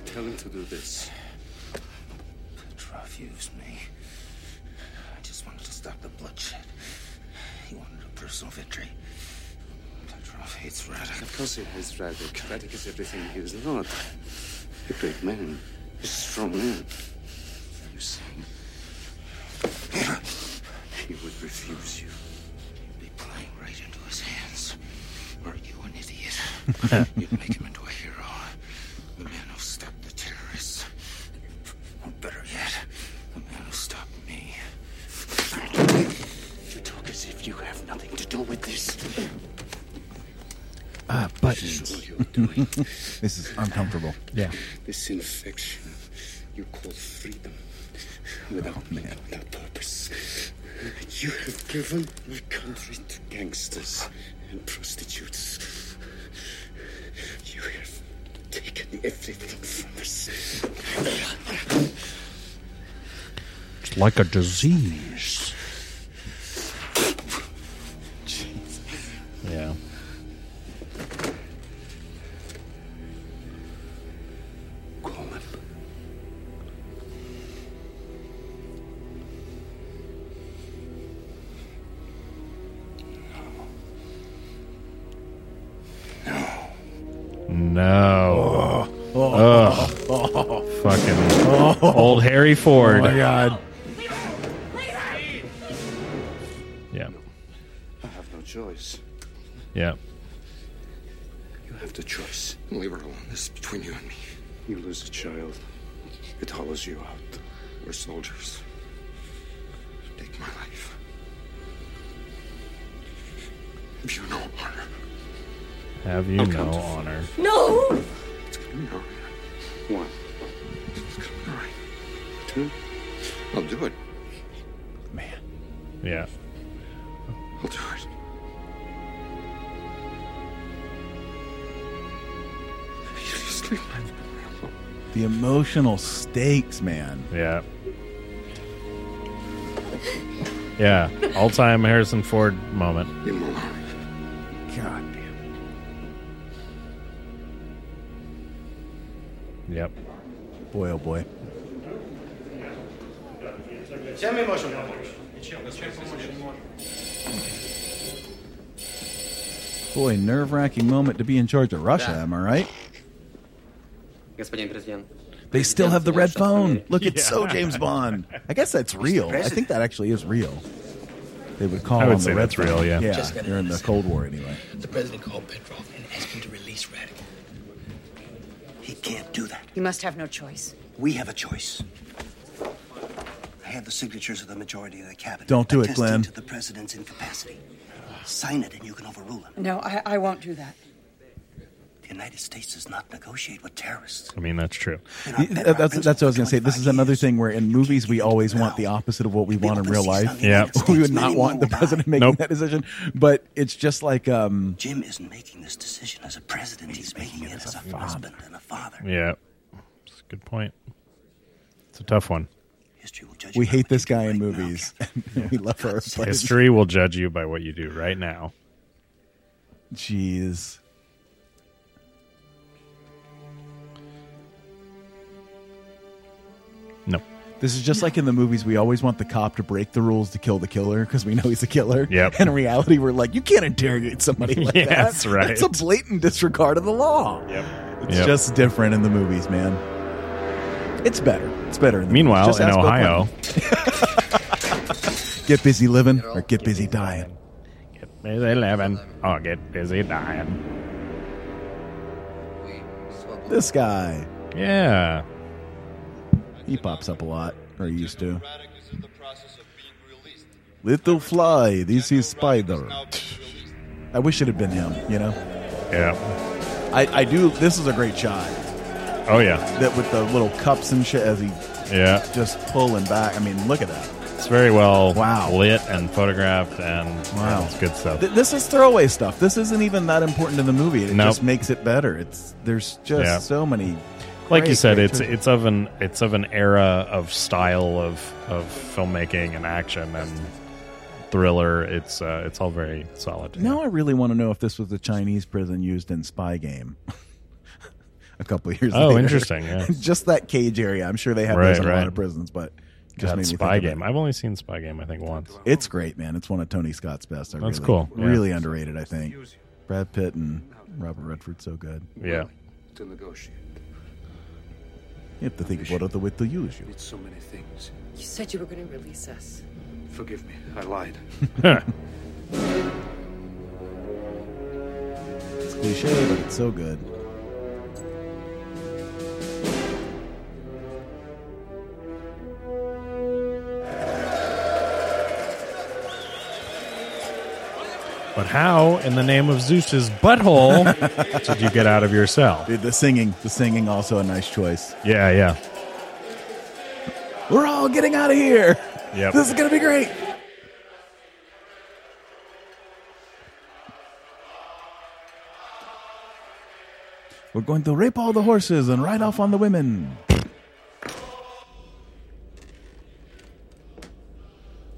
Tell him to do this.
Petrov used me. I just wanted to stop the bloodshed. He wanted a personal victory. Petrov hates Radek.
Of course he hates Radek. Radek is everything he is not. A great man. A strong man.
You see? He would refuse you. You'd be playing right into his hands. Are you an idiot? You'd make him into a hero. The man who stopped the terrorists. Or better yet, the man who stopped me. You talk as if you have nothing to do with this.
Ah,
buttons.
this is uncomfortable. Yeah.
This infection you call freedom. Without
Oh,
meaning, without purpose. You have given my country to gangsters and prostitutes. You have taken everything from us.
It's like a disease. Yeah.
Call him.
No.
Oh.
Ugh.
Oh.
Fucking old Harry Ford.
Oh my God.
Yeah.
I have no choice.
Yeah.
You have the choice. Leave her alone. This is between you and me. You lose a child, it hollows you out. We're soldiers. Take my life. If you know honor,
Have
Oh,
you no honor?
No! It's gonna be all right. One. It's gonna be all right. Two. I'll do it.
Yeah.
I'll do it. You just leave my
The emotional stakes, man.
Yeah. Yeah. All time Harrison Ford moment.
God damn.
Yep.
Boy, oh boy.
Chcemy może
Boy, nerve wracking moment to be in charge of Russia, am I right?
Господин президент.
They still have the red phone. Look, it's so
Yeah.
James Bond. I guess that's real. I think that actually is real. They would call
I would
on
say
the red
that's real,
phone.
yeah.
Yeah,
Just
they're in the Cold War anyway.
The president called Petrov and asked him to release Radical. He can't do that.
You must have no choice.
We have a choice. I have the signatures of the majority of the cabinet.
Don't do it,
attesting
Glenn.
to the president's incapacity. Sign it and you can overrule him.
No, I, I won't do that.
The United States does not negotiate with terrorists.
I mean, that's true.
That's, that's what I was going to say. This is another thing where in movies we always want the opposite of what we want in real life.
Yeah.
We would not want the president making that decision. But it's just like. um
Jim isn't making this decision as a president. He's, making, it as a, husband and a father.
Yeah. It's a good point. It's a tough one.
We hate this guy in movies. we love her. but-
History will judge you by what you do right now.
Jeez.
No.
This is just like in the movies. We always want the cop to break the rules to kill the killer because we know he's a killer.
Yep.
And in reality, we're like, you can't interrogate somebody like
Yeah,
that.
that's right.
That's a blatant disregard of the law. Yep. It's
Yep.
just different in the movies, man. It's better. It's better. In the
Meanwhile,
movies. Just
in
ask Bill
Ohio-
Clinton. get busy living or get busy dying.
Busy living or get busy dying.
This guy.
Yeah.
He pops up a lot, or he used to. Little fly, this is spider. I wish it had been him, you know?
Yeah.
I, I do. This is a great shot.
Oh, yeah.
That with the little cups and shit as he
Yeah.
just pulling back. I mean, look at that.
It's very well
Wow.
lit and photographed and
Wow.
it's good stuff.
Th- this is throwaway stuff. This isn't even that important to the movie. It
Nope.
just makes it better. It's there's just
Yeah.
so many.
like you
great,
said,
great
it's
choices.
it's of an it's of an era of style of of filmmaking and action and thriller. It's uh, it's all very solid.
Now I really want to know if this was the Chinese prison used in Spy Game. a couple years.
Uh,
Oh,
later.
interesting, yeah.
just that cage area. I'm sure they have
Right,
those in a
right.
lot of prisons, but just
God,
made me think
Spy
of it.
Game. I've only seen Spy Game I think once.
It's great, man. It's one of Tony Scott's best. I
That's
really,
cool, yeah.
Really underrated, I think. Brad Pitt and Robert Redford so good.
Yeah.
to negotiate.
You have to think what other way to use you.
It's so many things.
You said you were going to release us.
Forgive me, I lied.
It's cliche, but it's so good.
But how in the name of Zeus's butthole did you get out of your cell?
Dude, the singing, the singing, also a nice choice.
Yeah, yeah.
We're all getting out of here.
Yep.
This is gonna be great. We're going to rape all the horses and ride off on the women.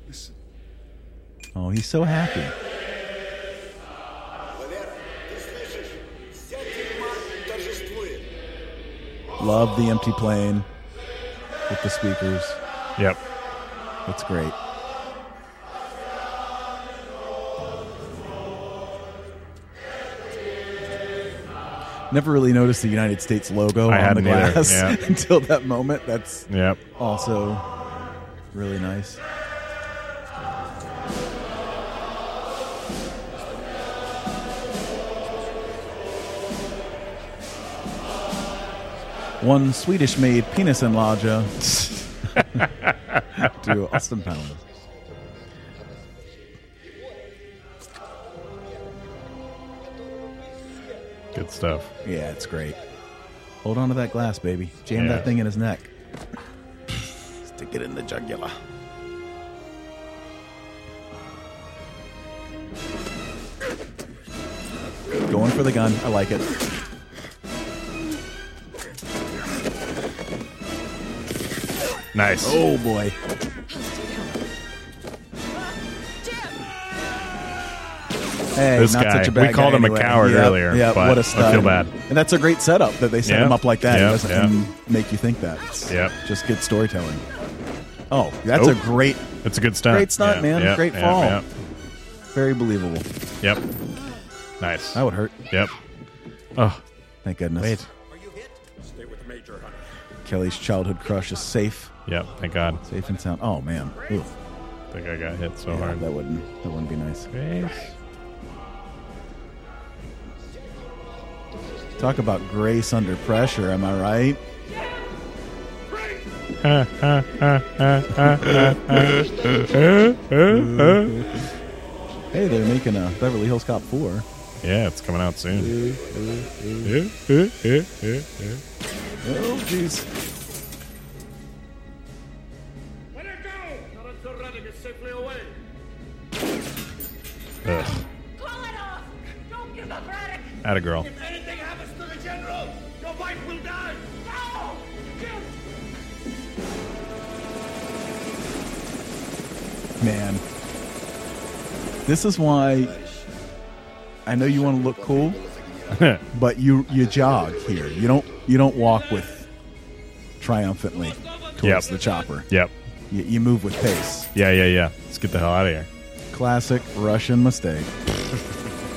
Listen,
Oh, he's so happy. Love the empty plane with the speakers.
Yep.
That's great. Never really noticed the United States logo
I
on the
hadn't either,
glass
yeah.
until that moment. That's
Yep.
also really nice. One Swedish made penis enlarger to Austin Powers.
Good stuff.
Yeah, it's great. Hold on to that glass, baby. Jam
Yeah.
that thing in his neck. Stick it in the jugular. Going for the gun. I like it.
Nice.
Oh boy. Hey,
This
not
guy.
such a bad
We called
guy
him a
anyway.
coward
Yep,
earlier,
yep,
but
what a
I
stud.
feel bad.
And that's a great setup that they set
Yep,
him up like that.
yep,
it doesn't
yep.
make you think that.
Yep.
Just good storytelling. Oh, that's a
Nope.
great.
That's a good stunt.
Great stunt,
Yeah,
man.
yeah,
great
yeah,
fall.
yeah.
Very believable.
Yep. Nice.
That would hurt.
Yep.
Oh, thank goodness.
Wait.
Stay with the major, honey.
Kelly's childhood crush is safe.
Yep. Thank God.
Safe and sound. Oh man. Ooh.
Think I got hit so
Yeah,
hard.
That wouldn't. That wouldn't be nice. Talk about grace under pressure. Am I right? hey, they're making a Beverly Hills Cop 4.
Yeah, it's coming out soon.
Oh, jeez.
Ugh.
Call it off! Don't give up, Braddock!
Atta girl.
If anything happens to the general, your wife will die! No!
Man. This is why I know you want to look cool, but you you jog here. You don't you don't walk with triumphantly towards
Yep.
the chopper.
Yep.
You, you move with pace.
Yeah, yeah, yeah. Let's get the hell out of here.
Classic Russian mistake.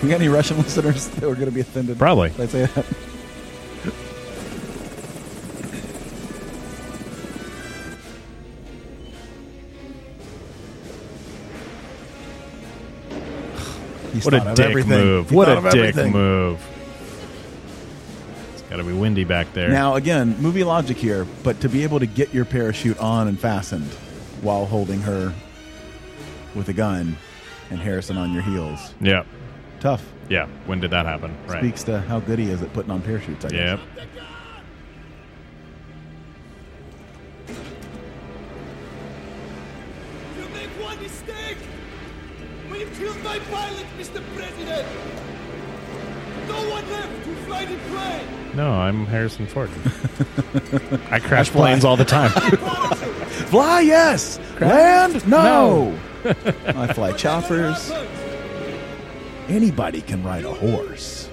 we got any Russian listeners that were going to be offended?
Probably.
If I say that. He
what a
thought of
dick
everything.
move.
He
What
thought
a
of
dick
everything.
move. It's got to be windy back there.
Now, again, movie logic here, but to be able to get your parachute on and fastened while holding her with a gun and Harrison on your heels.
Yep.
Tough.
Yeah. When did that happen? Right.
Speaks to how good he is at putting on parachutes, I guess.
Yep.
You make one mistake! We killed my pilot, Mr. President! No one left to fly the plane!
No, I'm Harrison Ford. I crash planes all the time.
Fly, yes. Land, no. I fly choppers. Anybody can ride a horse.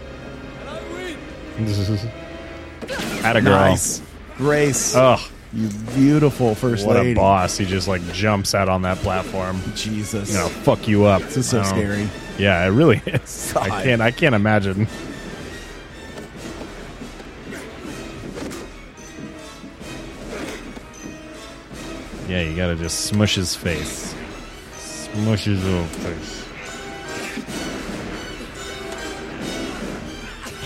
Atta girl.
Nice. Grace.
Ugh.
You beautiful first
What
lady.
a boss. He just like jumps out on that platform.
Jesus.
You know, fuck you up.
This is so
I don't-
scary.
Yeah, it really is.
God.
I can't I can't imagine. Yeah, you gotta just smush his face. Smush his little face.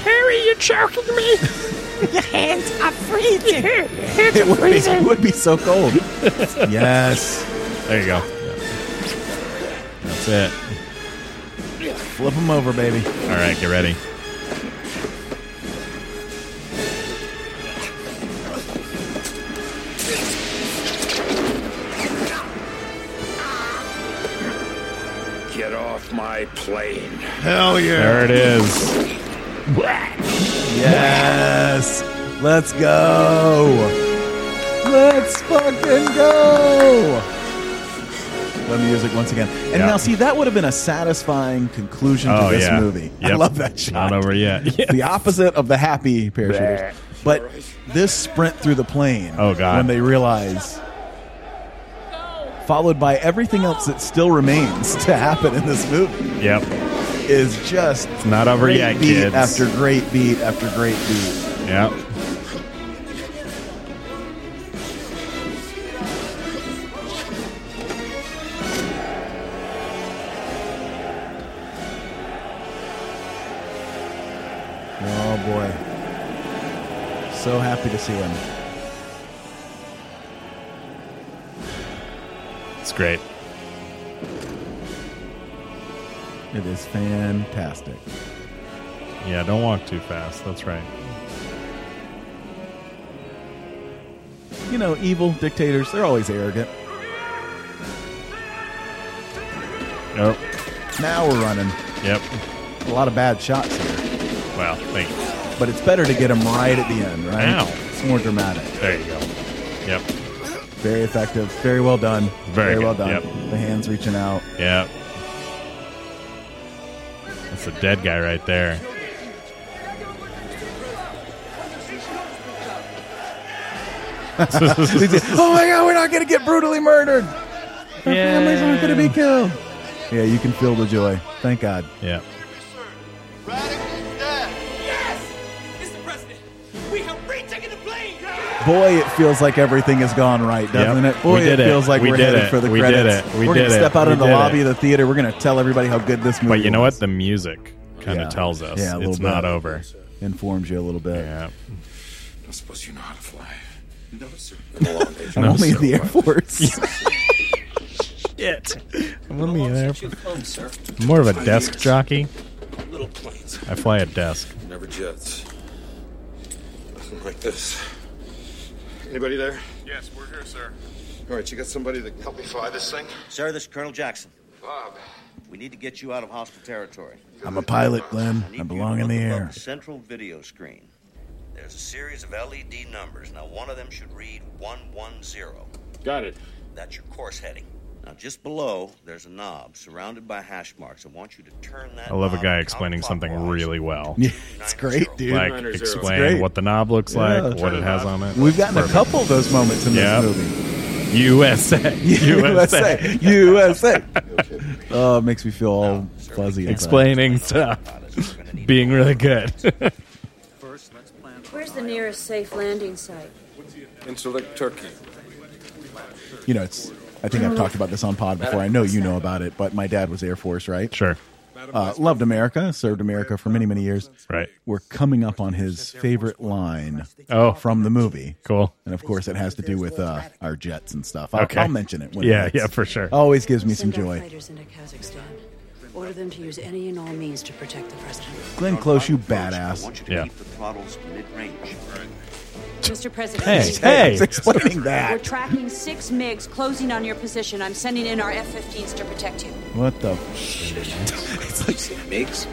Harry, you're choking me. Your hands are freezing. Your hands
It
are
would be,
freezing.
it would be so cold. yes.
There you go. That's it.
Flip him over, baby.
All right, get ready.
Get off my plane!
Hell yeah.
There it is.
Yes. Let's go. Let's fucking go. The music once again. And
Yeah.
now, see, that would have been a satisfying conclusion to
Oh,
this
yeah.
movie. I
Yep.
love that shot.
Not over yet. Yeah.
The opposite of the happy parachuters.
Bleh.
But this sprint through the plane.
Oh, God.
When they realize followed by everything else that still remains to happen in this movie.
Yep.
Is just
it's not over
great
yet,
beat
kids.
After great beat after great beat.
Yep.
Oh boy. So happy to see him.
It's great.
It is fantastic.
Yeah, don't walk too fast. That's right.
You know, evil dictators, they're always arrogant.
Yep.
Now we're running.
Oh. Yep.
A lot of bad shots here.
Wow, thank you.
But it's better to get them right at the end, right?
Ow.
It's more dramatic.
There you go. Yep.
Very effective. Very well done.
Very
well
good,
done.
yep.
The hands reaching out.
Yep. That's a dead guy right there.
He's like, oh my god, we're not gonna get brutally murdered. Our families aren't gonna be killed. Yeah, you can feel the joy. Thank God.
Yeah.
We have retaken the plane!
Boy, it feels like everything has gone right, doesn't
Yep.
it? Boy,
We did
it
it.
feels like
We
are
did
headed
it.
for the
We did
credits.
it. We
we're gonna
did it.
step out
We
into the
did
lobby of
it.
the theater. We're gonna tell everybody how good this movie.
But you know
was.
what? The music kind of
Yeah.
tells us
Yeah, a little
it's not
bit.
over.
Informs you a little bit. Yeah.
I suppose you know how to fly. No, sir.
I'm
No,
only
sir.
in the Air Force.
Shit. I'm only there.
sir.
I'm more of a desk jockey.
Little planes.
I fly a desk.
Never jets. Nothing like this. Anybody there?
Yes, we're here, sir.
All right, you got somebody that can help me fly this thing?
Sir, this is Colonel Jackson.
Bob.
We need to get you out of hostile territory.
I'm a pilot, Glenn. I belong in the air.
Central video screen. There's a series of E LED numbers. Now, one of them should read 110.
Got it.
That's your course heading. Now, just below, there's a knob surrounded by hash marks. I want you to turn that
I love a
knob
guy explaining something really well.
Yeah, it's great, dude.
Like
It's
explain
great.
what the knob looks
Yeah.
like, what it has on it.
We've gotten a couple of those moments in
Yeah.
this movie.
USA, USA.
USA. USA. oh, it makes me feel all fuzzy. inside.
Explaining stuff, being really good.
Where's the nearest safe landing site?
Insulik, Turkey.
You know, it's. I think I've talked about this on pod before. I know you know about it, but my dad was Air Force, right?
Sure.
Uh, loved America, served America for many, many years.
Right.
We're coming up on his favorite line
oh.
from the movie.
Cool.
And of course, it has to do with uh, our jets and stuff. I'll,
Okay.
I'll mention it. When
Yeah,
it hits.
yeah, for sure.
Always gives me some
Send our
joy.
fighters into Kazakhstan. Order them to use any and all means to protect the president.
Glenn Close, you
I want you
badass.
to keep the throttles mid-range.
Mr. President,
Hey, hey. I was explaining that.
We're tracking six MiGs closing on your position. I'm sending in our F-15s to protect you.
What the?
It's like makes.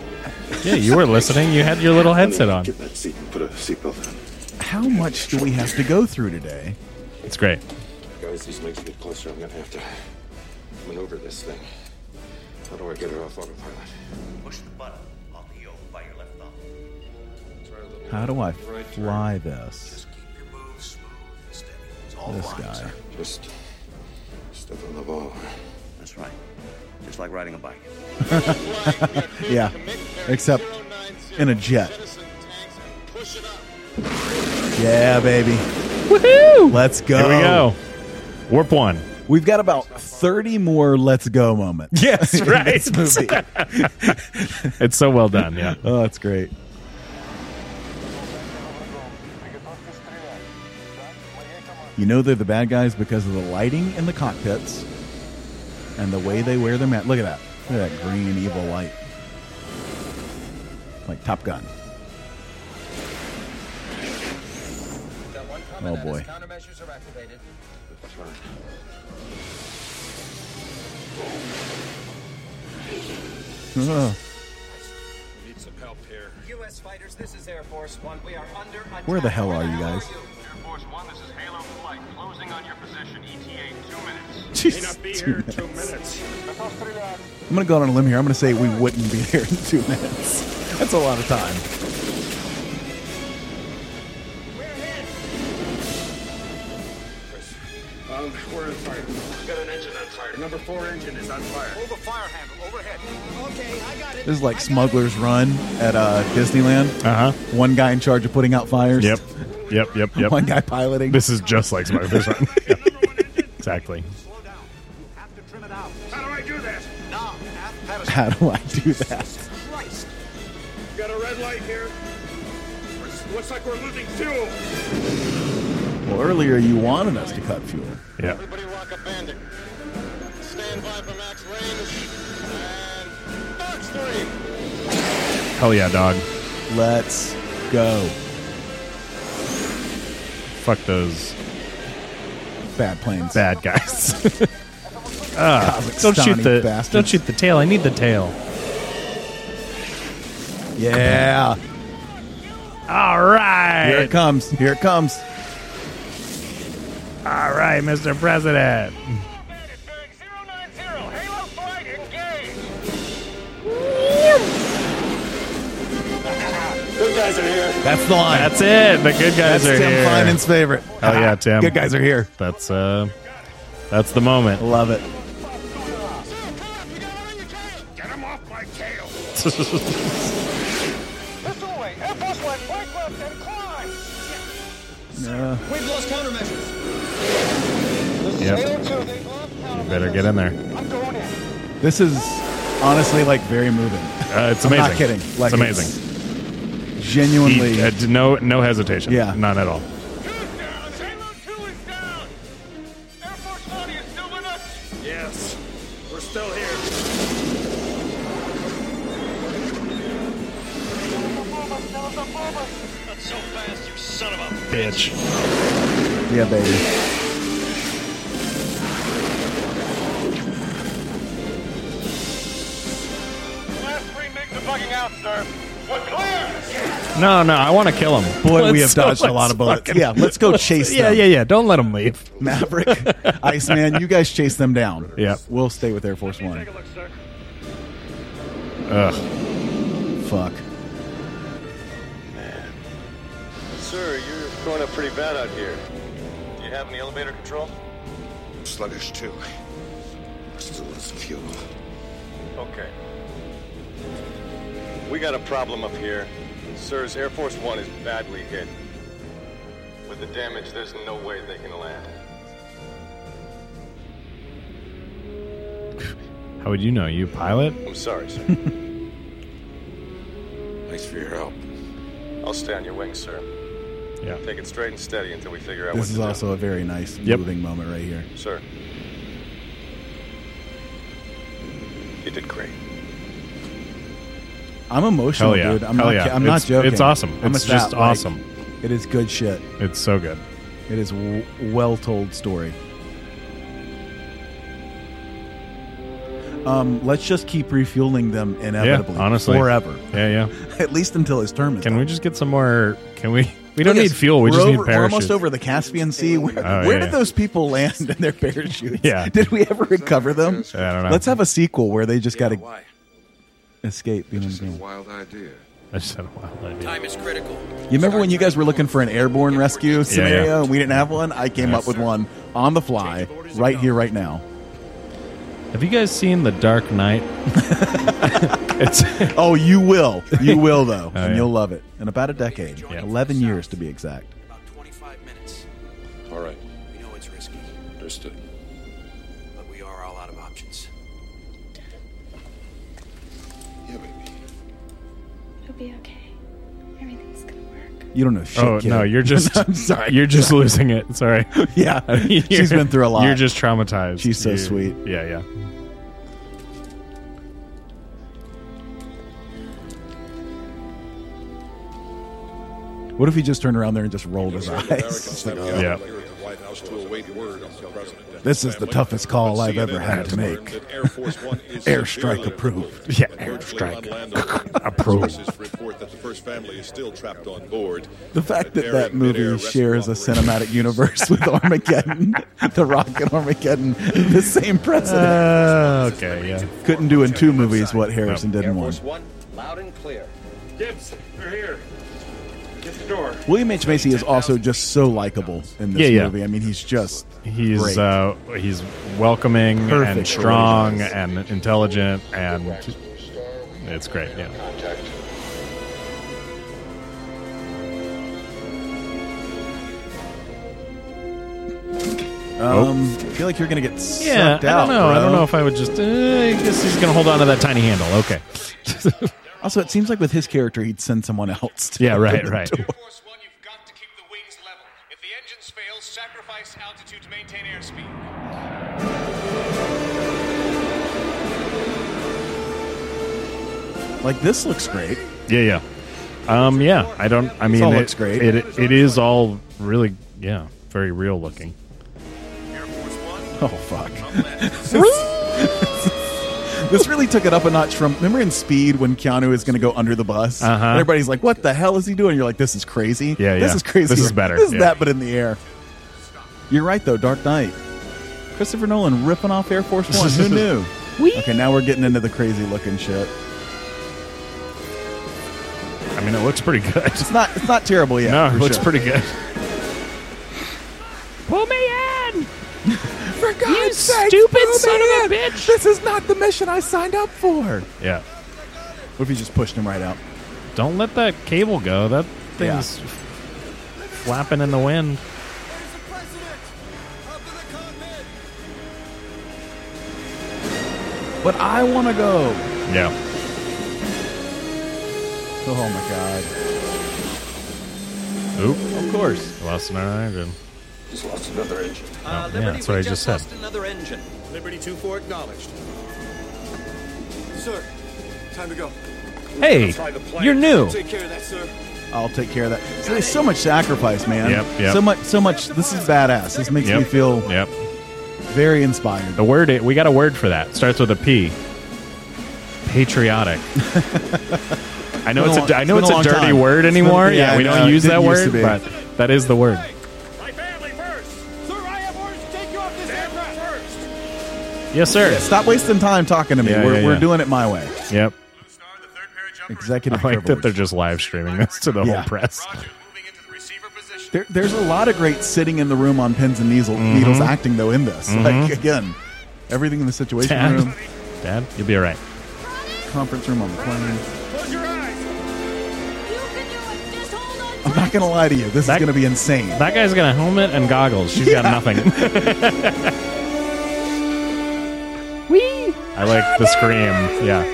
Yeah, you were listening. You had your little headset on.
Get that seat and put a seatbelt on.
How much do we have to go through today?
It's great.
Guys, these legs get closer. I'm gonna have to maneuver this thing. How do I get it off autopilot?
Push the button on the yoke by your left thumb.
How do I fly this? This guy.
Just step on the ball.
That's right. Just like riding a bike.
yeah, except in a jet. Yeah, baby. Woohoo! Let's go.
Here we go. Warp one.
We've got about 30 more let's go moments.
Yes,
in
right.
this movie.
It's so well done. Yeah.
Oh, it's great. You know they're the bad guys because of the lighting in the cockpits and the way they wear their mask. Look at that. Look at that green evil light. Like Top Gun. Oh boy.
Countermeasures are activated.
Ugh.
Need some help here. U.S. fighters, this is Air Force One. We are under attack.
Where the hell are you guys? Jeez, two minutes. I'm gonna go out on a limb here. I'm gonna say we wouldn't be there in two minutes. That's a lot of time.
Bob,
Down. We're on fire. Got an engine on fire. Number four engine is on fire. Hold the fire handle overhead. Okay, I got
This is like Smuggler's Run at uh, Disneyland.
Uh huh.
One guy in charge of putting out fires.
Yep. Yep. Yep. Yep.
One guy piloting.
This is just like Smuggler's Run. Yeah. Exactly.
How do I do that?
Christ! We got a red light here. We're- Looks like we're losing fuel.
Well, earlier you wanted us to cut fuel.
Yeah. Hell yeah, dog.
Let's go.
Fuck those
bad planes.
Bad guys. Ah, don't shoot
Kazakhstani
the
bastards.
don't shoot the tail. I need the tail.
Yeah.
All right.
Here it comes. Here it comes.
All right, Mr. President.
Good guys are here.
That's the line.
That's it. The good guys
That's
are
Tim
here.
Finan's favorite.
Hell yeah, Tim.
Good guys are here.
That's uh, that's the moment.
Love it.
Yeah.
We've lost countermeasures.
Yep. You better get in there.
This is honestly like very moving.
Uh, it's
I'm
amazing.
not kidding. Like,
it's amazing.
Genuinely.
He- uh, d- no, no hesitation.
Yeah.
none at all.
Yes. We're still here.
Bitch.
Yeah, baby.
No, no, I want to kill him.
Boy, we
Let's-
have dodged a lot
let's
of bullets.
fucking-
Yeah, let's go chase
Yeah,
them.
yeah, yeah. Don't let him leave.
Maverick, Iceman, you guys chase them down.
Yeah.
We'll stay with Air Force One.
Ugh.
Fuck.
Sir, you're going up pretty bad out here. Do you have any elevator control?
Sluggish too. Still less fuel.
Okay. We got a problem up here. Sir's Air Force One is badly hit. With the damage, there's no way they can land.
How would you know? You pilot?
I'm sorry, sir.
Thanks for your help.
I'll stay on your wing, sir.
Yeah.
Take it straight and steady until we figure out
This is
what to
also a very nice
Yep.
moving moment right here.
do. Sir. You did great.
I'm emotional,
Hell yeah.
dude. I'm
Hell
not.
yeah.
I'm not
It's-
joking.
it's awesome.
I'm
It's
a fat,
just awesome.
It is good shit.
It's so good.
It is w- well told story. Um, let's just keep refueling them inevitably.
Yeah, honestly.
forever.
Yeah, yeah.
At least until his term is
Can we just get some more? Can we? We don't
Look,
need fuel. We
we're
just
over-
need parachutes.
We're almost over the Caspian Sea. Where,
Oh,
where
yeah,
did
yeah.
those people land in their parachutes?
Yeah.
Did we ever recover them?
I don't know.
Let's have a sequel where they just got
why?
to escape. You know what I mean?
Wild idea.
I just had a wild idea.
Time is critical.
You remember when you guys were looking for an airborne rescue scenario and we didn't have one? I came
Yes.
up with one on the fly, right here, right now.
Have you guys seen The Dark Knight? it's
Oh, you will. You will, though.
Oh,
and
yeah.
you'll love it. In about a decade, 11 years to be exact.
All right.
We know it's risky,
Understood.
but we are all out of options.
Yeah, baby.
It'll be okay. Everything's gonna work.
You don't know shit.
oh
kid.
no, you're just
I'm sorry.
You're just losing it. Sorry.
Yeah.
You're-
She's been through a lot.
You're just traumatized.
She's so
You-
sweet.
Yeah, yeah.
What if he just turned around there and just rolled his eyes?
Americans have gathered
Yeah.
here at the White House to await word on the president.
oh. This is the toughest call
But
I've ever
CNN
had
has
to
learned
make.
that Air Force One is
Airstrike
severely
approved.
Yeah,
and virtually
airstrike
unlandable.
approved.
Sources report that the first family is still trapped on board.
The fact that
they're
that
in midair
movie
rescue
shares a
operation.
cinematic universe with Armageddon, the Rocket Armageddon, the same president.
Uh, okay, yeah.
Couldn't do in two movies what Harrison did in one.
Loud and clear.
Gibbs, we're here.
Get
William H Macy is also just so likable in this
Yeah, yeah.
movie. I mean, he's just
He's
great.
uh, he's welcoming and
Perfect.
strong and intelligent and it's great. Yeah.
Um, I feel like you're gonna get sucked
Oh. Yeah, I
out.
don't know. I
bro.
don't know if I would just. Uh, I guess he's gonna hold on to that tiny handle. Okay.
also, it seems like with his character, he'd send someone else. To
Yeah, right,
open the
right.
door. Like this looks great.
Yeah, yeah. Um, yeah. I don't. I
This
mean,
all
it,
looks great.
It it is all really yeah, very real looking.
Oh fuck! this really took it up a notch from. Remember in Speed when Keanu is going to go under the bus?
Uh-huh.
And everybody's like, "What the hell is he doing?" You're like, "This is crazy.
Yeah,
This
yeah.
is crazy.
This is better.
This is
Yeah.
that, but in the air." You're right though. Dark Knight. Christopher Nolan ripping off Air Force One. Who knew? Okay, now we're getting into the crazy looking shit.
I mean, it looks pretty good.
It's not. It's not terrible yet.
No, it
for
looks
sure.
pretty good.
Pull me in!
For God's
you
sakes,
stupid
pull
son
me
of a
in!
bitch!
This is not the mission I signed up for.
Yeah.
What if he just pushed him right out?
Don't let that cable go. That
Yeah.
thing's flapping in the wind.
But I want to go.
Yeah.
Oh my god.
Oop.
Of course.
Lost another engine.
He's lost another engine.
Oh, yeah, that's what I just said.
Another engine.
Liberty 2-4 acknowledged. Sir, time to go.
Hey, you're new.
Take care of that, sir.
I'll take care of that. So There's so much sacrifice, man.
Yep, yep.
So much. So much. This is badass. This makes
Yep,
me feel
Yep.
very inspired.
The word we got a word for that. Starts with a P. Patriotic. I know
It's
it's,
been a long-
a, I know
it's been a
it's a
long
dirty
time.
word
It's been-
anymore.
yeah,
yeah,
I
we
know.
don't use
It
that
used to
word,
be.
but that is the word. Yes, sir.
Yeah, stop wasting time talking to me.
Yeah,
we're,
yeah,
we're
yeah.
doing it my way.
Yep. I
Executive
like that
privilege.
they're just live streaming this to the
Yeah.
whole press.
There, there's a lot of great sitting in the room on pins and needles,
Mhm.
needles acting though in this.
Mhm.
Like again, everything in the situation
Dad.
room,
Dad, you'll be all right.
conference room on the plane. I'm not gonna lie to you. This is gonna be insane.
That guy's got a helmet and goggles. She's got nothing.
Wee!
I like the scream. Yeah.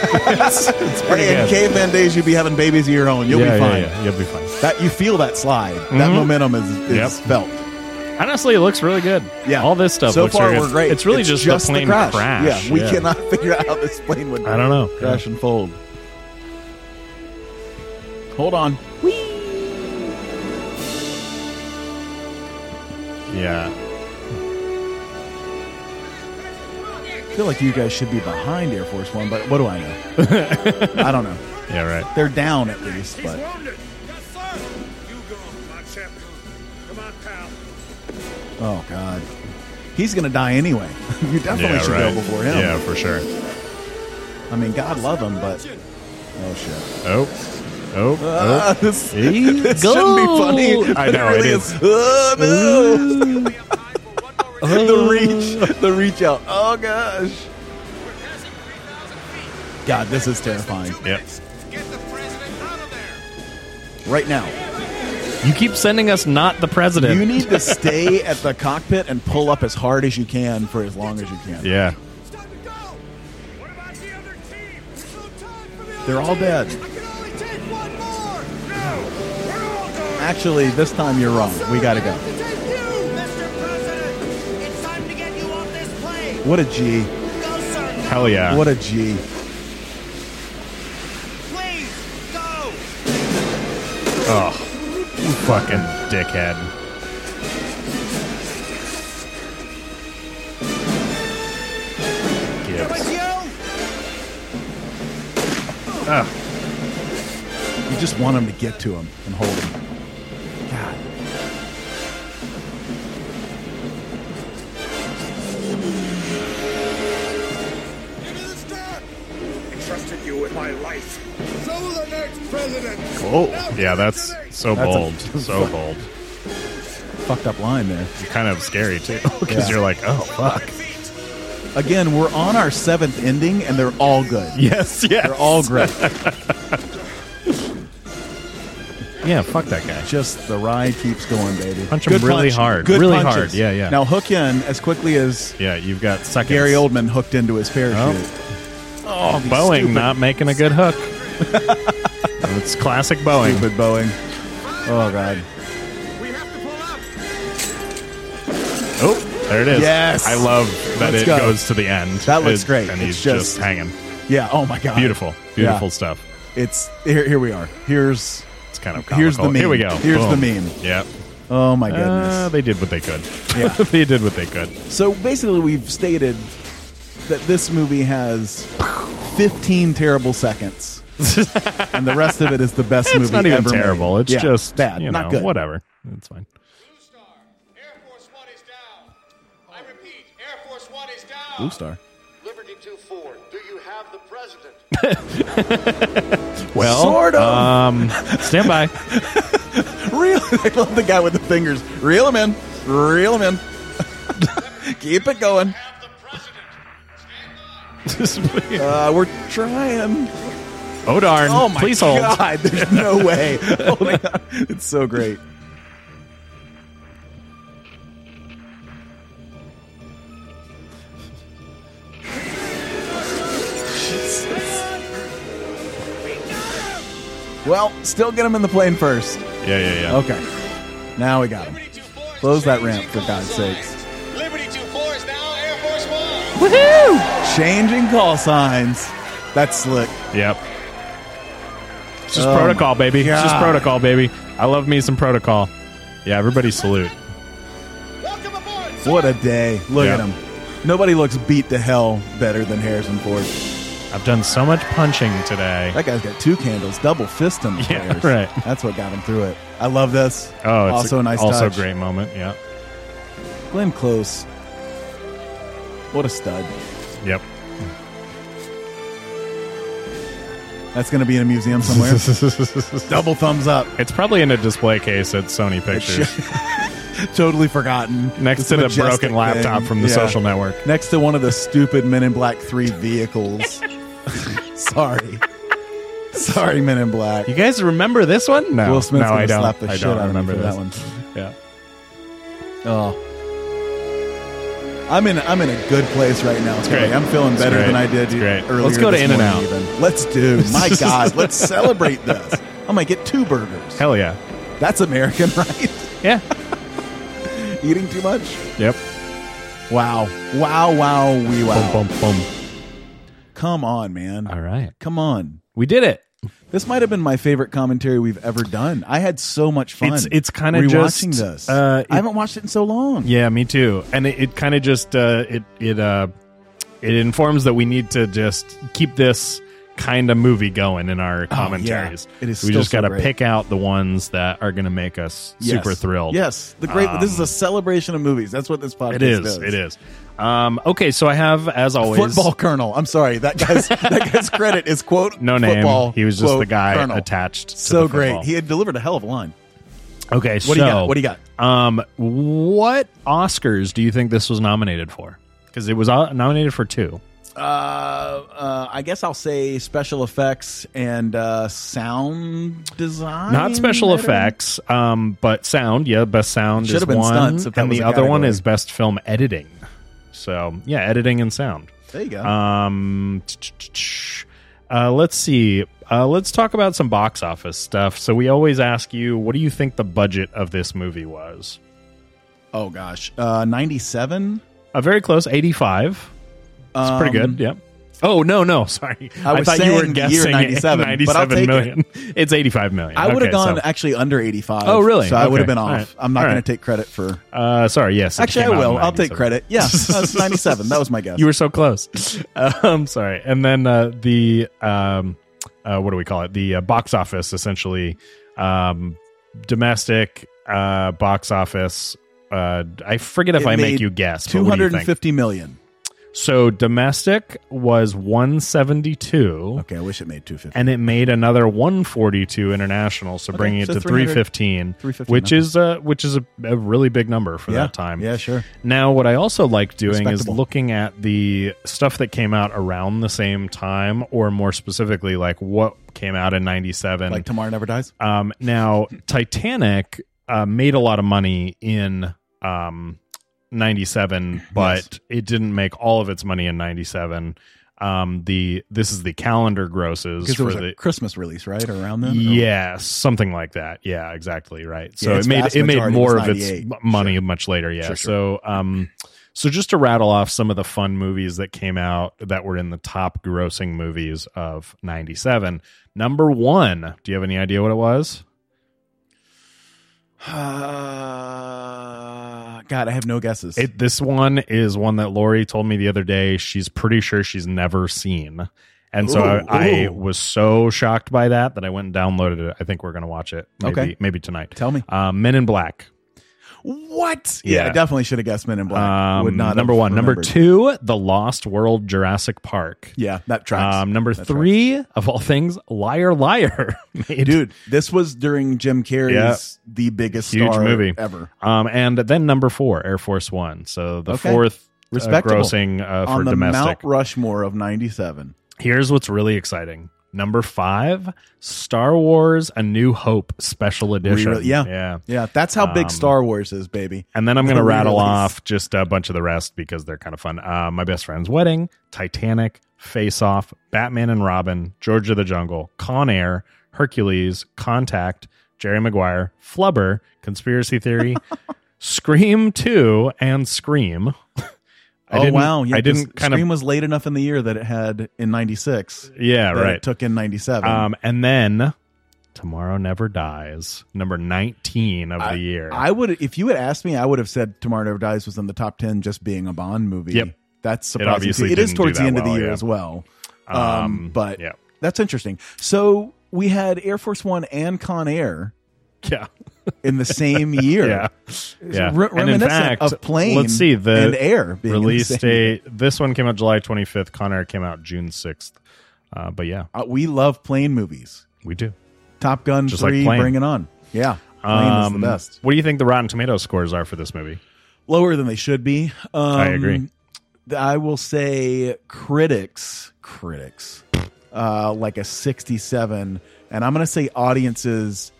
it's,
pretty
hey, in
good.
caveman days, you'd be having babies of your own. You'll
Yeah,
be
yeah,
fine.
yeah. You'll be fine.
That you feel that slide. That
Mhm.
momentum is, is
Yep.
felt.
Honestly, it looks really good. Yeah, all this stuff.
so
looks
far,
really good.
we're great.
It's really just, the plane crash.
Yeah, we cannot figure out how this plane would.
I don't know.
Crash and fold. Hold on.
Yeah,
I feel like you guys should be behind Air Force One, but what do I know? I don't know.
yeah, right.
They're down at least, but oh god, he's gonna die anyway. you definitely
Yeah,
should go
right.
before him.
Yeah, for sure.
I mean, God love him, but oh shit.
Oh, oh,
Ah,
oh.
this
See?
this shouldn't be funny.
I
but
know,
it really
it
is. Oh, no. the reach, the reach out. Oh gosh. God, this is terrifying.
Yep.
Right now,
You keep sending us not the president.
you need to stay at the cockpit and pull up as hard as you can for as long as you can.
yeah,
They're all dead. Actually, this time you're wrong. We got to go. What a G.
hell yeah.
What a G.
Oh, you fucking dickhead. Gibbs. Ah,
You just want him to get to him and hold him. God.
Entrusted you with my life. So the next president
Oh,
yeah, that's so
That's a-
bold, so bold.
Fucked up line there.
Kind of scary too, because
Yeah.
you're like, oh fuck.
Again, we're on our seventh ending, and they're all good.
Yes, yes.
They're all great.
yeah, fuck that guy.
Just the ride keeps going, baby.
Punch him really hard,
Good
really
punches.
hard. Yeah, yeah.
Now hook in as quickly as
Yeah, you've got seconds.
Gary Oldman hooked into his parachute.
Oh,
Be
Boeing
stupid.
not making a good hook. it's classic Boeing.
Stupid Boeing. Oh god.
Oh, there it is.
Yes.
I love that
Let's
it
go.
goes to the end.
That looks
It-
great.
And
It's
he's just,
just-
hanging.
Yeah. Oh my god.
Beautiful, beautiful
Yeah.
stuff.
It's here. Here we are. Here's
it's kind of
Here's the
comical.
meme.
Here we go.
Here's
Boom.
the meme.
Yep.
Oh my goodness.
Uh, they did what they could.
Yeah.
they did what they could.
So basically, we've stated that this movie has 15 terrible seconds, and the rest of it is the best
It's
movie
not even
ever made.
terrible. It's
Yeah,
just
bad,
you
not
know,
good.
Whatever. It's fine.
Blue Star.
Well,
Sort of.
Um, stand by.
Reel. I love the guy with the fingers. Reel him in. Reel him in. Keep it going. uh, we're trying.
Oh darn!
Oh my
Please hold.
god! There's no way. Oh my god! It's so great. Well, still get him in the plane first.
Yeah, yeah, yeah.
Okay. Now we got him. Close that ramp for God's sakes. Liberty 2 now Air Force 1. Woohoo! Changing call signs. That's slick.
Yep. It's just
Oh
protocol,
my
baby. It's just
God.
protocol, baby. I love me some protocol. Yeah, everybody salute.
What a day. Look
Yeah.
at him. Nobody looks beat to hell better than Harrison Ford.
I've done so much punching today.
That guy's got two candles, double fist him.
Yeah,
players.
right.
That's what got him through it. I love this.
Oh, it's
also a, nice
also
touch.
great moment. Yeah.
Glenn Close. What a stud.
Yep.
That's going to be in a museum somewhere. Double thumbs up.
It's probably in a display case at Sony Pictures.
totally forgotten.
Next
This
to the
majestic
broken laptop from the social network.
Next to one of the stupid Men in Black 3 vehicles. Sorry. Sorry, Men in Black.
You guys remember this one? No,
Will Smith's
no,
gonna
I don't.
slap the
I
shit
don't
out of me
remember
for that one.
this. Yeah.
Oh. I'm in I'm in a good place right now. It's
great.
I'm feeling
It's
better
great.
than I did
It's great.
earlier.
Let's go to
this
In-N-Out.
morning Even. Let's do. My God, let's celebrate this. I might get two burgers.
Hell yeah.
That's American, right?
Yeah.
Eating too much?
Yep.
Wow. Wow, wow, wee wow.
Boom, boom, boom.
Come on, man.
All right.
Come on.
We did it.
This might have been my favorite commentary we've ever done. I had so much fun.
It's- it's kinda
rewatching
just,
this.
uh, it-
I haven't watched it in so long.
Yeah, me too. And it, it kind of just uh, it it uh, it informs that we need to just keep this kind of movie going in our commentaries.
Oh, It is
We
still
just
so
got to
great.
pick out the ones that are going to make us
Yes.
super thrilled.
Yes, the great.
Um,
this is a celebration of movies. That's what this podcast
It is.
does.
It is. Um, okay, so I have as always
Football colonel. I'm sorry. That guy's that guy's credit is quote
No name.
football,
He was just
quote,
the guy
colonel.
attached to
so
the
great.
football.
He had delivered a hell of a line.
Okay,
What do you got? What do you got?
Um, what Oscars do you think this was nominated for? Because it was uh, nominated for two.
Uh, uh, I guess I'll say special effects and uh, sound design.
Not special
I don't-
effects, um, but sound. Yeah, best sound
Should
is
have been
one,
stunts if that
and
was
the
a
other one
category.
is best film editing. So yeah, editing and sound.
There you go.
Um, ch-ch-ch-ch. uh, let's see. Uh, let's talk about some box office stuff. So we always ask you, what do you think the budget of this movie was?
Oh gosh, uh, ninety seven.
Uh, very close, eighty-five. It's pretty
Um,
good. Yep. Oh no, no, sorry.
I was
thought you were
saying the year
guessing
97, but I'll
97
take
million. It's eighty-five million.
I would have
Okay, so-
gone actually under eighty five.
Oh, really?
So I would
Okay.
have been
All
off.
right.
I'm not
All
going
right.
to take credit for.
Uh, sorry. Yes. it
Actually, I
came out in
will. I'll take
97.
credit. Yeah, that's 97. That was my guess.
You were so close. I'm sorry. And then uh, the um, uh, what do we call it? The uh, box office, essentially, um, domestic uh, box office. Uh, I forget if
It
I make
made
you guess. but
Two
what do you
hundred
think?
and fifty million.
So domestic was 172. Okay,
I wish it made 250.
And it made another 142 international, so
Okay,
bringing
so
it to
300
315,
315,
which
okay.
is uh, which is a, a really big number for
Yeah,
that time.
yeah, sure.
Now, what I also like doing is
Respectable.
looking at the stuff that came out around the same time, or more specifically, like what came out in 97.
Like Tomorrow Never Dies?
Um, now, Titanic uh, made a lot of money in um, 97, but it didn't make all of its money in 97. Um, the this is the calendar grosses
Because it
for
was a
the
Christmas release, right? Around then?
yeah, something like that. Yeah, exactly right. So
Yeah,
it
its
made
vast
it made
majority
more
was
of its
98.
m- money much later. Yeah.
Sure,
So um, so just to rattle off some of the fun movies that came out that were in the top grossing movies of '97. Number one, do you have any idea what it was?
Uh, God, I have no guesses.
It, this one is one that Lori told me the other day. She's pretty sure she's never seen. And so
Ooh,
I, I
ooh.
was so shocked by that that I went and downloaded it. I think we're going to watch it. Maybe,
Okay.
Maybe tonight.
Tell me.
Uh, Men in Black.
what? Yeah,
Yeah.
I definitely should have guessed Men in Black.
Um,
Would not
number
have
one.
remembered.
Number two, The Lost World Jurassic Park.
Yeah, that tracks.
Um, number
That
three, of all things, Liar Liar. Made
Dude, this was during Jim Carrey's
Yeah.
the biggest
huge
star
movie
ever.
Um, and then number four, Air Force One. So the
Okay.
fourth uh,
Respectable.
grossing uh, for
on the
domestic.
Mount Rushmore of '97.
Here's what's really exciting. Number five, Star Wars: A New Hope Special Edition.
Rereal- yeah,
yeah,
yeah. That's how big
Um,
Star Wars is, baby.
And then I'm going to
The
rattle
re-release.
off just a bunch of the rest because they're kind of fun. Uh, My best friend's wedding, Titanic, Face Off, Batman and Robin, George of the Jungle, Con Air, Hercules, Contact, Jerry Maguire, Flubber, Conspiracy Theory, Scream Two, and Scream. I
oh
didn't-
wow! Yeah,
I didn't
'cause
kind
Scream
of
was late enough in the year that it had in '96.
Yeah,
that
right.
It took in '97.
Um, and then Tomorrow Never Dies, number 19 of the year.
I would, if you had asked me, I would have said Tomorrow Never Dies was in the top ten, just being a Bond movie.
Yep.
that's
It
surprising.
obviously
too. it is
didn't do
towards the
that
end of
well,
the year
yeah.
as well. Um,
Um,
but
yeah.
that's interesting. So we had Air Force One and Con Air.
Yeah.
In the same year,
Yeah.
It's
yeah.
re-
and in
reminiscent
fact,
of plane.
let's see, the
and air being in the
release
same
date. This one came out July 25th. Con Air came out June 6th. Uh, but yeah,
Uh, we love plane movies.
We do.
Top Gun
Just like
three,
Plane.
bring it on. Yeah, plane is the
Um,
best.
What do you think the Rotten Tomato scores are for this movie?
Lower than they should be. Um,
I agree.
th- I will say critics, critics, uh, like a sixty-seven, and I'm going to say audiences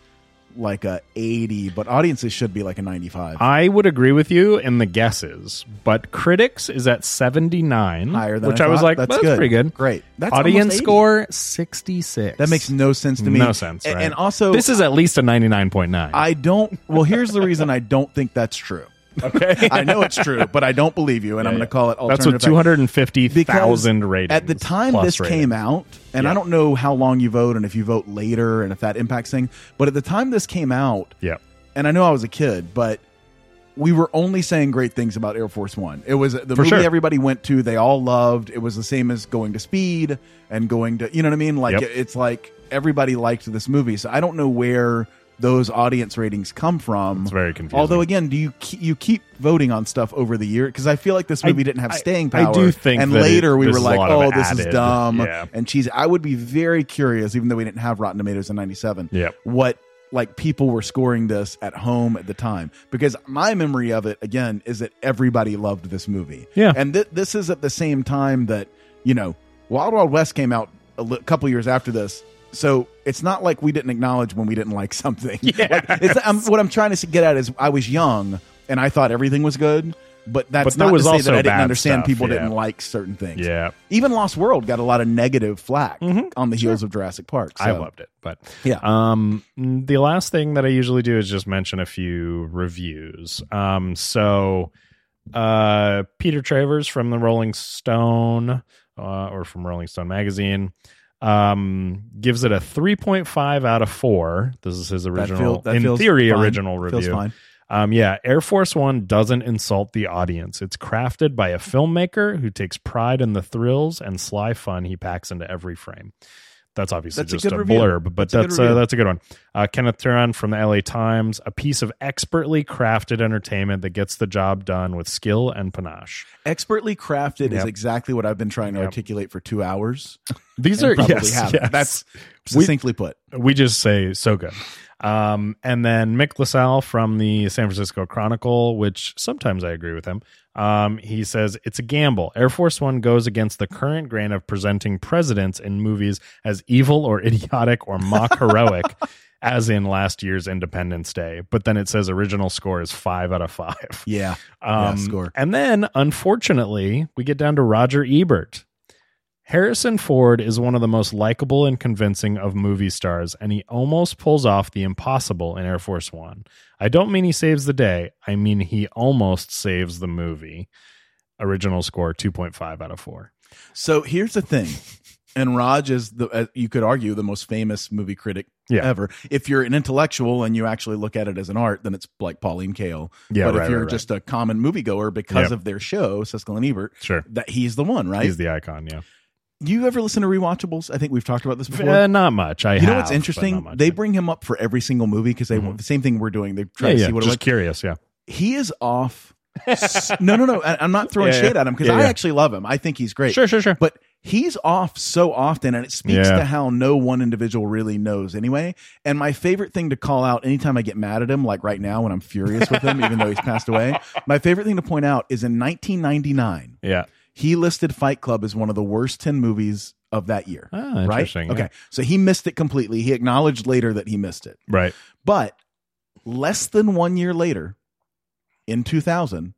like a eighty, but audiences should be like a ninety-five.
I would agree with you in the guesses, but critics is at 79,
Higher than
which
I
I, was
thought.
like,
That's
"Well, that's
good.
pretty good.
Great. That's almost
Audience
80.
score 66.
That makes no sense to me.
No sense.
A- And,
right?
also,
this is at least a 99.9.
I don't. Well, here's the reason I don't think that's true.
Okay,
I know it's true, but I don't believe you, and
Yeah,
I'm
yeah.
going to call it.
That's what
alternative fact.
250,000
Because
ratings.
At the time
plus
this
ratings.
came out, and I don't know how long you vote and if you vote later and if that impacts things, but at the time this came out,
yeah,
and I know I was a kid, but we were only saying great things about Air Force One. It was the
For
movie
sure.
everybody went to, they all loved. It was the same as going to Speed and going to, you know what I mean? Like,
Yep.
it- it's like everybody liked this movie. So I don't know where those audience ratings come from. It's
very confusing.
um, Although, again, do you ke- you keep voting on stuff over the year? Because I feel like this movie
I-
didn't have
I-
staying
I
power.
do think
and
that it-
later we
this
were
is a
like,
lot
oh,
of
this is
added,
dumb
yeah.
and cheesy. I would be very curious, even though we didn't have Rotten Tomatoes in '97.
Yep.
what like people were scoring this at home at the time because my memory of it again is that e, everybody loved this movie.
Yeah.
and th- this is at the same time that you know Wild Wild West came out a li- couple years after this. So it's not like we didn't acknowledge when we didn't like something. Like, it's, I'm, what I'm trying to get at is I was young and I thought everything was good, but that's
But there
not
was
to say
also
that I didn't
bad
understand
stuff,
people
yeah.
didn't like certain things.
Yeah. Mm-hmm.
Even Lost World got a lot of negative flack on the heels of Jurassic Park.
I
so.
loved it, but
Yeah.
Um, the last thing that I usually do is just mention a few reviews. Um, so, uh, Peter Travers from the Rolling Stone, uh, or from Rolling Stone magazine, um, gives it a three point five out of four. This is his original,
feel- that
in
feels
theory,
fine.
original
Feels
review.
fine.
Um, yeah, Air Force One doesn't insult the audience. It's crafted by a filmmaker who takes pride in the thrills and sly fun he packs into every frame. that's obviously
That's a
just
good
a,
review.
blurb, but
That's a good
that's uh,
review.
that's a good one. Uh, Kenneth Turan from the L.A. Times: a piece of expertly crafted entertainment that gets the job done with skill and panache.
Expertly crafted is
Yep.
exactly what I've been trying to articulate for two hours.
These
and
are
probably
yes,
haven't.
yes.
That's
We-
succinctly put.
We just say so good. Um, and then Mick LaSalle from the San Francisco Chronicle, which sometimes I agree with him. Um, he says it's a gamble. Air Force One goes against the current grain of presenting presidents in movies as evil or idiotic or mock heroic, as in last year's Independence Day. But then it says original score is five out of five.
Yeah. yeah,
Um,
score.
And then, unfortunately, we get down to Roger Ebert. Harrison Ford is one of the most likable and convincing of movie stars, and he almost pulls off the impossible in Air Force One. I don't mean he saves the day, I mean he almost saves the movie. Original score 2.5 out of 4.
So here's the thing, and Raj is the uh, you could argue the most famous movie critic
Yeah.
ever. If you're an intellectual and you actually look at it as an art, then it's like Pauline Kael.
Yeah,
but
right,
if you're
right, right.
just a common moviegoer because
Yep.
of their show, Siskel and Ebert,
Sure.
that he's the one, right?
He's the icon, yeah.
you ever listen to rewatchables? I think we've talked about this before.
Uh, not much. I
you know what's
have, but not
interesting?
much. Mm-hmm.
They bring him up for every single movie because they want the same thing we're doing. They're
Yeah,
trying to
yeah,
see what
just
it was.
curious, yeah.
He is off. s- no, no, no. I- I'm not throwing
Yeah, yeah.
shade at him because
Yeah,
I
yeah.
actually love him. I think he's great.
Sure, sure, sure.
But he's off so often, and it speaks
Yeah.
to how no one individual really knows anyway. And my favorite thing to call out anytime I get mad at him, like right now when I'm furious with him, even though he's passed away, my favorite thing to point out is in 1999
Yeah.
he listed Fight Club as one of the worst 10 movies of that year.
Ah,
right?
interesting, yeah.
Okay. So he missed it completely. He acknowledged later that he missed it.
Right.
But less than one year later, in 2000,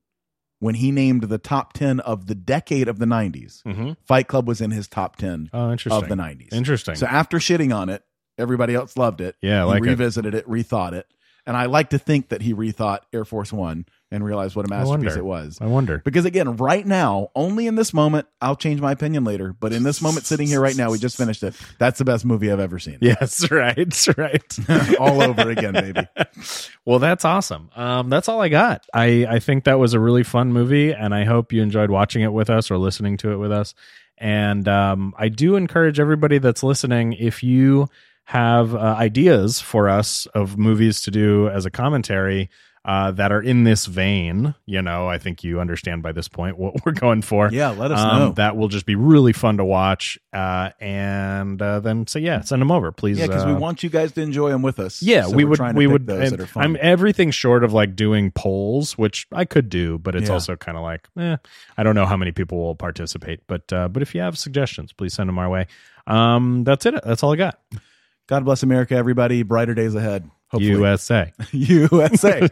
when he named the top 10 of the decade of the 90s,
Mhm.
Fight Club was in his top 10
Oh, interesting.
of the 90s.
Interesting.
So after shitting on it, everybody else loved it.
Yeah, I
He
like it.
revisited it. rethought it. And I like to think that he rethought Air Force One and realized what a
I wonder.
masterpiece it was.
I wonder.
Because again, right now, only in this moment, I'll change my opinion later. But in this moment, sitting here right now, we just finished it. That's the best movie I've ever seen.
Yes, right. That's right.
All over again, baby.
Well, that's awesome. Um, that's all I got. I, I think that was a really fun movie, and I hope you enjoyed watching it with us or listening to it with us. And um, I do encourage everybody that's listening if you have uh, ideas for us of movies to do as a commentary. Uh, that are in this vein, you know. I think you understand by this point what we're going for. Um,
Yeah, let us know.
That will just be really fun to watch. Uh, and uh, then, so yeah, send them over, please.
Yeah, because we
uh,
want you guys to enjoy them with us.
yeah,
So
we
we're
would.
trying to
We
pick
would.
Those
and
that are fun.
I'm everything short of like doing polls, which I could do, but it's
Yeah.
also kind of like, eh, I don't know how many people will participate. But uh, but if you have suggestions, please send them our way. Um, that's it. That's all I got.
God bless America, everybody. Brighter days ahead. Hopefully.
USA.
USA.